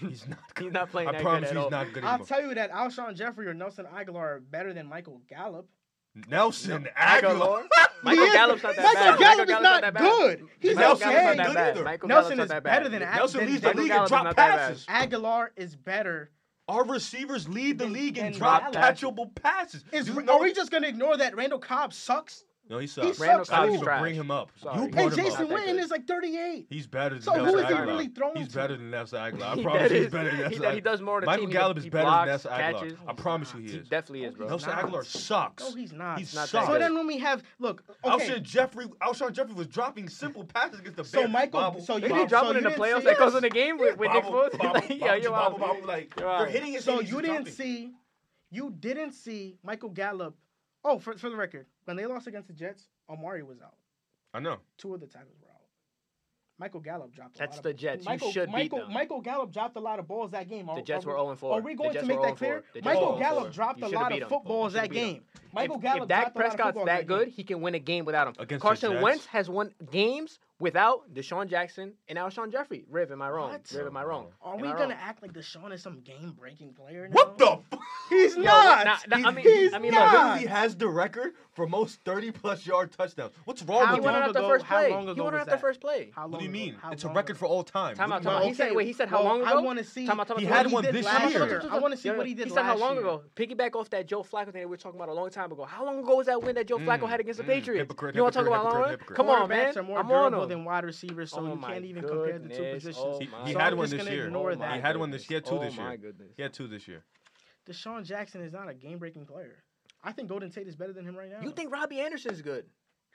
[SPEAKER 3] He's not. Good.
[SPEAKER 2] He's not playing
[SPEAKER 3] I
[SPEAKER 2] that good
[SPEAKER 3] promise
[SPEAKER 2] at
[SPEAKER 3] he's
[SPEAKER 2] all.
[SPEAKER 3] not good
[SPEAKER 1] I'll
[SPEAKER 3] anymore.
[SPEAKER 1] tell you that Alshon Jeffrey or Nelson Aguilar are better than Michael Gallup.
[SPEAKER 3] Nelson Aguilar.
[SPEAKER 2] Aguilar. Michael
[SPEAKER 1] He is-
[SPEAKER 2] Gallup's not that
[SPEAKER 1] Michael
[SPEAKER 2] bad.
[SPEAKER 1] Gallup is
[SPEAKER 2] Gallup's
[SPEAKER 1] not
[SPEAKER 2] that bad.
[SPEAKER 1] good. He's
[SPEAKER 2] Michael
[SPEAKER 3] okay.
[SPEAKER 2] Gallup's not
[SPEAKER 3] Good
[SPEAKER 2] that bad.
[SPEAKER 3] either.
[SPEAKER 2] Michael
[SPEAKER 1] Nelson
[SPEAKER 2] Gallup's
[SPEAKER 1] is
[SPEAKER 2] not that
[SPEAKER 1] better
[SPEAKER 2] bad.
[SPEAKER 1] than
[SPEAKER 2] Michael-
[SPEAKER 3] Nelson
[SPEAKER 1] Then
[SPEAKER 3] leads the
[SPEAKER 1] Michael
[SPEAKER 3] league in
[SPEAKER 2] Gallup's
[SPEAKER 3] drop
[SPEAKER 2] not that bad.
[SPEAKER 3] passes.
[SPEAKER 1] Aguilar is better.
[SPEAKER 3] Our receivers lead the
[SPEAKER 1] Then-
[SPEAKER 3] league in
[SPEAKER 1] then
[SPEAKER 3] drop
[SPEAKER 1] Gallup.
[SPEAKER 3] catchable passes.
[SPEAKER 1] Is
[SPEAKER 3] You know-
[SPEAKER 1] are we just gonna ignore that Randall Cobb sucks?
[SPEAKER 3] No, he sucks.
[SPEAKER 1] Randall
[SPEAKER 3] I
[SPEAKER 1] sucks
[SPEAKER 3] didn't
[SPEAKER 1] too.
[SPEAKER 3] even
[SPEAKER 2] Trash.
[SPEAKER 3] bring him up.
[SPEAKER 2] Sorry.
[SPEAKER 3] You
[SPEAKER 2] Hey,
[SPEAKER 3] brought
[SPEAKER 1] Hey,
[SPEAKER 3] him up.
[SPEAKER 1] Jason
[SPEAKER 2] Not that
[SPEAKER 1] Witten
[SPEAKER 2] good.
[SPEAKER 1] is like 38.
[SPEAKER 3] He's better than
[SPEAKER 1] So who
[SPEAKER 3] Nelson
[SPEAKER 1] is he
[SPEAKER 3] Aguilar.
[SPEAKER 1] really throwing
[SPEAKER 3] He's
[SPEAKER 1] to?
[SPEAKER 3] better than Nelson Aguilar. I
[SPEAKER 2] He
[SPEAKER 3] promise
[SPEAKER 2] does-
[SPEAKER 3] he's better than
[SPEAKER 2] he
[SPEAKER 3] Nelson
[SPEAKER 2] does-
[SPEAKER 3] Aguilar.
[SPEAKER 2] He does more on the
[SPEAKER 3] Michael
[SPEAKER 2] team. He-
[SPEAKER 3] Gallup is
[SPEAKER 2] he
[SPEAKER 3] better
[SPEAKER 2] blocks,
[SPEAKER 3] than Nelson Aguilar.
[SPEAKER 2] catches.
[SPEAKER 3] I promise you he
[SPEAKER 2] He
[SPEAKER 3] is.
[SPEAKER 2] definitely is,
[SPEAKER 1] No,
[SPEAKER 2] bro.
[SPEAKER 1] he's
[SPEAKER 3] Nelson
[SPEAKER 1] not.
[SPEAKER 3] Aguilar sucks.
[SPEAKER 1] No, he's not.
[SPEAKER 3] He's
[SPEAKER 2] not that
[SPEAKER 3] sucks.
[SPEAKER 1] so
[SPEAKER 2] good.
[SPEAKER 1] then when we have look, okay.
[SPEAKER 3] Alshon Jeffrey, Alshon Jeffrey was dropping simple passes against the
[SPEAKER 1] So
[SPEAKER 3] Bears.
[SPEAKER 1] Michael-
[SPEAKER 3] Bobble,
[SPEAKER 1] so you
[SPEAKER 2] Did
[SPEAKER 1] Wow.
[SPEAKER 2] he
[SPEAKER 3] bobble,
[SPEAKER 2] drop
[SPEAKER 1] So
[SPEAKER 2] it in
[SPEAKER 1] you
[SPEAKER 2] the
[SPEAKER 1] didn't see
[SPEAKER 2] playoffs that goes
[SPEAKER 1] us?
[SPEAKER 2] in the game with, with Nick
[SPEAKER 3] bobble,
[SPEAKER 2] Foles?
[SPEAKER 3] bobble,
[SPEAKER 2] Like, yo,
[SPEAKER 3] bobble,
[SPEAKER 2] you're
[SPEAKER 3] bobble,
[SPEAKER 2] out.
[SPEAKER 3] bobble, like,
[SPEAKER 2] You're out.
[SPEAKER 3] they're hitting his
[SPEAKER 1] So
[SPEAKER 3] knees,
[SPEAKER 1] you
[SPEAKER 3] he's
[SPEAKER 1] didn't
[SPEAKER 3] dropping.
[SPEAKER 1] see, you didn't see Michael Gallup. Oh, for, for the record, when they lost against the Jets, Amari was out.
[SPEAKER 3] I know.
[SPEAKER 1] Two of the tackles were out. Michael Gallup dropped.
[SPEAKER 2] That's
[SPEAKER 1] a lot
[SPEAKER 2] the
[SPEAKER 1] of,
[SPEAKER 2] Jets. You
[SPEAKER 1] Michael,
[SPEAKER 2] should beat
[SPEAKER 1] Michael,
[SPEAKER 2] them.
[SPEAKER 1] Michael Gallup dropped a lot of balls that game. Are,
[SPEAKER 2] The Jets
[SPEAKER 1] are
[SPEAKER 2] were
[SPEAKER 1] we-
[SPEAKER 2] 0 4.
[SPEAKER 1] Are we going
[SPEAKER 2] the Jets
[SPEAKER 1] to make
[SPEAKER 2] were 0
[SPEAKER 1] that clear?
[SPEAKER 2] The Jets were
[SPEAKER 1] Michael
[SPEAKER 2] 0 4.
[SPEAKER 1] Gallup dropped
[SPEAKER 2] You
[SPEAKER 1] a
[SPEAKER 2] shoulda
[SPEAKER 1] lot
[SPEAKER 2] beat
[SPEAKER 1] of
[SPEAKER 2] 'em.
[SPEAKER 1] footballs
[SPEAKER 2] You shoulda
[SPEAKER 1] that
[SPEAKER 2] beat 'em.
[SPEAKER 1] game. Michael
[SPEAKER 2] if,
[SPEAKER 1] Gallup
[SPEAKER 2] if Dak
[SPEAKER 1] dropped a lot of
[SPEAKER 2] Prescott's
[SPEAKER 1] footballs
[SPEAKER 2] that good,
[SPEAKER 1] game.
[SPEAKER 2] he can win a game without him.
[SPEAKER 3] Against the
[SPEAKER 2] Carson
[SPEAKER 3] Jets?
[SPEAKER 2] Wentz has won games without Deshaun Jackson and Alshon Jeffrey. Riv, am I wrong?
[SPEAKER 1] What?
[SPEAKER 2] Riv, am I wrong?
[SPEAKER 1] Are
[SPEAKER 2] Am
[SPEAKER 1] we
[SPEAKER 2] I
[SPEAKER 1] gonna
[SPEAKER 2] wrong?
[SPEAKER 1] act like Deshaun is some game breaking player? Now?
[SPEAKER 3] What the f
[SPEAKER 1] He's
[SPEAKER 2] Yo,
[SPEAKER 1] not.
[SPEAKER 2] nah, nah, I mean-
[SPEAKER 1] he's
[SPEAKER 2] I mean,
[SPEAKER 3] He
[SPEAKER 2] look,
[SPEAKER 1] not.
[SPEAKER 3] literally has the record for most 30 plus yard touchdowns. What's wrong
[SPEAKER 1] How
[SPEAKER 2] He
[SPEAKER 3] with
[SPEAKER 2] won
[SPEAKER 3] him?
[SPEAKER 2] it
[SPEAKER 1] long
[SPEAKER 2] after
[SPEAKER 1] ago-
[SPEAKER 2] first
[SPEAKER 1] how
[SPEAKER 2] play.
[SPEAKER 1] long
[SPEAKER 2] He
[SPEAKER 1] ago
[SPEAKER 2] won it
[SPEAKER 1] was
[SPEAKER 2] after
[SPEAKER 1] that?
[SPEAKER 2] first play.
[SPEAKER 1] How
[SPEAKER 3] What do you
[SPEAKER 1] long ago-
[SPEAKER 3] mean?
[SPEAKER 1] how
[SPEAKER 3] It's a
[SPEAKER 1] long
[SPEAKER 3] record
[SPEAKER 1] ago?
[SPEAKER 3] for all time.
[SPEAKER 2] Time
[SPEAKER 3] What
[SPEAKER 2] out,
[SPEAKER 3] do you
[SPEAKER 2] time out.
[SPEAKER 3] mean?
[SPEAKER 2] He said, wait, he said how
[SPEAKER 1] Well,
[SPEAKER 2] long
[SPEAKER 1] I
[SPEAKER 2] ago?
[SPEAKER 1] wanna see-
[SPEAKER 2] Time out, time out,
[SPEAKER 3] He
[SPEAKER 2] time out.
[SPEAKER 3] had one this
[SPEAKER 2] Time out,
[SPEAKER 1] last
[SPEAKER 3] year.
[SPEAKER 2] time out,
[SPEAKER 1] year.
[SPEAKER 2] time out,
[SPEAKER 1] I want to see
[SPEAKER 2] time out.
[SPEAKER 1] what he did
[SPEAKER 2] He
[SPEAKER 1] last
[SPEAKER 2] said how long
[SPEAKER 1] year.
[SPEAKER 2] ago? Piggyback off that Joe Flacco thing that we were talking about a long time ago. How long ago was that win that Joe Flacco
[SPEAKER 3] Mm,
[SPEAKER 2] had against the
[SPEAKER 3] mm,
[SPEAKER 2] Patriots?
[SPEAKER 3] hypocrite,
[SPEAKER 2] you want to talk
[SPEAKER 3] hypocrite,
[SPEAKER 2] about a long run?
[SPEAKER 3] hypocrite,
[SPEAKER 2] Come on, man.
[SPEAKER 1] Quarterbacks are more
[SPEAKER 2] I'm on
[SPEAKER 1] durable
[SPEAKER 2] him.
[SPEAKER 1] than wide receivers, so
[SPEAKER 2] Oh
[SPEAKER 1] you
[SPEAKER 2] my
[SPEAKER 1] can't even compare the two
[SPEAKER 2] goodness.
[SPEAKER 1] positions.
[SPEAKER 2] Oh
[SPEAKER 3] He-
[SPEAKER 2] my
[SPEAKER 3] he
[SPEAKER 1] so
[SPEAKER 3] had
[SPEAKER 1] I'm
[SPEAKER 3] one
[SPEAKER 1] just
[SPEAKER 3] this
[SPEAKER 1] gonna
[SPEAKER 3] year.
[SPEAKER 1] Ignore
[SPEAKER 2] Oh
[SPEAKER 1] that.
[SPEAKER 2] my
[SPEAKER 3] He had one this
[SPEAKER 2] goodness.
[SPEAKER 3] year, two
[SPEAKER 2] Oh
[SPEAKER 3] this year.
[SPEAKER 2] my goodness.
[SPEAKER 3] He had two this year.
[SPEAKER 1] Deshaun Jackson is not a game breaking player. I think Golden Tate is better than him right now.
[SPEAKER 2] You think Robbie Anderson's good?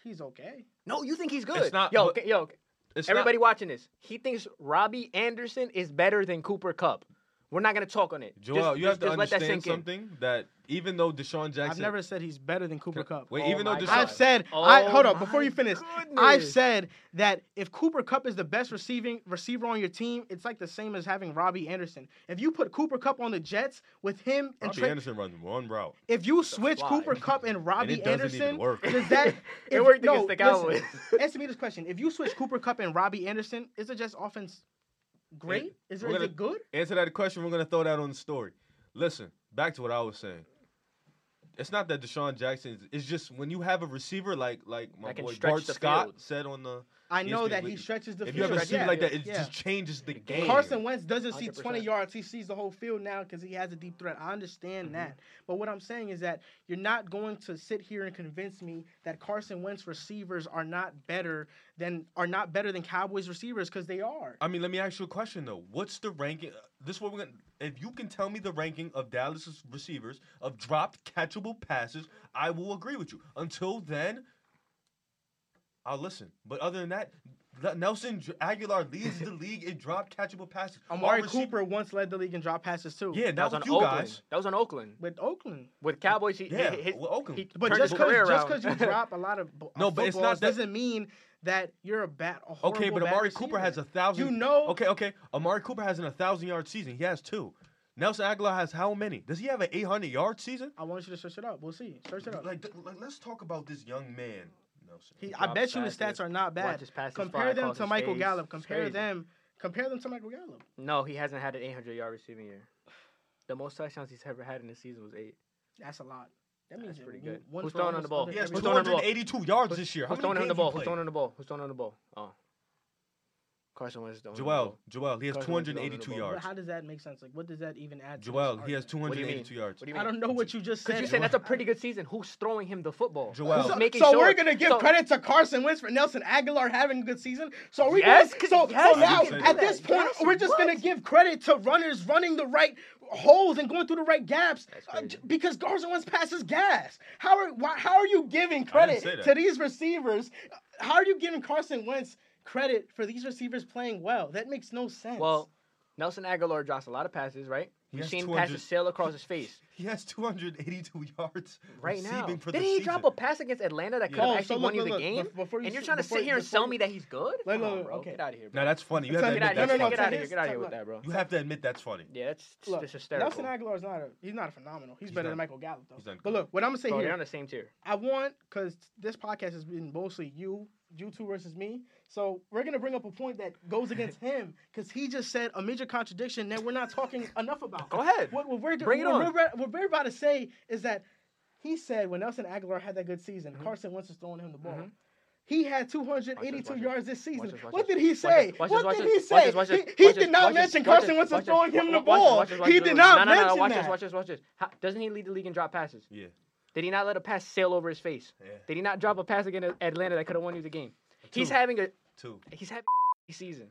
[SPEAKER 1] he's okay?
[SPEAKER 2] No, you think he's good.
[SPEAKER 3] not-
[SPEAKER 2] yo,
[SPEAKER 3] but-
[SPEAKER 2] okay, yo,
[SPEAKER 3] It's not-
[SPEAKER 2] everybody watching this. He thinks Robbie Anderson is better than Cooper Cup. We're not gonna talk on it.
[SPEAKER 3] Joel,
[SPEAKER 2] Just-
[SPEAKER 3] you
[SPEAKER 2] just-
[SPEAKER 3] have to
[SPEAKER 2] just let that
[SPEAKER 3] understand
[SPEAKER 2] sink in.
[SPEAKER 3] something that even though Deshaun Jackson,
[SPEAKER 1] I've never said he's better than Cooper Cup.
[SPEAKER 3] wait,
[SPEAKER 2] Oh
[SPEAKER 3] even though
[SPEAKER 2] my
[SPEAKER 3] Deshaun,
[SPEAKER 2] God.
[SPEAKER 1] I've said
[SPEAKER 2] Oh
[SPEAKER 1] I hold up before
[SPEAKER 2] my
[SPEAKER 1] you finish. I've
[SPEAKER 2] goodness.
[SPEAKER 1] said that if Cooper Cup is the best receiving receiver on your team, it's like the same as having Robbie Anderson. If you put Cooper Cup on the Jets with him and
[SPEAKER 3] Robbie
[SPEAKER 1] Trey,
[SPEAKER 3] Anderson runs one route.
[SPEAKER 1] if you switch
[SPEAKER 2] fly.
[SPEAKER 1] Cooper Cup and
[SPEAKER 3] And
[SPEAKER 1] Robbie
[SPEAKER 3] it doesn't
[SPEAKER 1] Anderson,
[SPEAKER 3] even work.
[SPEAKER 1] does that
[SPEAKER 2] It
[SPEAKER 1] if-
[SPEAKER 2] worked
[SPEAKER 1] no,
[SPEAKER 2] against the
[SPEAKER 1] listen,
[SPEAKER 2] Cowboys.
[SPEAKER 1] answer me this question: If you switch Cooper Cup and Robbie Anderson, is the Jets offense great? Is, there,
[SPEAKER 3] we're
[SPEAKER 1] is
[SPEAKER 3] gonna-
[SPEAKER 1] it good?
[SPEAKER 3] Answer that question. We're gonna throw that on the story. Listen, back to what I was saying. It's not that Deshaun Jackson. is- It's just when you have a receiver like like my
[SPEAKER 2] That can
[SPEAKER 3] boy
[SPEAKER 2] stretch
[SPEAKER 3] Bart
[SPEAKER 2] the
[SPEAKER 3] Scott
[SPEAKER 2] field.
[SPEAKER 3] said on the.
[SPEAKER 1] I
[SPEAKER 3] Yes,
[SPEAKER 1] know
[SPEAKER 3] they-
[SPEAKER 1] that
[SPEAKER 3] we-
[SPEAKER 1] he stretches the
[SPEAKER 3] If you
[SPEAKER 1] field.
[SPEAKER 3] have a
[SPEAKER 2] Stretch
[SPEAKER 3] receiver
[SPEAKER 2] the
[SPEAKER 3] like that,
[SPEAKER 2] field.
[SPEAKER 3] it
[SPEAKER 1] Yeah.
[SPEAKER 3] just changes the game.
[SPEAKER 1] Carson Wentz doesn't see 20
[SPEAKER 2] 100%.
[SPEAKER 1] yards. He sees the whole field now because he has a deep threat. I understand
[SPEAKER 3] Mm-hmm.
[SPEAKER 1] that. But what I'm saying is that you're not going to sit here and convince me that Carson Wentz receivers are not better than are not better than Cowboys receivers because they are.
[SPEAKER 3] I mean, let me ask you a question though. What's the ranking? uh, This what we're gonna. If you can tell me the ranking of Dallas's receivers of dropped catchable passes, I will agree with you. Until then, I'll listen. But other than that, Le- Nelson J- Aguilar leads the league in dropped catchable passes.
[SPEAKER 1] Amari
[SPEAKER 3] Our receiver-
[SPEAKER 1] Cooper once led the league in drop passes too.
[SPEAKER 3] Yeah,
[SPEAKER 2] That
[SPEAKER 3] that
[SPEAKER 2] was on
[SPEAKER 3] was you
[SPEAKER 2] Oakland.
[SPEAKER 3] guys.
[SPEAKER 2] That was on Oakland.
[SPEAKER 1] With Oakland.
[SPEAKER 2] With Cowboys, he,
[SPEAKER 3] Yeah,
[SPEAKER 2] he- his-
[SPEAKER 3] with Oakland.
[SPEAKER 2] he
[SPEAKER 1] But
[SPEAKER 2] turned
[SPEAKER 1] just
[SPEAKER 2] his career
[SPEAKER 1] because just
[SPEAKER 2] around.
[SPEAKER 1] because you drop a lot of b-
[SPEAKER 3] No, but it's not
[SPEAKER 1] footballs
[SPEAKER 3] that-
[SPEAKER 1] doesn't mean that you're a bat. A horrible
[SPEAKER 3] Okay, but
[SPEAKER 1] bad
[SPEAKER 3] Amari Cooper
[SPEAKER 1] receiver.
[SPEAKER 3] has a thousand.
[SPEAKER 1] You know-
[SPEAKER 3] Okay, okay. Amari Cooper has an a thousand yard season. He has two. Nelson Aguilar has how many? Does he have an eight hundred yard season?
[SPEAKER 1] I want you to search it up. We'll see. Search it up.
[SPEAKER 3] Like, th- like, let's talk about this young man. Nelson.
[SPEAKER 1] He, I
[SPEAKER 2] Drop
[SPEAKER 1] bet you the
[SPEAKER 2] passes,
[SPEAKER 1] stats are not
[SPEAKER 2] watch
[SPEAKER 1] bad.
[SPEAKER 2] his passes fly
[SPEAKER 1] Compare them
[SPEAKER 2] across
[SPEAKER 1] to
[SPEAKER 2] his
[SPEAKER 1] Michael
[SPEAKER 2] face.
[SPEAKER 1] Gallup.
[SPEAKER 2] It's
[SPEAKER 1] Compare
[SPEAKER 2] crazy.
[SPEAKER 1] them. Compare them to Michael Gallup.
[SPEAKER 2] No, he hasn't had an 800 yard receiving year. The most touchdowns he's ever had in a season was eight.
[SPEAKER 1] That's a lot. That means
[SPEAKER 2] That's
[SPEAKER 1] you-
[SPEAKER 2] pretty
[SPEAKER 1] you-
[SPEAKER 2] good.
[SPEAKER 1] one
[SPEAKER 2] Who's
[SPEAKER 1] for
[SPEAKER 2] throwing on
[SPEAKER 1] almost
[SPEAKER 2] the ball?
[SPEAKER 1] other
[SPEAKER 3] He has
[SPEAKER 2] Who's
[SPEAKER 1] every-
[SPEAKER 2] throwing on the ball?
[SPEAKER 3] 282 yards this year. How
[SPEAKER 2] Who's
[SPEAKER 3] many
[SPEAKER 2] throwing him the
[SPEAKER 3] games he
[SPEAKER 2] ball? Who's
[SPEAKER 3] played?
[SPEAKER 2] throwing him the ball? Who's throwing him the ball? Oh, Carson Wentz is throwing him the
[SPEAKER 3] Joel,
[SPEAKER 2] ball.
[SPEAKER 3] Joel, he has
[SPEAKER 2] Carson Wentz is throwing
[SPEAKER 3] 282
[SPEAKER 2] the
[SPEAKER 1] But
[SPEAKER 3] yards.
[SPEAKER 1] how does that make sense? Like, what does that even add? to
[SPEAKER 3] Joel,
[SPEAKER 1] this
[SPEAKER 3] he has
[SPEAKER 1] argument?
[SPEAKER 2] do you mean?
[SPEAKER 3] 282 yards.
[SPEAKER 2] What do
[SPEAKER 1] I
[SPEAKER 2] you mean?
[SPEAKER 1] don't know what you just said.
[SPEAKER 2] Because you're saying that's a
[SPEAKER 1] Joel.
[SPEAKER 2] pretty good season. Who's throwing him the football?
[SPEAKER 3] Joel.
[SPEAKER 2] Who's
[SPEAKER 3] So-
[SPEAKER 2] making
[SPEAKER 1] so
[SPEAKER 2] sure?
[SPEAKER 1] we're gonna give
[SPEAKER 2] So-
[SPEAKER 1] credit to Carson Wentz for Nelson Aguilar having a good season. So we
[SPEAKER 2] Yes,
[SPEAKER 1] gonna, so,
[SPEAKER 2] yes,
[SPEAKER 1] so
[SPEAKER 3] you
[SPEAKER 1] now
[SPEAKER 3] can say
[SPEAKER 1] at
[SPEAKER 3] that.
[SPEAKER 1] this point
[SPEAKER 2] Yes,
[SPEAKER 1] we're just
[SPEAKER 2] what?
[SPEAKER 1] gonna give credit to runners running the right holes and going through the right gaps
[SPEAKER 2] That's
[SPEAKER 1] uh, j-
[SPEAKER 2] crazy.
[SPEAKER 1] because Carson Wentz passes gas. How are why, how are you giving
[SPEAKER 3] say
[SPEAKER 1] credit
[SPEAKER 3] that.
[SPEAKER 1] to these receivers? How are you giving Carson Wentz credit for these receivers playing well? That makes no sense.
[SPEAKER 2] Well, Nelson Aguilar drops a lot of passes, right?
[SPEAKER 3] He
[SPEAKER 2] We've
[SPEAKER 3] has
[SPEAKER 2] seen
[SPEAKER 3] 200
[SPEAKER 2] passes sail across his face.
[SPEAKER 3] He has 282 yards
[SPEAKER 2] Right now,
[SPEAKER 3] receiving for
[SPEAKER 2] did
[SPEAKER 3] the
[SPEAKER 2] he
[SPEAKER 3] season.
[SPEAKER 2] drop a pass against Atlanta that could have
[SPEAKER 1] Oh, so
[SPEAKER 2] actually
[SPEAKER 1] look,
[SPEAKER 2] won you
[SPEAKER 1] look,
[SPEAKER 2] the
[SPEAKER 1] look,
[SPEAKER 2] game?
[SPEAKER 1] bef- before you
[SPEAKER 2] and you're
[SPEAKER 1] s-
[SPEAKER 2] trying to
[SPEAKER 1] before-
[SPEAKER 2] sit here and
[SPEAKER 1] before
[SPEAKER 2] sell
[SPEAKER 1] you-
[SPEAKER 2] me that he's good?
[SPEAKER 1] Look,
[SPEAKER 2] Come on,
[SPEAKER 1] look,
[SPEAKER 2] bro.
[SPEAKER 1] okay.
[SPEAKER 2] Get out of here, bro.
[SPEAKER 3] Now that's funny. You have, to
[SPEAKER 1] It's
[SPEAKER 2] Get
[SPEAKER 1] no,
[SPEAKER 2] out
[SPEAKER 3] admit
[SPEAKER 2] of
[SPEAKER 1] no,
[SPEAKER 3] that's
[SPEAKER 2] here.
[SPEAKER 1] no,
[SPEAKER 2] Get
[SPEAKER 3] funny.
[SPEAKER 2] out of
[SPEAKER 1] to
[SPEAKER 2] here.
[SPEAKER 1] his-
[SPEAKER 2] Get out of here
[SPEAKER 1] to-
[SPEAKER 2] with that, bro.
[SPEAKER 3] You have to admit that's funny.
[SPEAKER 2] Yeah, that's
[SPEAKER 1] Look,
[SPEAKER 2] just hysterical.
[SPEAKER 1] Nelson Aguilar is not a he's not a phenomenal. He's,
[SPEAKER 3] He's
[SPEAKER 1] better
[SPEAKER 3] not.
[SPEAKER 1] than Michael Gallup though.
[SPEAKER 3] He's not
[SPEAKER 1] But
[SPEAKER 3] good.
[SPEAKER 1] look, what I'm gonna say
[SPEAKER 2] Bro,
[SPEAKER 1] here
[SPEAKER 2] they're on the same tier.
[SPEAKER 1] I want because this podcast has been mostly you, you two versus me. So we're gonna bring up a point that goes against him because he just said a major contradiction that we're not talking enough about.
[SPEAKER 2] Go ahead.
[SPEAKER 1] What, what we're
[SPEAKER 2] Bring it
[SPEAKER 1] what
[SPEAKER 2] on.
[SPEAKER 1] We're, what we're about to say is that he said when Nelson Aguilar had that good season, Carson Wentz was throwing him the ball.
[SPEAKER 2] Mhm.
[SPEAKER 1] He had 282
[SPEAKER 2] Mm-hmm. Watch this, watch
[SPEAKER 1] yards this season.
[SPEAKER 2] Watch this, watch
[SPEAKER 1] what
[SPEAKER 2] this.
[SPEAKER 1] did he
[SPEAKER 2] Watch
[SPEAKER 1] say?
[SPEAKER 2] this, watch this,
[SPEAKER 1] what
[SPEAKER 2] watch
[SPEAKER 1] did
[SPEAKER 2] this,
[SPEAKER 1] he
[SPEAKER 2] watch
[SPEAKER 1] say?
[SPEAKER 2] this, watch
[SPEAKER 1] he
[SPEAKER 2] this,
[SPEAKER 1] he
[SPEAKER 2] watch
[SPEAKER 1] did
[SPEAKER 2] this,
[SPEAKER 1] not
[SPEAKER 2] watch this,
[SPEAKER 1] mention
[SPEAKER 2] watch this,
[SPEAKER 1] Carson Wentz was
[SPEAKER 2] watch this,
[SPEAKER 1] throwing him the
[SPEAKER 2] watch this,
[SPEAKER 1] ball.
[SPEAKER 2] watch this, watch
[SPEAKER 1] he
[SPEAKER 2] this.
[SPEAKER 1] did not
[SPEAKER 2] no, no,
[SPEAKER 1] mention
[SPEAKER 2] no, no, watch
[SPEAKER 1] that.
[SPEAKER 2] this, watch this, watch this. How, doesn't he lead the league in drop passes?
[SPEAKER 3] Yeah.
[SPEAKER 2] Did he not let a pass sail over his face?
[SPEAKER 3] Yeah.
[SPEAKER 2] Did he not drop a pass against Atlanta that could have won you the game? He's
[SPEAKER 3] two.
[SPEAKER 2] having a
[SPEAKER 3] Two.
[SPEAKER 2] he's having a season.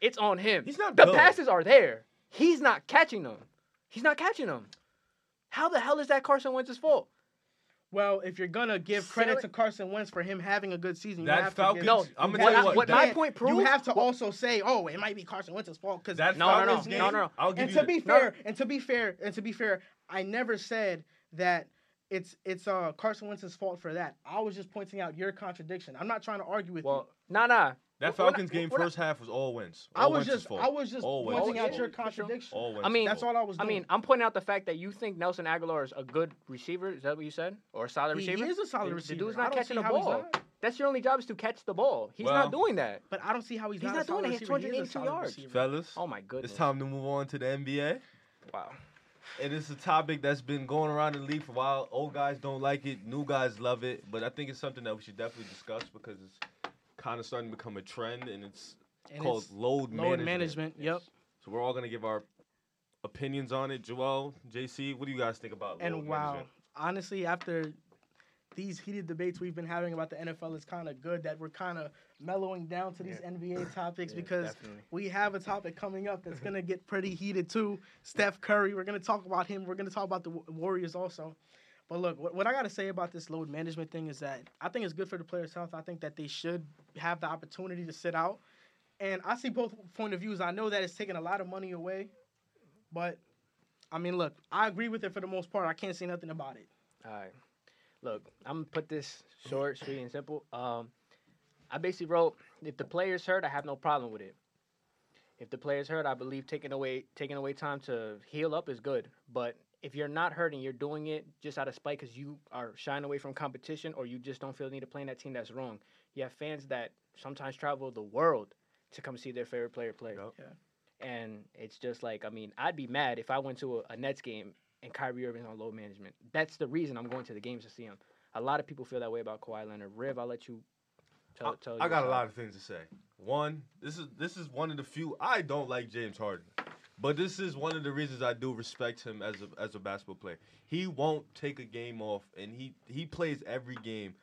[SPEAKER 2] It's on him.
[SPEAKER 3] He's not
[SPEAKER 2] the
[SPEAKER 3] good.
[SPEAKER 2] passes are there. He's not catching them. He's not catching them. How the hell is that Carson Wentz's fault?
[SPEAKER 1] Well, if you're gonna give credit
[SPEAKER 2] Sell it.
[SPEAKER 1] to Carson Wentz for him having a good season, you
[SPEAKER 3] That
[SPEAKER 1] have
[SPEAKER 3] Falcons-
[SPEAKER 1] to
[SPEAKER 2] No,
[SPEAKER 1] give,
[SPEAKER 3] I'ma
[SPEAKER 1] you
[SPEAKER 2] tell you
[SPEAKER 1] have-
[SPEAKER 2] what,
[SPEAKER 1] you
[SPEAKER 2] that-
[SPEAKER 1] can't-
[SPEAKER 2] point
[SPEAKER 1] you
[SPEAKER 2] proves-
[SPEAKER 1] have to also say, oh, it might be Carson Wentz's fault because
[SPEAKER 3] That
[SPEAKER 2] No, no, no,
[SPEAKER 3] Falcons game,
[SPEAKER 2] no, no, no.
[SPEAKER 3] I'll give
[SPEAKER 1] and
[SPEAKER 3] you
[SPEAKER 1] to
[SPEAKER 3] that.
[SPEAKER 1] be
[SPEAKER 2] No.
[SPEAKER 1] fair, and to be fair, and to be fair, I never said that it's it's uh Carson Wentz's fault for that. I was just pointing out your contradiction. I'm not trying to argue with
[SPEAKER 2] Well, nah, nah.
[SPEAKER 3] That
[SPEAKER 2] We're not-
[SPEAKER 3] Falcons game
[SPEAKER 2] we're not-
[SPEAKER 3] first half was all wins.
[SPEAKER 1] you. I
[SPEAKER 3] All
[SPEAKER 1] was
[SPEAKER 3] Wentz's
[SPEAKER 1] just
[SPEAKER 3] fault.
[SPEAKER 1] I was just
[SPEAKER 3] All Wentz's
[SPEAKER 1] pointing out
[SPEAKER 3] fault.
[SPEAKER 1] your
[SPEAKER 2] For sure.
[SPEAKER 1] contradiction.
[SPEAKER 3] All
[SPEAKER 2] I mean-
[SPEAKER 1] That's all I was
[SPEAKER 2] I
[SPEAKER 1] doing.
[SPEAKER 2] mean, I'm pointing out the fact that you think Nelson Aguilar is a good receiver. Is that what you said? Or a solid
[SPEAKER 1] He- he
[SPEAKER 2] receiver?
[SPEAKER 1] is a solid
[SPEAKER 2] The-
[SPEAKER 1] receiver.
[SPEAKER 2] The dude's
[SPEAKER 1] I
[SPEAKER 2] not
[SPEAKER 1] don't
[SPEAKER 2] catching
[SPEAKER 1] see
[SPEAKER 2] the
[SPEAKER 1] how he's
[SPEAKER 2] ball.
[SPEAKER 1] not.
[SPEAKER 2] That's your only job is to catch the ball. He's
[SPEAKER 3] Well-
[SPEAKER 2] not doing that.
[SPEAKER 1] but I don't see how he's,
[SPEAKER 2] He's
[SPEAKER 1] a
[SPEAKER 2] not doing
[SPEAKER 1] solid
[SPEAKER 2] it. He had
[SPEAKER 1] receiver. He is a
[SPEAKER 2] 282
[SPEAKER 1] solid
[SPEAKER 2] yards.
[SPEAKER 1] receiver.
[SPEAKER 3] Fellas,
[SPEAKER 2] Oh my goodness.
[SPEAKER 3] it's time to move on to the NBA.
[SPEAKER 2] Wow.
[SPEAKER 3] And it's a topic that's been going around in the league for a while. Old guys don't like it, new guys love it, but I think it's something that we should definitely discuss because it's kind of starting to become a trend and it's
[SPEAKER 1] And
[SPEAKER 3] called
[SPEAKER 1] it's
[SPEAKER 3] load,
[SPEAKER 1] load
[SPEAKER 3] management.
[SPEAKER 1] management. Yep.
[SPEAKER 3] So we're all gonna give our opinions on it. Joel, JC, what do you guys think about
[SPEAKER 1] And
[SPEAKER 3] load
[SPEAKER 1] wow,
[SPEAKER 3] management?
[SPEAKER 1] honestly, after these heated debates we've been having about the NFL, it's kind of good that we're kind of mellowing down to these NBA topics
[SPEAKER 2] Yeah,
[SPEAKER 1] because
[SPEAKER 2] definitely.
[SPEAKER 1] we have a topic coming up that's gonna get pretty heated too. Steph Curry, we're gonna talk about him. We're gonna talk about the Wa- Warriors also. But look, what, what I gotta say about this load management thing is that I think it's good for the players' health. I think that they should have the opportunity to sit out. And I see both point of views. I know that it's taking a lot of money away But I mean, look, I agree with it for the most part. I can't say nothing about it.
[SPEAKER 2] All right. Look, I'm gonna put this short, sweet, and simple. Um, I basically wrote, if the players hurt, I have no problem with it. If the players hurt, I believe taking away taking away time to heal up is good. But if you're not hurting, you're doing it just out of spite because you are shying away from competition, or you just don't feel the need to play in that team. That's wrong. You have fans that sometimes travel the world to come see their favorite player play.
[SPEAKER 3] Yup.
[SPEAKER 1] Yeah.
[SPEAKER 2] And it's just like, I mean, I'd be mad if I went to a, a Nets game and Kyrie Irving's on load management. That's the reason I'm going to the games to see him. A lot of people feel that way about Kawhi Leonard. Riv, I'll let you tell. tell
[SPEAKER 3] I
[SPEAKER 2] your
[SPEAKER 3] got a
[SPEAKER 2] side.
[SPEAKER 3] lot of things to say. One, this is this is one of the few I don't like James Harden, but this is one of the reasons I do respect him as a as a basketball player. He won't take a game off, and he he plays every game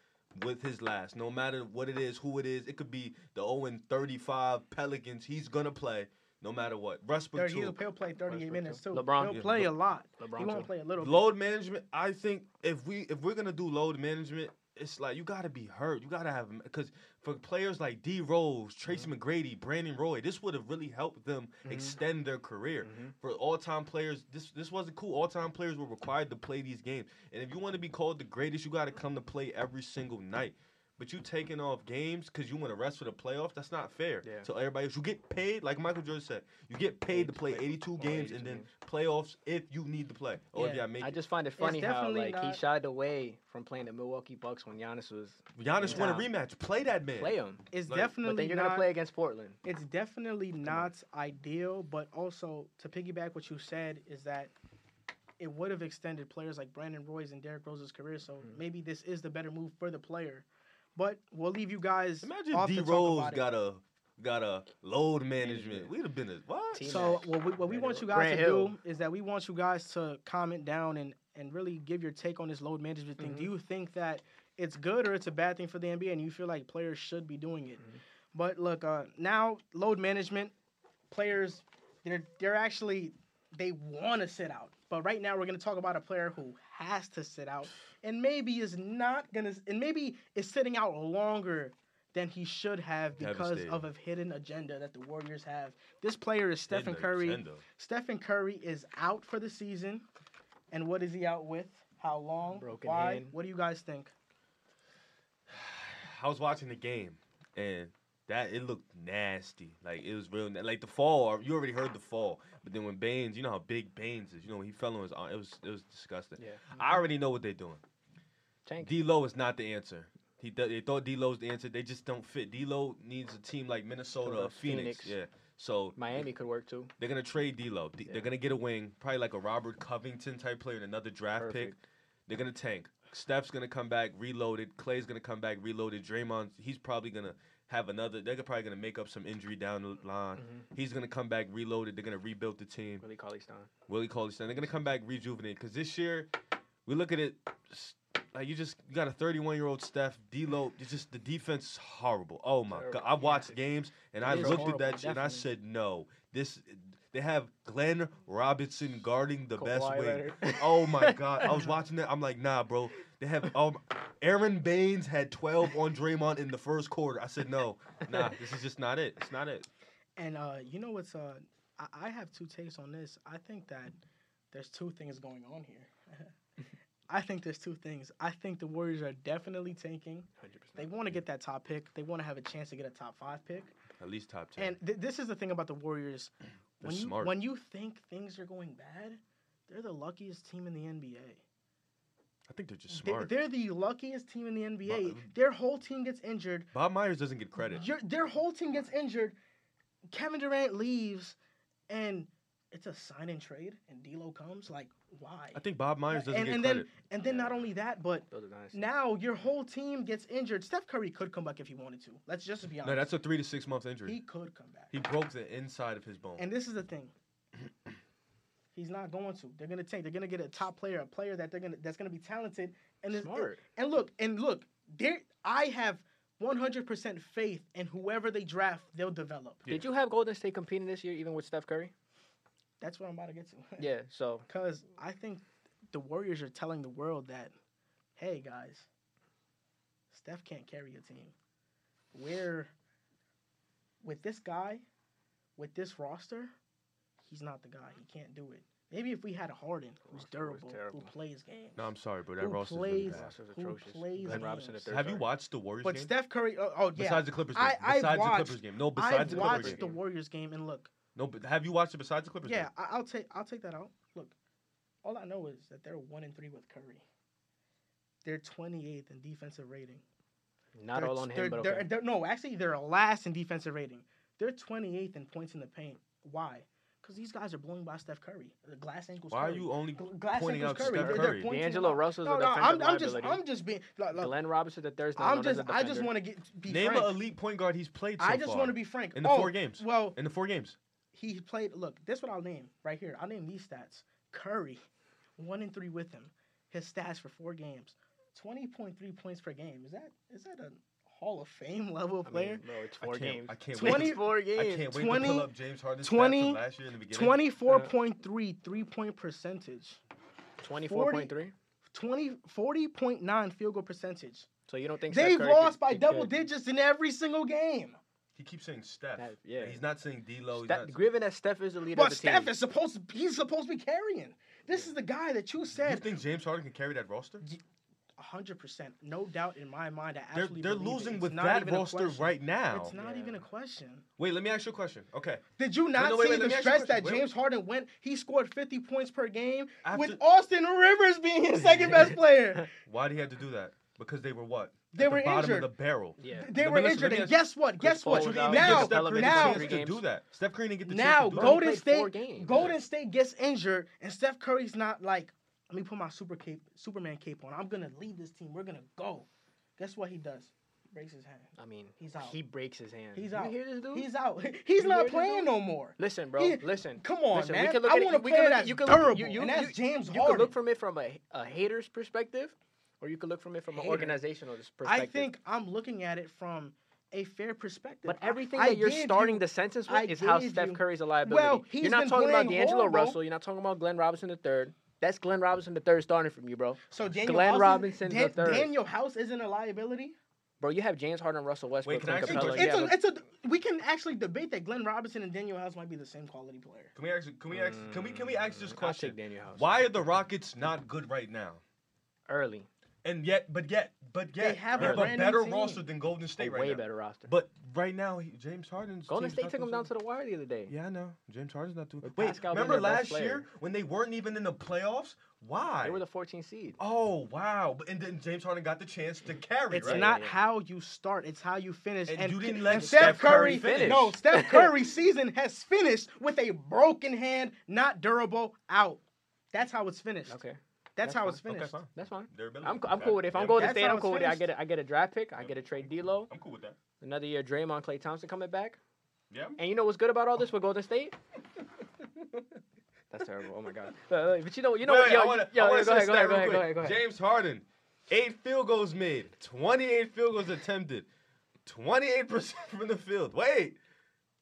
[SPEAKER 3] with his last, no matter what it is, who it is. It could be the 0 and 35 Pelicans. He's gonna play no matter what. Respect
[SPEAKER 1] Thirty, he'll,
[SPEAKER 3] to
[SPEAKER 1] he'll play 38
[SPEAKER 2] Westbrook
[SPEAKER 1] minutes too.
[SPEAKER 2] LeBron.
[SPEAKER 1] he'll
[SPEAKER 3] Yeah,
[SPEAKER 1] play
[SPEAKER 3] Le-
[SPEAKER 1] a lot.
[SPEAKER 2] LeBron
[SPEAKER 1] he won't
[SPEAKER 2] too.
[SPEAKER 1] play a little. bit.
[SPEAKER 3] load management. I think if we if we're gonna do load management. It's like you gotta be hurt. You gotta have because for players like D Rose,
[SPEAKER 1] Mm-hmm.
[SPEAKER 3] Tracy McGrady, Brandon Roy, this would have really helped them
[SPEAKER 2] Mhm.
[SPEAKER 3] extend their
[SPEAKER 1] Mm-hmm.
[SPEAKER 3] career.
[SPEAKER 2] Mhm.
[SPEAKER 3] For all time players, this this wasn't cool. All time players were required to play these games, and if you want to be called the greatest, you got to come to play every single night. But you taking off games because you want to rest for the playoffs, that's not fair.
[SPEAKER 2] Yeah.
[SPEAKER 3] So everybody else, you get paid, like Michael Jordan said, you get paid to play 82
[SPEAKER 2] Or
[SPEAKER 3] games
[SPEAKER 2] 82
[SPEAKER 3] and then
[SPEAKER 2] games.
[SPEAKER 3] playoffs if you need to play or if
[SPEAKER 1] Yeah,
[SPEAKER 3] y'all make
[SPEAKER 2] I
[SPEAKER 3] it.
[SPEAKER 2] just find it funny how
[SPEAKER 1] definitely
[SPEAKER 2] like
[SPEAKER 1] not-
[SPEAKER 2] he shied away from playing the Milwaukee Bucks when Giannis was
[SPEAKER 3] Giannis won a
[SPEAKER 2] Nah.
[SPEAKER 3] rematch. Play that man.
[SPEAKER 2] play him,
[SPEAKER 1] It's
[SPEAKER 3] Like-
[SPEAKER 1] definitely
[SPEAKER 2] but then you're
[SPEAKER 1] not.
[SPEAKER 2] gonna play against Portland.
[SPEAKER 1] it's definitely
[SPEAKER 2] on.
[SPEAKER 1] not ideal, but also to piggyback what you said is that it would have extended players like Brandon Roy's and Derrick Rose's career. So
[SPEAKER 3] Mm-hmm.
[SPEAKER 2] Mhm.
[SPEAKER 1] maybe this is the better move for the player. But we'll leave you guys.
[SPEAKER 3] Imagine
[SPEAKER 1] off
[SPEAKER 3] D
[SPEAKER 1] to talk
[SPEAKER 3] Rose
[SPEAKER 1] about it.
[SPEAKER 3] got a got a load management. We'd have been a what?
[SPEAKER 2] Team
[SPEAKER 1] So
[SPEAKER 2] match.
[SPEAKER 1] what we, what we
[SPEAKER 2] Brandon
[SPEAKER 1] want you
[SPEAKER 2] Ro-
[SPEAKER 1] guys
[SPEAKER 2] Grant
[SPEAKER 1] to
[SPEAKER 2] Hill.
[SPEAKER 1] do is that we want you guys to comment down and and really give your take on this load management thing. Do
[SPEAKER 2] Mm-hmm.
[SPEAKER 1] you think that it's good or it's a bad thing for the NBA, and you feel like players should be doing it?
[SPEAKER 2] Mhm.
[SPEAKER 1] But look, uh, now load management players they're they're actually they want to sit out. But right now we're going to talk about a player who has to sit out and maybe is not going to and maybe is sitting out longer than he should have because
[SPEAKER 3] Devastating.
[SPEAKER 1] of a hidden agenda that the Warriors have. This player is Stephen
[SPEAKER 3] Sendo,
[SPEAKER 1] Curry.
[SPEAKER 3] Sendo.
[SPEAKER 1] Stephen Curry is out for the season. And what is he out with? How long?
[SPEAKER 2] Broken
[SPEAKER 1] Why?
[SPEAKER 2] hand.
[SPEAKER 1] What do you guys think?
[SPEAKER 3] I was watching the game and that it looked nasty. Like it was real. na- Like the fall. You already heard the fall, but then when Baines, you know how big Baines is. You know when he fell on his arm, it was it was disgusting.
[SPEAKER 2] Yeah,
[SPEAKER 3] I already know what they're doing.
[SPEAKER 2] Tank.
[SPEAKER 3] D Lo is not the answer. He th- they thought D Lo's the answer. They just don't fit. D Lo needs a team like Minnesota or Phoenix.
[SPEAKER 2] Phoenix.
[SPEAKER 3] Yeah. So
[SPEAKER 2] Miami could work too.
[SPEAKER 3] They're gonna trade D'Lo. D-
[SPEAKER 2] Yeah.
[SPEAKER 3] They're gonna get a wing, probably like a Robert Covington type player and another draft pick.
[SPEAKER 2] Perfect.
[SPEAKER 3] They're gonna tank. Steph's gonna come back reloaded. Clay's gonna come back reloaded. Draymond, he's probably gonna have another. They're probably gonna make up some injury down the line.
[SPEAKER 2] Mm.
[SPEAKER 3] He's gonna come back reloaded. They're gonna rebuild the team.
[SPEAKER 2] Willie Cauley Stein.
[SPEAKER 3] Willie Cauley Stein. They're gonna come back rejuvenated because this year we look at it s- like you just you got a 31 year old Steph D'Lo. It's just the defense is horrible. Oh my
[SPEAKER 2] Terrible.
[SPEAKER 3] god! I watched
[SPEAKER 2] Yeah.
[SPEAKER 3] games and
[SPEAKER 1] It
[SPEAKER 3] I
[SPEAKER 1] is
[SPEAKER 3] looked
[SPEAKER 1] horrible,
[SPEAKER 3] at that shit and I
[SPEAKER 1] definitely.
[SPEAKER 3] said no. This they have Glenn Robinson guarding the best
[SPEAKER 2] Kawhi
[SPEAKER 3] wing.
[SPEAKER 2] Leonard.
[SPEAKER 3] Oh my god! I was watching that. I'm like, nah, bro. They have um, Aaron Baines had 12 on Draymond in the first quarter. I said no, nah. This is just not it. It's not it.
[SPEAKER 1] And uh, you know what's uh, I, I have two takes on this. I think that there's two things going on here. I think there's two things. I think the Warriors are definitely tanking.
[SPEAKER 2] 100%.
[SPEAKER 1] They want to get that top pick. They want to have a chance to get a top five pick.
[SPEAKER 3] At least top 10.
[SPEAKER 1] And th- this is the thing about the Warriors.
[SPEAKER 3] They're
[SPEAKER 1] When you
[SPEAKER 3] smart.
[SPEAKER 1] when you think things are going bad, they're the luckiest team in the NBA.
[SPEAKER 3] I think they're just
[SPEAKER 1] They-
[SPEAKER 3] smart.
[SPEAKER 1] They're the luckiest team in the NBA.
[SPEAKER 3] But-
[SPEAKER 1] Their whole team gets injured.
[SPEAKER 3] Bob Myers doesn't get credit.
[SPEAKER 1] Your, their whole team gets injured. Kevin Durant leaves, and it's a sign and trade. And D'Lo comes. Like why?
[SPEAKER 3] I think Bob Myers doesn't
[SPEAKER 1] and,
[SPEAKER 3] get
[SPEAKER 1] and
[SPEAKER 3] credit.
[SPEAKER 1] then and then
[SPEAKER 2] Yeah.
[SPEAKER 1] not only that, but
[SPEAKER 2] Build a dynasty.
[SPEAKER 1] now your whole team gets injured. Steph Curry could come back if he wanted to. Let's just be honest.
[SPEAKER 3] no, that's a three to six month injury.
[SPEAKER 1] he
[SPEAKER 3] He,
[SPEAKER 1] could come back.
[SPEAKER 3] broke the inside of his bone.
[SPEAKER 1] And this is the thing. He's not going to. They're gonna take. They're gonna get a top player, a player that they're gonna that's gonna be talented. And it's-
[SPEAKER 2] Smart.
[SPEAKER 1] And look, and look, there I have 100% faith in whoever they draft, they'll develop.
[SPEAKER 3] Yeah.
[SPEAKER 2] Did you have Golden State competing this year, even with Steph Curry?
[SPEAKER 1] That's what I'm about to get to.
[SPEAKER 2] Yeah. So
[SPEAKER 1] Cuz I think the Warriors are telling the world that hey guys, Steph can't carry a team. We're with this guy, with this roster, he's not the guy. He can't do it. Maybe if we had Harden, who's
[SPEAKER 2] Russell was
[SPEAKER 1] durable, who
[SPEAKER 2] terrible.
[SPEAKER 1] plays games.
[SPEAKER 3] No, I'm sorry, bro. That
[SPEAKER 1] Who
[SPEAKER 3] roster's really
[SPEAKER 1] plays-
[SPEAKER 3] bad.
[SPEAKER 2] Roster's
[SPEAKER 1] who
[SPEAKER 2] atrocious.
[SPEAKER 1] plays
[SPEAKER 2] Glenn Robinson
[SPEAKER 1] games?
[SPEAKER 2] the third
[SPEAKER 3] Have you
[SPEAKER 2] starter.
[SPEAKER 3] watched the Warriors
[SPEAKER 1] but
[SPEAKER 3] game?
[SPEAKER 1] Steph Curry. Oh, oh yeah.
[SPEAKER 3] besides the Clippers
[SPEAKER 1] I-
[SPEAKER 3] game.
[SPEAKER 1] I've
[SPEAKER 3] Besides the Clippers
[SPEAKER 1] watched-
[SPEAKER 3] game. No,
[SPEAKER 1] I've
[SPEAKER 3] besides the Clippers
[SPEAKER 1] watched
[SPEAKER 3] game.
[SPEAKER 1] the Warriors game and look.
[SPEAKER 3] No, but have you watched it besides the Clippers
[SPEAKER 1] Yeah,
[SPEAKER 3] game?
[SPEAKER 1] I, I'll take I'll take that out. Look, all I know is that they're one and three with Curry. They're 28th in defensive rating.
[SPEAKER 2] Not
[SPEAKER 1] they're,
[SPEAKER 2] all on
[SPEAKER 1] they're-
[SPEAKER 2] him, but
[SPEAKER 1] they're-
[SPEAKER 2] okay.
[SPEAKER 1] they're- no, actually, they're last in defensive rating. They're 28th in points in the paint. Why? Because these guys are blowing by Steph Curry. The glass ankles.
[SPEAKER 3] Why are
[SPEAKER 1] Curry.
[SPEAKER 3] you only
[SPEAKER 1] Gl- glass
[SPEAKER 3] pointing
[SPEAKER 1] ankles
[SPEAKER 3] out
[SPEAKER 1] Curry?
[SPEAKER 3] Steph
[SPEAKER 1] They're-
[SPEAKER 3] Curry?
[SPEAKER 1] They're pointing
[SPEAKER 2] D'Angelo
[SPEAKER 1] out-
[SPEAKER 2] Russell's
[SPEAKER 1] No,
[SPEAKER 2] a
[SPEAKER 1] no, I'm,
[SPEAKER 2] defensive
[SPEAKER 1] I'm just
[SPEAKER 2] liability.
[SPEAKER 1] I'm just being. Look, look,
[SPEAKER 2] Glenn Robinson's the third starter.
[SPEAKER 1] I'm just I just want to get be
[SPEAKER 3] name
[SPEAKER 1] frank.
[SPEAKER 3] an elite point guard he's played so
[SPEAKER 1] I just
[SPEAKER 3] far
[SPEAKER 1] want to be frank.
[SPEAKER 3] in the
[SPEAKER 1] oh,
[SPEAKER 3] four games.
[SPEAKER 1] Well,
[SPEAKER 3] In the four games,
[SPEAKER 1] he played. Look, this what I'll name right here. I'll name these stats. Curry, one and three with him. His stats for four games, twenty point three points per game. Is that is that a Hall of Fame level
[SPEAKER 2] I
[SPEAKER 1] player?
[SPEAKER 2] mean, bro, it's
[SPEAKER 3] I
[SPEAKER 2] four
[SPEAKER 3] can't-
[SPEAKER 2] games.
[SPEAKER 3] I can't wait.
[SPEAKER 1] 20
[SPEAKER 3] to-
[SPEAKER 2] four
[SPEAKER 3] I
[SPEAKER 2] games.
[SPEAKER 3] can't wait
[SPEAKER 1] 20
[SPEAKER 3] to pull up James Harden's
[SPEAKER 1] 20
[SPEAKER 3] stats from last year in the beginning.
[SPEAKER 1] Twenty four point three three point percentage.
[SPEAKER 2] 24.3.
[SPEAKER 1] 20, 40.9 field goal percentage.
[SPEAKER 2] So you don't think Steph
[SPEAKER 1] They've
[SPEAKER 2] Curry
[SPEAKER 1] lost
[SPEAKER 2] could-
[SPEAKER 1] by
[SPEAKER 2] could-
[SPEAKER 1] double
[SPEAKER 2] could-
[SPEAKER 1] digits in every single game.
[SPEAKER 3] He keeps saying Steph.
[SPEAKER 2] That- yeah.
[SPEAKER 3] He's not saying D'Lo. he's
[SPEAKER 2] Steph,
[SPEAKER 3] not-
[SPEAKER 2] given that Steph is the leader
[SPEAKER 1] But
[SPEAKER 2] of the
[SPEAKER 1] Steph
[SPEAKER 2] team,
[SPEAKER 1] is supposed to he's supposed to be carrying. This is the guy that you
[SPEAKER 3] you
[SPEAKER 1] said
[SPEAKER 3] think James Harden can carry that roster?
[SPEAKER 1] hundred percent, no doubt in my mind. I
[SPEAKER 3] They're,
[SPEAKER 1] absolutely
[SPEAKER 3] they're
[SPEAKER 1] believe it.
[SPEAKER 3] losing
[SPEAKER 1] It's
[SPEAKER 3] with
[SPEAKER 1] not
[SPEAKER 3] that
[SPEAKER 1] even a
[SPEAKER 3] roster
[SPEAKER 1] question.
[SPEAKER 3] right now.
[SPEAKER 1] It's not
[SPEAKER 2] Yeah.
[SPEAKER 1] even a question.
[SPEAKER 3] Wait, let me ask you a question. Okay.
[SPEAKER 1] Did you not
[SPEAKER 3] no, wait,
[SPEAKER 1] see
[SPEAKER 3] wait, let
[SPEAKER 1] the
[SPEAKER 3] me ask you a
[SPEAKER 1] stress that
[SPEAKER 3] question. Wait,
[SPEAKER 1] James Harden went? He scored fifty points per game with
[SPEAKER 3] After-
[SPEAKER 1] Austin Rivers being his second best player.
[SPEAKER 3] Why did he have to do that? Because they were what?
[SPEAKER 1] They
[SPEAKER 3] At
[SPEAKER 1] were
[SPEAKER 3] the bottom
[SPEAKER 1] injured.
[SPEAKER 3] of the barrel.
[SPEAKER 2] yeah.
[SPEAKER 1] They
[SPEAKER 3] Let
[SPEAKER 1] were
[SPEAKER 3] me- listen,
[SPEAKER 1] injured,
[SPEAKER 3] let me
[SPEAKER 1] and
[SPEAKER 3] ask-
[SPEAKER 1] guess what? Guess
[SPEAKER 2] Paul
[SPEAKER 1] what?
[SPEAKER 2] was
[SPEAKER 3] You
[SPEAKER 2] out.
[SPEAKER 3] didn't even
[SPEAKER 1] Now,
[SPEAKER 3] get Steph Curry
[SPEAKER 1] now,
[SPEAKER 3] the chance to do that. Steph Curry didn't get the
[SPEAKER 1] now
[SPEAKER 3] chance to do
[SPEAKER 2] Go
[SPEAKER 3] that.
[SPEAKER 1] Golden
[SPEAKER 2] played
[SPEAKER 1] State,
[SPEAKER 2] four games.
[SPEAKER 1] Golden State gets injured, and Steph Curry's not like, let me put my super cape, Superman cape on. I'm gonna lead this team. We're gonna go. Guess what he does? Breaks his hand.
[SPEAKER 2] I mean,
[SPEAKER 1] He's out.
[SPEAKER 2] he breaks his hand.
[SPEAKER 1] He's
[SPEAKER 2] You
[SPEAKER 1] out.
[SPEAKER 2] hear this dude?
[SPEAKER 1] He's out. He's
[SPEAKER 2] You
[SPEAKER 1] not
[SPEAKER 2] heard it,
[SPEAKER 1] playing
[SPEAKER 2] though?
[SPEAKER 1] no more.
[SPEAKER 2] Listen, bro.
[SPEAKER 1] He-
[SPEAKER 2] listen.
[SPEAKER 1] Come on,
[SPEAKER 2] listen,
[SPEAKER 1] man.
[SPEAKER 2] We can look
[SPEAKER 1] I
[SPEAKER 2] at it.
[SPEAKER 1] want a
[SPEAKER 2] we can
[SPEAKER 1] player
[SPEAKER 2] look
[SPEAKER 1] that's
[SPEAKER 2] at, you can
[SPEAKER 1] durable,
[SPEAKER 2] Look, you, you,
[SPEAKER 1] and that's
[SPEAKER 2] you,
[SPEAKER 1] James
[SPEAKER 2] you
[SPEAKER 1] Harden.
[SPEAKER 2] can look from it from a, a hater's perspective, or you can look from it from an
[SPEAKER 1] Hater.
[SPEAKER 2] organizational perspective.
[SPEAKER 1] I think I'm looking at it from a fair perspective.
[SPEAKER 2] But
[SPEAKER 1] I-
[SPEAKER 2] everything
[SPEAKER 1] I
[SPEAKER 2] that you're
[SPEAKER 1] gave
[SPEAKER 2] starting
[SPEAKER 1] you-
[SPEAKER 2] the sentence
[SPEAKER 1] I
[SPEAKER 2] with is how
[SPEAKER 1] gave
[SPEAKER 2] Steph
[SPEAKER 1] you-
[SPEAKER 2] Curry's a liability.
[SPEAKER 1] Well, he's
[SPEAKER 2] you're not
[SPEAKER 1] been
[SPEAKER 2] talking about
[SPEAKER 1] playing
[SPEAKER 2] D'Angelo
[SPEAKER 1] horrible.
[SPEAKER 2] Russell. You're not talking about Glenn Robinson III. That's Glenn Robinson III starting from you, bro.
[SPEAKER 1] so Daniel
[SPEAKER 2] Glenn
[SPEAKER 1] House
[SPEAKER 2] Robinson
[SPEAKER 1] is,
[SPEAKER 2] the third.
[SPEAKER 1] Daniel House isn't a liability.
[SPEAKER 2] Bro, you have James Harden, Russell Westbrook,
[SPEAKER 3] can I
[SPEAKER 2] Clint
[SPEAKER 3] ask you a
[SPEAKER 2] Capella.
[SPEAKER 1] It's,
[SPEAKER 3] question?
[SPEAKER 2] yeah,
[SPEAKER 1] a,
[SPEAKER 2] but-
[SPEAKER 1] it's a. We can actually debate that Glenn Robinson and Daniel House might be the same quality player.
[SPEAKER 3] Can we ask? Can we ask? Can we? Can we ask this
[SPEAKER 2] Mm, I'll take
[SPEAKER 3] question?
[SPEAKER 2] Daniel House.
[SPEAKER 3] Why are the Rockets not good right now?
[SPEAKER 2] Early.
[SPEAKER 3] And yet, but yet, but yet,
[SPEAKER 1] have
[SPEAKER 2] a
[SPEAKER 3] they have a
[SPEAKER 1] brand new
[SPEAKER 3] better
[SPEAKER 1] team.
[SPEAKER 3] roster than Golden State
[SPEAKER 2] A
[SPEAKER 3] right
[SPEAKER 2] way
[SPEAKER 3] now.
[SPEAKER 2] better roster.
[SPEAKER 3] But right now, he, James Harden's.
[SPEAKER 2] Golden
[SPEAKER 3] team's
[SPEAKER 2] State
[SPEAKER 3] not
[SPEAKER 2] took him down
[SPEAKER 3] doing so-
[SPEAKER 2] to the wire the other day.
[SPEAKER 3] Yeah, I know. James Harden's not doing.
[SPEAKER 2] With
[SPEAKER 3] Wait,
[SPEAKER 2] Pascal being
[SPEAKER 3] remember
[SPEAKER 2] their best
[SPEAKER 3] last year
[SPEAKER 2] player.
[SPEAKER 3] when they weren't even in the playoffs? Why?
[SPEAKER 2] They were the 14 seed.
[SPEAKER 3] oh wow! But- And then James Harden got the chance to carry.
[SPEAKER 1] It's
[SPEAKER 3] right?
[SPEAKER 1] not
[SPEAKER 2] Yeah, yeah.
[SPEAKER 1] how you start; it's how you finish.
[SPEAKER 3] And
[SPEAKER 1] And,
[SPEAKER 3] you didn't let
[SPEAKER 1] and
[SPEAKER 3] Steph Curry finish.
[SPEAKER 1] No, Steph Curry season has finished with a broken hand, not durable, out. That's how it's finished.
[SPEAKER 2] Okay,
[SPEAKER 1] That's,
[SPEAKER 2] That's
[SPEAKER 1] how
[SPEAKER 2] fine.
[SPEAKER 1] it's finished.
[SPEAKER 3] Okay, fine.
[SPEAKER 2] that's fine.
[SPEAKER 3] Their ability.
[SPEAKER 2] I'm, co- I'm
[SPEAKER 3] Okay.
[SPEAKER 2] cool with it. If I'm
[SPEAKER 3] Yeah,
[SPEAKER 2] Golden
[SPEAKER 1] That's
[SPEAKER 2] State,
[SPEAKER 1] how
[SPEAKER 2] I'm
[SPEAKER 1] it's
[SPEAKER 2] cool with it. I
[SPEAKER 1] finished.
[SPEAKER 2] get a, I get a draft pick. I get a trade D'Lo.
[SPEAKER 3] I'm cool with that.
[SPEAKER 2] Another year, Draymond, Clay Thompson coming back.
[SPEAKER 3] Yeah.
[SPEAKER 2] And you know what's good about all this with Golden State? That's terrible. Oh my god. Uh, but you know, you know,
[SPEAKER 3] Wait,
[SPEAKER 2] what?
[SPEAKER 3] wait,
[SPEAKER 2] yo,
[SPEAKER 3] I wanna,
[SPEAKER 2] yo,
[SPEAKER 3] I
[SPEAKER 2] yo,
[SPEAKER 3] wanna
[SPEAKER 2] go
[SPEAKER 3] say
[SPEAKER 2] ahead, go
[SPEAKER 3] stat
[SPEAKER 2] ahead, go
[SPEAKER 3] real
[SPEAKER 2] ahead,
[SPEAKER 3] quick.
[SPEAKER 2] go ahead, go ahead.
[SPEAKER 3] James Harden, eight field goals made, 28 field goals attempted, 28% from the field. Wait,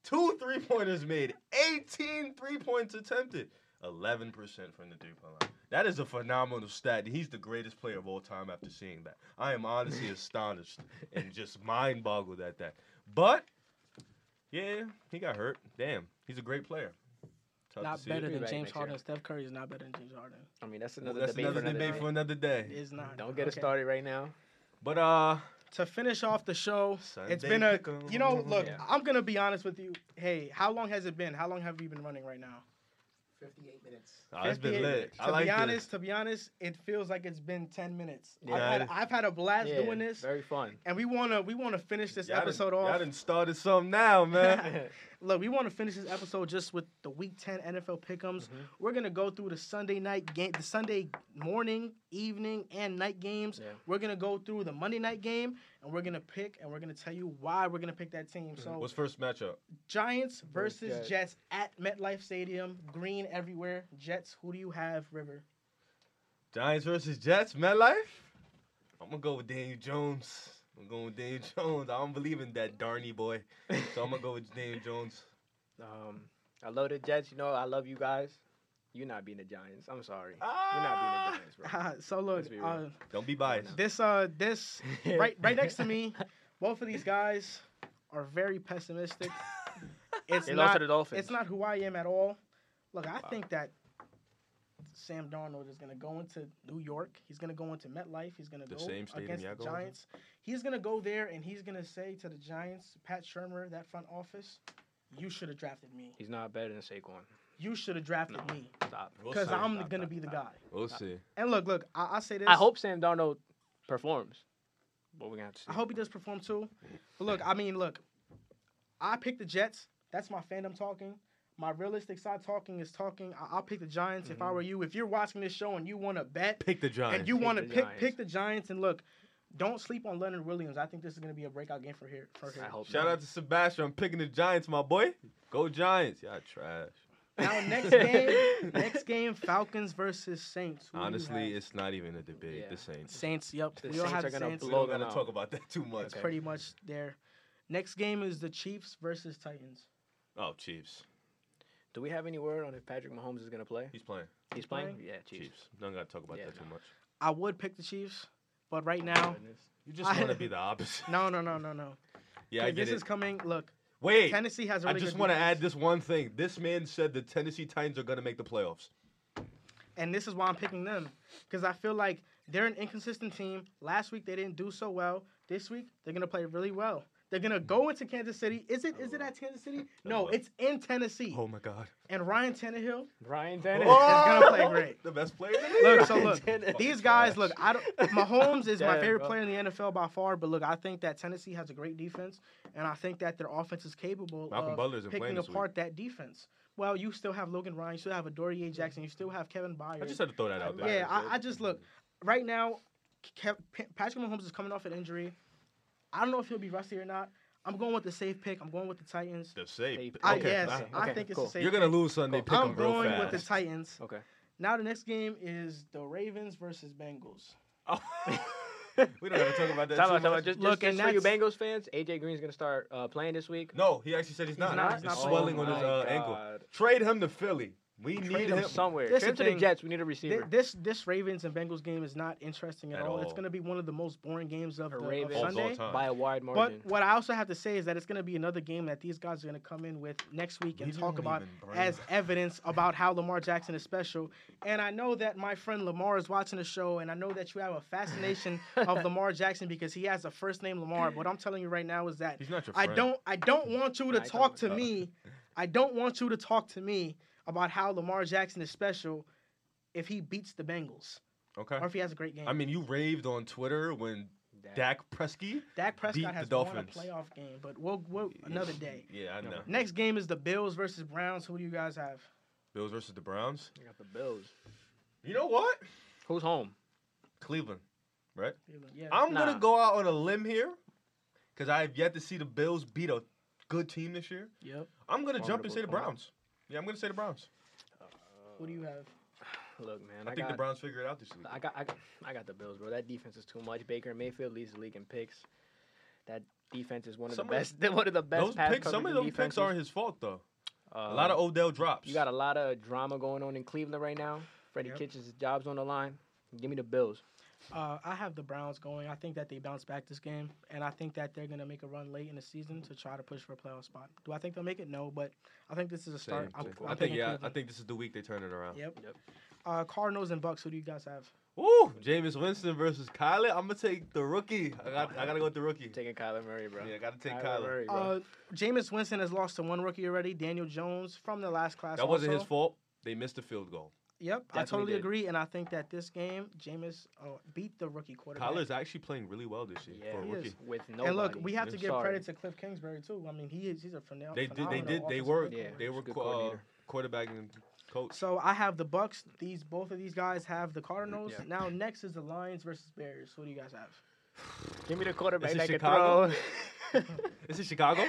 [SPEAKER 3] two three pointers made, 18 three points attempted, 11% from the three point line. That is a phenomenal stat. He's the greatest player of all time after seeing that. I am honestly astonished and just mind boggled at that. But, yeah, he got hurt. Damn, he's a great player. Tough to
[SPEAKER 1] Not
[SPEAKER 3] see.
[SPEAKER 1] better
[SPEAKER 2] He'll be
[SPEAKER 1] than
[SPEAKER 2] back
[SPEAKER 1] James
[SPEAKER 2] next year.
[SPEAKER 1] Harden. Steph Curry is not better than James Harden.
[SPEAKER 2] I mean, that's
[SPEAKER 3] Well,
[SPEAKER 2] another
[SPEAKER 3] that's
[SPEAKER 2] debate,
[SPEAKER 3] another
[SPEAKER 2] for another
[SPEAKER 3] debate
[SPEAKER 2] day.
[SPEAKER 3] for another day.
[SPEAKER 1] Is not.
[SPEAKER 2] Don't get
[SPEAKER 1] okay.
[SPEAKER 2] us started right now.
[SPEAKER 3] But uh,
[SPEAKER 1] To finish off the show, it's
[SPEAKER 3] Sunday
[SPEAKER 1] been a.
[SPEAKER 3] pick'em.
[SPEAKER 1] You know, look,
[SPEAKER 2] Yeah.
[SPEAKER 1] I'm gonna be honest with you. Hey, how long has it been? How long have we been running right now?
[SPEAKER 5] 58 minutes.
[SPEAKER 3] Nah, Oh, it's been
[SPEAKER 1] 58.
[SPEAKER 3] lit.
[SPEAKER 1] To
[SPEAKER 3] I like
[SPEAKER 1] be
[SPEAKER 3] this.
[SPEAKER 1] honest, to be honest, it feels like it's been 10 minutes. I've,
[SPEAKER 3] Yeah.
[SPEAKER 1] had, I've had a blast
[SPEAKER 2] Yeah,
[SPEAKER 1] doing this,
[SPEAKER 2] Very fun.
[SPEAKER 1] and we wanna we wanna finish this
[SPEAKER 3] Y'all done-
[SPEAKER 1] episode
[SPEAKER 3] Y'all
[SPEAKER 1] off.
[SPEAKER 3] done started something now, man.
[SPEAKER 1] Look, we want to finish this episode just with the Week 10 NFL pickums.
[SPEAKER 2] Mhm.
[SPEAKER 1] We're gonna go through the Sunday night game, the Sunday morning, evening, and night games.
[SPEAKER 2] Yeah.
[SPEAKER 1] We're gonna go through the Monday night game, and we're gonna pick, and we're gonna tell you why we're gonna pick that
[SPEAKER 2] Mm-hmm.
[SPEAKER 1] team. So
[SPEAKER 3] What's first matchup?
[SPEAKER 1] Giants
[SPEAKER 2] Versus
[SPEAKER 1] versus Jets. at MetLife Stadium, green everywhere. Jets, who do you have, River?
[SPEAKER 3] Giants versus Jets, MetLife? I'm gonna go with Daniel Jones. I'm going with Daniel Jones. I don't believe in that Darny boy. So I'm gonna go with Daniel Jones.
[SPEAKER 2] Um, I love the Jets. You know, I love you guys. You're not being the Giants. I'm sorry.
[SPEAKER 1] Ah!
[SPEAKER 2] You're not being the Giants,
[SPEAKER 1] so look,
[SPEAKER 2] Let's be real.
[SPEAKER 1] uh,
[SPEAKER 3] Don't be biased.
[SPEAKER 1] this uh, this
[SPEAKER 2] bro.
[SPEAKER 1] right right next to me, both of these guys are very pessimistic. It's
[SPEAKER 2] They
[SPEAKER 1] not
[SPEAKER 2] lost to the Dolphins.
[SPEAKER 1] It's not who I am at all. Look, I
[SPEAKER 2] Wow.
[SPEAKER 1] think that Sam Darnold is going to go into New York. He's going to go into MetLife. He's going to
[SPEAKER 4] The
[SPEAKER 1] go
[SPEAKER 4] same stadium
[SPEAKER 1] against
[SPEAKER 4] y'all
[SPEAKER 1] the
[SPEAKER 4] go into?
[SPEAKER 1] Giants. He's going to go there and he's going to say to the Giants, Pat Shermer, that front office, you should have drafted me.
[SPEAKER 2] He's not better than Saquon.
[SPEAKER 1] You should have drafted
[SPEAKER 2] No.
[SPEAKER 1] me
[SPEAKER 2] Stop.
[SPEAKER 4] We'll
[SPEAKER 1] because
[SPEAKER 4] see.
[SPEAKER 1] I'm
[SPEAKER 2] Stop,
[SPEAKER 1] going to
[SPEAKER 2] stop,
[SPEAKER 1] be the
[SPEAKER 2] stop.
[SPEAKER 1] guy.
[SPEAKER 4] We'll see.
[SPEAKER 1] And look, look, I, I'll say this.
[SPEAKER 2] I hope Sam Darnold performs. But we're gonna have to see.
[SPEAKER 1] I hope he does perform too. But look, I mean, look, I picked the Jets. That's my fandom talking. My realistic side talking is talking. I- I'll pick the Giants if I were you. If you're watching this show and you want to bet
[SPEAKER 3] Pick the Mm-hmm. Giants.
[SPEAKER 1] and you
[SPEAKER 2] Pick
[SPEAKER 1] want to
[SPEAKER 2] the
[SPEAKER 1] pick
[SPEAKER 2] Giants.
[SPEAKER 1] pick the Giants and look, don't sleep on Leonard Williams. I think this is going to be a breakout game for here. For
[SPEAKER 2] I
[SPEAKER 1] here.
[SPEAKER 2] hope
[SPEAKER 3] Shout
[SPEAKER 2] not.
[SPEAKER 3] out to Sebastian. I'm picking the Giants, my boy. Go Giants. Y'all trash.
[SPEAKER 1] Now next game, next game, Falcons versus Saints. Who do you
[SPEAKER 3] Honestly,
[SPEAKER 1] have?
[SPEAKER 3] it's not even a debate.
[SPEAKER 2] Yeah.
[SPEAKER 3] The Saints.
[SPEAKER 1] Saints. Yep,
[SPEAKER 2] The
[SPEAKER 1] we all
[SPEAKER 2] Saints
[SPEAKER 1] have
[SPEAKER 2] are gonna
[SPEAKER 1] Saints.
[SPEAKER 2] blow
[SPEAKER 3] We don't
[SPEAKER 2] them
[SPEAKER 3] gotta
[SPEAKER 2] out.
[SPEAKER 3] talk about that too much.
[SPEAKER 1] It's
[SPEAKER 2] Okay.
[SPEAKER 1] pretty much there. Next game is the Chiefs versus Titans.
[SPEAKER 3] Oh, Chiefs.
[SPEAKER 2] Do we have any word on if Patrick Mahomes is gonna play?
[SPEAKER 3] He's playing.
[SPEAKER 2] He's playing?
[SPEAKER 1] playing?
[SPEAKER 2] Yeah,
[SPEAKER 3] Chiefs.
[SPEAKER 2] Chiefs.
[SPEAKER 3] Don't gotta talk about
[SPEAKER 2] Yeah,
[SPEAKER 3] that too
[SPEAKER 2] no.
[SPEAKER 3] much.
[SPEAKER 1] I would pick the Chiefs, but right now,
[SPEAKER 2] Goodness.
[SPEAKER 3] You just
[SPEAKER 1] I-
[SPEAKER 3] want to be the opposite.
[SPEAKER 1] no, no, no, no, no.
[SPEAKER 3] yeah, I
[SPEAKER 1] this
[SPEAKER 3] get
[SPEAKER 1] is
[SPEAKER 3] it.
[SPEAKER 1] coming. Look,
[SPEAKER 3] Wait,
[SPEAKER 1] Tennessee has. a
[SPEAKER 3] I
[SPEAKER 1] Really
[SPEAKER 3] just
[SPEAKER 1] good
[SPEAKER 3] want to
[SPEAKER 1] defense,
[SPEAKER 3] add this one thing. This man said the Tennessee Titans are gonna make the playoffs.
[SPEAKER 1] and this is why I'm picking them because I feel like they're an inconsistent team. Last week they didn't do so well. This week they're gonna play really well. They're gonna go into Kansas City. Is it? Is it at Kansas City? No,
[SPEAKER 3] one.
[SPEAKER 1] it's in Tennessee.
[SPEAKER 3] Oh my God. Oh!
[SPEAKER 1] And Ryan Tannehill
[SPEAKER 2] Ryan
[SPEAKER 1] is
[SPEAKER 2] Dennis.
[SPEAKER 1] gonna play great.
[SPEAKER 3] The best player. In the league.
[SPEAKER 1] Look, so
[SPEAKER 2] Ryan
[SPEAKER 1] look,
[SPEAKER 2] Tannehill.
[SPEAKER 1] these guys. Look, I don't. Mahomes is my
[SPEAKER 2] Damn,
[SPEAKER 1] favorite
[SPEAKER 2] bro.
[SPEAKER 1] player in the NFL by far. But look, I think that Tennessee has a great defense, and I think that their offense is capable
[SPEAKER 3] Malcolm
[SPEAKER 1] of
[SPEAKER 3] Butler isn't playing
[SPEAKER 1] picking
[SPEAKER 3] this week.
[SPEAKER 1] apart that defense. Well, you still have Logan Ryan, you still have Adoree Jackson, you still have Kevin
[SPEAKER 3] I
[SPEAKER 1] Byard.
[SPEAKER 3] just had to throw that out there.
[SPEAKER 1] yeah, I, I just look Mm-hmm. right now. Kev, P- Patrick Mahomes is coming off an injury. I don't know if he'll be rusty or not. I'm going with the safe pick. I'm going with the Titans.
[SPEAKER 3] The safe.
[SPEAKER 2] Safe.
[SPEAKER 1] I
[SPEAKER 3] Okay,
[SPEAKER 1] guess
[SPEAKER 3] fine.
[SPEAKER 1] I
[SPEAKER 2] okay,
[SPEAKER 1] think it's
[SPEAKER 2] cool.
[SPEAKER 1] the safe.
[SPEAKER 3] You're gonna lose Sunday. Pick
[SPEAKER 1] I'm
[SPEAKER 3] 'em real
[SPEAKER 1] going with the
[SPEAKER 3] fast.
[SPEAKER 1] Titans.
[SPEAKER 2] Okay.
[SPEAKER 1] Now the next game is the Ravens versus Bengals.
[SPEAKER 3] we don't have to talk about that.
[SPEAKER 2] Talk
[SPEAKER 3] too
[SPEAKER 2] about, talk
[SPEAKER 3] much.
[SPEAKER 2] about, just,
[SPEAKER 1] Look,
[SPEAKER 2] just, just
[SPEAKER 1] and
[SPEAKER 2] for you
[SPEAKER 1] that's-
[SPEAKER 2] Bengals fans, AJ Green's gonna start uh, playing this week.
[SPEAKER 3] No, he actually said he's not.
[SPEAKER 1] not, he's
[SPEAKER 3] It's
[SPEAKER 1] not playing.
[SPEAKER 3] swelling on his
[SPEAKER 2] Oh
[SPEAKER 3] uh,
[SPEAKER 2] my
[SPEAKER 3] ankle.
[SPEAKER 2] God.
[SPEAKER 3] Trade him to Philly. We
[SPEAKER 2] Trade
[SPEAKER 3] need
[SPEAKER 2] him
[SPEAKER 3] him.
[SPEAKER 2] somewhere.
[SPEAKER 1] That's the
[SPEAKER 2] Trip to the
[SPEAKER 1] thing.
[SPEAKER 2] Jets. We need a
[SPEAKER 1] Th-
[SPEAKER 2] receiver.
[SPEAKER 1] this this Ravens and Bengals game is not interesting at,
[SPEAKER 3] At
[SPEAKER 1] all. It's
[SPEAKER 3] all.
[SPEAKER 1] going to be one of the most boring games of, the,
[SPEAKER 2] The
[SPEAKER 1] of
[SPEAKER 2] Ravens.
[SPEAKER 3] Of all
[SPEAKER 1] Sunday.
[SPEAKER 3] time.
[SPEAKER 2] By a wide margin.
[SPEAKER 1] But what I also have to say is that it's going to be another game that these guys are going to come in with next week and
[SPEAKER 3] We
[SPEAKER 1] talk
[SPEAKER 3] don't
[SPEAKER 1] about
[SPEAKER 3] even bring
[SPEAKER 1] as
[SPEAKER 3] up-
[SPEAKER 1] evidence about how Lamar Jackson is special. And I know that my friend Lamar is watching the show, and I know that you have a fascination of Lamar Jackson because he has a first name Lamar. But what I'm telling you right now is that
[SPEAKER 3] He's not your
[SPEAKER 1] I
[SPEAKER 3] friend.
[SPEAKER 1] don't I don't want you to
[SPEAKER 2] I
[SPEAKER 1] talk to
[SPEAKER 3] don't-
[SPEAKER 1] me. I don't want you to talk to me about how Lamar Jackson is special if he beats the Bengals
[SPEAKER 3] Okay.
[SPEAKER 1] or if he has a great game.
[SPEAKER 3] I mean, you raved on Twitter when
[SPEAKER 2] Dak.
[SPEAKER 3] Dak Presky.
[SPEAKER 1] Dak
[SPEAKER 3] beat
[SPEAKER 1] Prescott
[SPEAKER 3] the
[SPEAKER 1] has won a
[SPEAKER 3] Dolphins.
[SPEAKER 1] playoff game, but we'll, we'll another day.
[SPEAKER 3] Yeah, I know.
[SPEAKER 1] Next game is the Bills versus Browns. Who do you guys have?
[SPEAKER 3] Bills versus the Browns.
[SPEAKER 2] I got the Bills.
[SPEAKER 3] You know what?
[SPEAKER 2] Who's home?
[SPEAKER 3] Cleveland.
[SPEAKER 1] Yeah.
[SPEAKER 3] I'm
[SPEAKER 2] Nah.
[SPEAKER 3] gonna go out on a limb here, because I have yet to see the Bills beat a good team this year.
[SPEAKER 1] Yep.
[SPEAKER 3] I'm gonna jump and say the
[SPEAKER 2] Formidable opponent.
[SPEAKER 3] Browns. Yeah, I'm gonna say the Browns.
[SPEAKER 1] What do you have?
[SPEAKER 2] Look, man.
[SPEAKER 3] I,
[SPEAKER 2] I,
[SPEAKER 3] think the
[SPEAKER 2] got,
[SPEAKER 3] Browns figure it out this week.
[SPEAKER 2] I got, I got, I got the Bills, bro. That defense is too much. Baker Mayfield leads the league in picks. That defense is one of
[SPEAKER 3] Some of
[SPEAKER 2] the best. one of the best.
[SPEAKER 3] those
[SPEAKER 2] pass
[SPEAKER 3] picks, some of
[SPEAKER 2] coverage
[SPEAKER 3] them
[SPEAKER 2] defenses.
[SPEAKER 3] picks aren't his fault though.
[SPEAKER 2] Uh,
[SPEAKER 3] a lot of Odell drops.
[SPEAKER 2] You got a lot of drama going on in Cleveland right now. Freddie
[SPEAKER 1] Yep.
[SPEAKER 2] Kitchens' job's on the line. Give me the Bills.
[SPEAKER 1] Uh, I have the Browns going. I think that they bounce back this game, and I think that they're gonna make a run late in the season to try to push for a playoff spot. Do I think they'll make it? No, but I think this is a start. I'm,
[SPEAKER 2] thing.
[SPEAKER 1] I'm
[SPEAKER 3] I think
[SPEAKER 1] picking
[SPEAKER 3] yeah. I
[SPEAKER 1] Cleveland.
[SPEAKER 3] think this is the week they turn it around.
[SPEAKER 1] Yep.
[SPEAKER 2] Yep.
[SPEAKER 1] Uh, Cardinals and Bucks. Who do you guys have?
[SPEAKER 3] Woo! Jameis Winston versus Kyler. I'm gonna take the rookie. I got. I gotta go with the rookie.
[SPEAKER 2] Taking Kyler Murray, bro.
[SPEAKER 3] Yeah, I gotta take
[SPEAKER 2] Kyler
[SPEAKER 3] Kyler.
[SPEAKER 2] Murray, bro.
[SPEAKER 1] Uh, Jameis Winston has lost to one rookie already. Daniel Jones from the last class.
[SPEAKER 3] That wasn't
[SPEAKER 1] also.
[SPEAKER 3] his fault. They missed the field goal.
[SPEAKER 1] Yep, I
[SPEAKER 2] Definitely
[SPEAKER 1] totally
[SPEAKER 2] did.
[SPEAKER 1] agree, and I think that this game, Jameis uh, beat the rookie quarterback.
[SPEAKER 3] Kyler's actually playing really well this year
[SPEAKER 2] yeah,
[SPEAKER 3] for a
[SPEAKER 1] he
[SPEAKER 3] rookie.
[SPEAKER 1] is.
[SPEAKER 2] with no.
[SPEAKER 1] and look, we have to
[SPEAKER 3] I'm
[SPEAKER 1] give
[SPEAKER 2] sorry.
[SPEAKER 1] credit to Cliff Kingsbury too. I mean, he is he's a phenomenal.
[SPEAKER 3] They did. They did. They
[SPEAKER 1] offensive
[SPEAKER 3] were.
[SPEAKER 1] coordinator.
[SPEAKER 2] Yeah.
[SPEAKER 3] They
[SPEAKER 2] he's a
[SPEAKER 3] were
[SPEAKER 2] good
[SPEAKER 3] qu- uh,
[SPEAKER 2] coordinator.
[SPEAKER 3] quarterbacking coach.
[SPEAKER 1] So I have the Bucks. These both of these guys have the Cardinals.
[SPEAKER 2] Yeah.
[SPEAKER 1] Now next is the Lions versus Bears. What do you guys have?
[SPEAKER 2] Give me the quarterback
[SPEAKER 3] Is it
[SPEAKER 2] that can
[SPEAKER 3] Chicago?
[SPEAKER 2] throw.
[SPEAKER 3] Is it Chicago?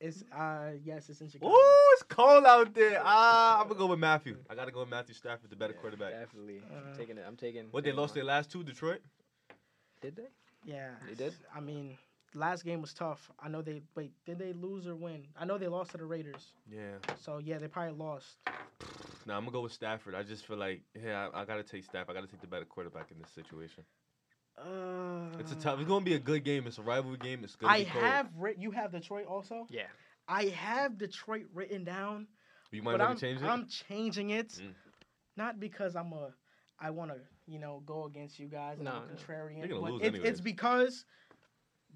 [SPEAKER 1] It's uh yes, it's in Chicago.
[SPEAKER 3] Ooh, it's cold out there. Ah, I'm gonna go with Matthew. I gotta go with Matthew Stafford, the better
[SPEAKER 2] Yeah,
[SPEAKER 3] quarterback.
[SPEAKER 2] Definitely.
[SPEAKER 1] Uh,
[SPEAKER 2] I'm taking it. I'm taking.
[SPEAKER 3] What they
[SPEAKER 2] taking
[SPEAKER 3] lost
[SPEAKER 2] mine.
[SPEAKER 3] their last two, Detroit.
[SPEAKER 2] Did they?
[SPEAKER 1] Yeah,
[SPEAKER 2] They did?
[SPEAKER 1] I mean, last game was tough. I know they wait. Did they lose or win? I know they lost to the Raiders.
[SPEAKER 3] Yeah.
[SPEAKER 1] So yeah, they probably lost.
[SPEAKER 3] Nah, I'm gonna go with Stafford. I just feel like, yeah, I, I gotta take Stafford. I gotta take the better quarterback in this situation.
[SPEAKER 1] Uh,
[SPEAKER 3] It's a tough. It's gonna be a good game. It's a rivalry game. It's gonna
[SPEAKER 1] I
[SPEAKER 3] be cold.
[SPEAKER 1] have writ. You have Detroit also.
[SPEAKER 2] Yeah.
[SPEAKER 1] I have Detroit written down,
[SPEAKER 3] You might
[SPEAKER 1] But
[SPEAKER 3] want
[SPEAKER 1] I'm,
[SPEAKER 3] to change it.
[SPEAKER 1] I'm changing it,
[SPEAKER 3] Mm.
[SPEAKER 1] not because I'm a, I want to, you know, go against you guys and I'm a
[SPEAKER 2] No, no.
[SPEAKER 1] contrarian.
[SPEAKER 3] You're gonna
[SPEAKER 1] but
[SPEAKER 3] lose
[SPEAKER 1] it's-
[SPEAKER 3] anyways.
[SPEAKER 1] It's because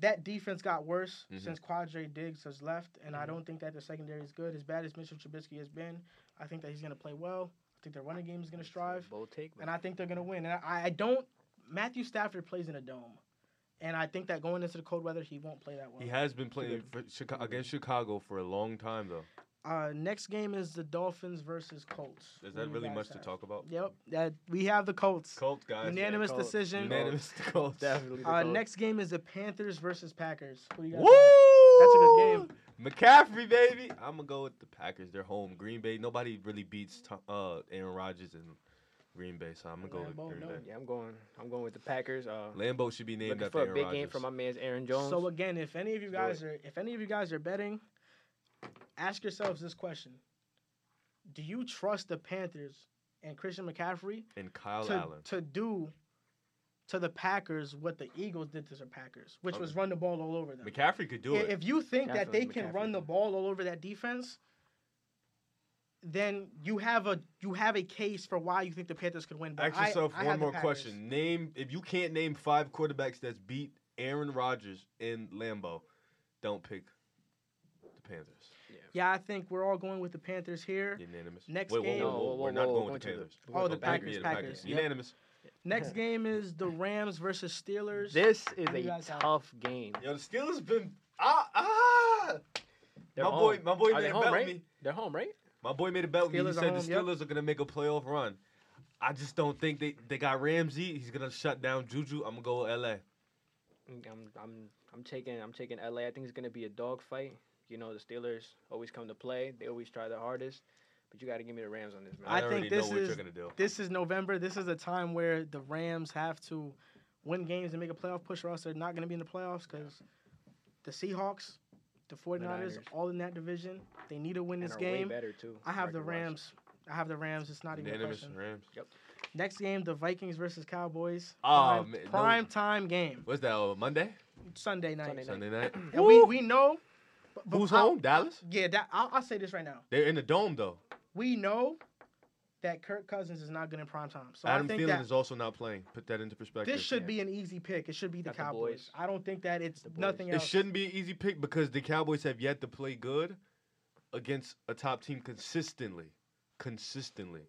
[SPEAKER 1] that defense got worse
[SPEAKER 3] Mhm.
[SPEAKER 1] since Quadre Diggs has left, and I
[SPEAKER 3] Mm-hmm.
[SPEAKER 2] Mhm.
[SPEAKER 1] don't think that the secondary is good. As bad as Mitchell Trubisky has been, I think that he's gonna play well. I think their running game is gonna strive,
[SPEAKER 2] Bold take, but
[SPEAKER 1] and I think they're gonna win. And I, I don't. Matthew Stafford plays in a dome, and I think that going into the cold weather, he won't play that well.
[SPEAKER 3] he has been playing for Chica- against Chicago for a long time though.
[SPEAKER 1] Uh, next game is the Dolphins versus Colts.
[SPEAKER 3] Is
[SPEAKER 1] What do
[SPEAKER 3] that
[SPEAKER 1] you
[SPEAKER 3] really
[SPEAKER 1] guys
[SPEAKER 3] much to
[SPEAKER 1] have?
[SPEAKER 3] talk about?
[SPEAKER 1] Yep, that we have the Colts.
[SPEAKER 3] Colts guys.
[SPEAKER 1] Unanimous
[SPEAKER 2] Colts.
[SPEAKER 1] decision.
[SPEAKER 3] Unanimous to Colts.
[SPEAKER 2] definitely. the
[SPEAKER 1] Uh,
[SPEAKER 2] Colts.
[SPEAKER 1] next game is the Panthers versus Packers. Who do you guys
[SPEAKER 3] Woo!
[SPEAKER 1] have? That's a good game.
[SPEAKER 3] McCaffrey, baby. I'm gonna go with the Packers. They're home. Green Bay. Nobody really beats Tom, uh Aaron Rodgers and Green Bay, so I'm gonna go
[SPEAKER 1] Lambeau,
[SPEAKER 3] with Green
[SPEAKER 1] no.
[SPEAKER 3] Bay.
[SPEAKER 2] Yeah, I'm going. I'm going with the Packers. Uh,
[SPEAKER 3] Lambo should be named
[SPEAKER 2] looking
[SPEAKER 3] after
[SPEAKER 2] for a
[SPEAKER 3] Aaron
[SPEAKER 2] big
[SPEAKER 3] Rodgers.
[SPEAKER 2] game for my man's Aaron Jones.
[SPEAKER 1] So again, if any of you
[SPEAKER 2] Do
[SPEAKER 1] guys are if any of you guys are betting, ask yourselves this question: Do you trust the Panthers and Christian McCaffrey
[SPEAKER 3] and Kyle
[SPEAKER 1] to,
[SPEAKER 3] Allen.
[SPEAKER 1] to do to the Packers what the Eagles did to the Packers, which was
[SPEAKER 3] Okay.
[SPEAKER 1] run the ball all over them?
[SPEAKER 3] McCaffrey could do
[SPEAKER 1] I-
[SPEAKER 3] it.
[SPEAKER 1] If you think that they
[SPEAKER 2] Definitely
[SPEAKER 1] can
[SPEAKER 2] McCaffrey.
[SPEAKER 1] run the ball all over that defense, then you have a you have a case for why you think the Panthers could win. But
[SPEAKER 3] Ask
[SPEAKER 1] I-
[SPEAKER 3] yourself
[SPEAKER 1] I
[SPEAKER 3] one
[SPEAKER 1] have the
[SPEAKER 3] more
[SPEAKER 1] Packers.
[SPEAKER 3] question. Name if you can't name five quarterbacks that's beat Aaron Rodgers in Lambo, don't pick the Panthers.
[SPEAKER 1] Yeah, I think we're all going with the Panthers here.
[SPEAKER 3] Unanimous.
[SPEAKER 1] Next
[SPEAKER 3] wait,
[SPEAKER 1] game-
[SPEAKER 3] Whoa,
[SPEAKER 2] No,
[SPEAKER 3] whoa, whoa,
[SPEAKER 2] whoa,
[SPEAKER 3] We're
[SPEAKER 2] whoa,
[SPEAKER 3] not
[SPEAKER 2] whoa,
[SPEAKER 3] going
[SPEAKER 2] we're
[SPEAKER 3] with the
[SPEAKER 2] going to
[SPEAKER 3] Panthers.
[SPEAKER 2] the-
[SPEAKER 1] Oh,
[SPEAKER 2] we're
[SPEAKER 1] the
[SPEAKER 2] going
[SPEAKER 1] Packers,
[SPEAKER 3] Yeah, the
[SPEAKER 1] Packers, yep.
[SPEAKER 3] Unanimous.
[SPEAKER 1] Next game is the Rams versus Steelers.
[SPEAKER 2] This is
[SPEAKER 1] Who do you
[SPEAKER 2] a
[SPEAKER 1] guys have?
[SPEAKER 2] tough game.
[SPEAKER 3] Yo, the Steelers been ah ah.
[SPEAKER 2] They're
[SPEAKER 3] my boy,
[SPEAKER 2] home.
[SPEAKER 3] my boy
[SPEAKER 2] Are
[SPEAKER 3] made
[SPEAKER 2] they
[SPEAKER 3] a
[SPEAKER 2] home,
[SPEAKER 3] bet
[SPEAKER 2] right?
[SPEAKER 3] with me.
[SPEAKER 2] They're home, right?
[SPEAKER 3] My boy made a bet with me. He
[SPEAKER 1] Steelers are
[SPEAKER 3] said the
[SPEAKER 1] home, yep.
[SPEAKER 3] Steelers are gonna make a playoff run. I just don't think they they got Ramsey. He's gonna shut down Juju. I'm gonna go with LA.
[SPEAKER 2] Mm, I'm I'm I'm taking I'm taking LA. I think it's gonna be a dog fight. You know the Steelers always come to play. They always try their hardest. But you got to give me the Rams on this, man.
[SPEAKER 1] I
[SPEAKER 3] I,
[SPEAKER 1] think
[SPEAKER 3] already
[SPEAKER 1] this
[SPEAKER 3] know what
[SPEAKER 1] is-
[SPEAKER 3] you're gonna do.
[SPEAKER 1] This is November. This is a time where the Rams have to win games and make a playoff push, or else they're not going to be in the playoffs because the Seahawks, the 49ers,
[SPEAKER 2] Niners.
[SPEAKER 1] all in that division. They need to win
[SPEAKER 2] and
[SPEAKER 1] this
[SPEAKER 2] are
[SPEAKER 1] game.
[SPEAKER 2] way better too.
[SPEAKER 1] I have the
[SPEAKER 2] record-wise.
[SPEAKER 1] Rams. I have the Rams. It's not even a
[SPEAKER 3] Unanimous
[SPEAKER 1] question.
[SPEAKER 3] Rams.
[SPEAKER 1] Next game, the Vikings versus Cowboys.
[SPEAKER 3] Ah,
[SPEAKER 1] prime,
[SPEAKER 3] man, no.
[SPEAKER 1] prime time game.
[SPEAKER 3] What's that? Uh, Monday?
[SPEAKER 1] Sunday night.
[SPEAKER 2] Sunday night.
[SPEAKER 3] Sunday night?
[SPEAKER 1] And we, we know. but- but
[SPEAKER 3] Who's
[SPEAKER 1] I-
[SPEAKER 3] home? Dallas?
[SPEAKER 1] Yeah, that, I'll, I'll say this right now.
[SPEAKER 3] They're in the dome though.
[SPEAKER 1] We know that Kirk Cousins is not good in prime time. So I
[SPEAKER 3] Adam
[SPEAKER 1] think
[SPEAKER 3] Thielen
[SPEAKER 1] that
[SPEAKER 3] is also not playing. Put that into perspective.
[SPEAKER 1] this should
[SPEAKER 2] yeah.
[SPEAKER 1] be an easy pick. It should be the
[SPEAKER 2] Got the
[SPEAKER 1] Cowboys.
[SPEAKER 2] boys.
[SPEAKER 1] I don't think that it's
[SPEAKER 2] The boys.
[SPEAKER 1] nothing
[SPEAKER 3] It
[SPEAKER 1] else.
[SPEAKER 3] shouldn't be an easy pick because the Cowboys have yet to play good against a top team consistently. Consistently.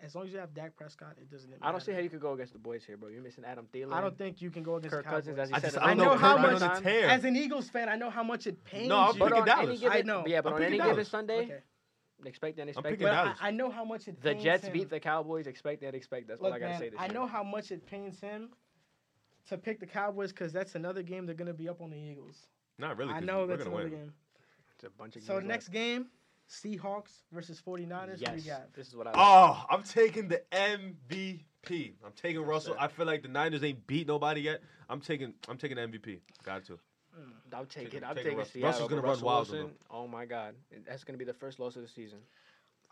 [SPEAKER 1] As long as you have Dak Prescott, it doesn't.
[SPEAKER 2] I don't see how
[SPEAKER 1] matter.
[SPEAKER 2] you could go against the boys here, bro. You're missing Adam Thielen.
[SPEAKER 1] I don't think you can go against
[SPEAKER 2] Kirk
[SPEAKER 1] the Cowboys.
[SPEAKER 2] Cousins. As he
[SPEAKER 3] I
[SPEAKER 2] said,
[SPEAKER 3] just
[SPEAKER 2] is
[SPEAKER 3] I
[SPEAKER 1] I
[SPEAKER 3] know,
[SPEAKER 1] know
[SPEAKER 3] Kirk
[SPEAKER 1] how
[SPEAKER 3] been
[SPEAKER 1] much-
[SPEAKER 3] on a tear.
[SPEAKER 1] As an Eagles fan, I know how much it pains
[SPEAKER 3] I'm
[SPEAKER 1] you.
[SPEAKER 2] But
[SPEAKER 3] picking
[SPEAKER 2] on any
[SPEAKER 3] Dallas.
[SPEAKER 2] given,
[SPEAKER 1] I know.
[SPEAKER 2] Yeah, but
[SPEAKER 3] I'm
[SPEAKER 2] on any
[SPEAKER 3] picking
[SPEAKER 2] given
[SPEAKER 3] Dallas.
[SPEAKER 2] Sunday,
[SPEAKER 1] Okay.
[SPEAKER 2] expect
[SPEAKER 3] picking
[SPEAKER 2] the unexpected.
[SPEAKER 1] But I,
[SPEAKER 3] Dallas.
[SPEAKER 1] I know how much it
[SPEAKER 2] The
[SPEAKER 1] pains
[SPEAKER 2] Jets
[SPEAKER 1] him.
[SPEAKER 2] beat the Cowboys. Expect that. Expect that's all I
[SPEAKER 1] Look,
[SPEAKER 2] gotta
[SPEAKER 1] man,
[SPEAKER 2] say. This
[SPEAKER 1] I
[SPEAKER 2] year.
[SPEAKER 1] know how much it pains him to pick the Cowboys because that's another game they're gonna be up on the Eagles.
[SPEAKER 3] Not really.
[SPEAKER 1] I
[SPEAKER 3] 'cause
[SPEAKER 1] know
[SPEAKER 3] we're
[SPEAKER 1] that's
[SPEAKER 3] gonna
[SPEAKER 1] another
[SPEAKER 3] win.
[SPEAKER 1] game.
[SPEAKER 2] It's a bunch of
[SPEAKER 1] So
[SPEAKER 2] games
[SPEAKER 1] next game, Seahawks versus 49ers. Who
[SPEAKER 2] Yes,
[SPEAKER 1] you got?
[SPEAKER 2] this is what I. like.
[SPEAKER 3] Oh, I'm taking the MVP. I'm taking Russell. I feel like the Niners ain't beat nobody yet. I'm taking I'm taking MVP. Got to.
[SPEAKER 2] I'll take
[SPEAKER 3] Take-
[SPEAKER 2] it. I'll
[SPEAKER 3] take
[SPEAKER 2] take it.
[SPEAKER 3] Russ-
[SPEAKER 2] Seattle.
[SPEAKER 3] Russell's gonna
[SPEAKER 2] but
[SPEAKER 3] run
[SPEAKER 2] Russell
[SPEAKER 3] wild on
[SPEAKER 2] Wilson, Oh my God, that's gonna be the first loss of the season.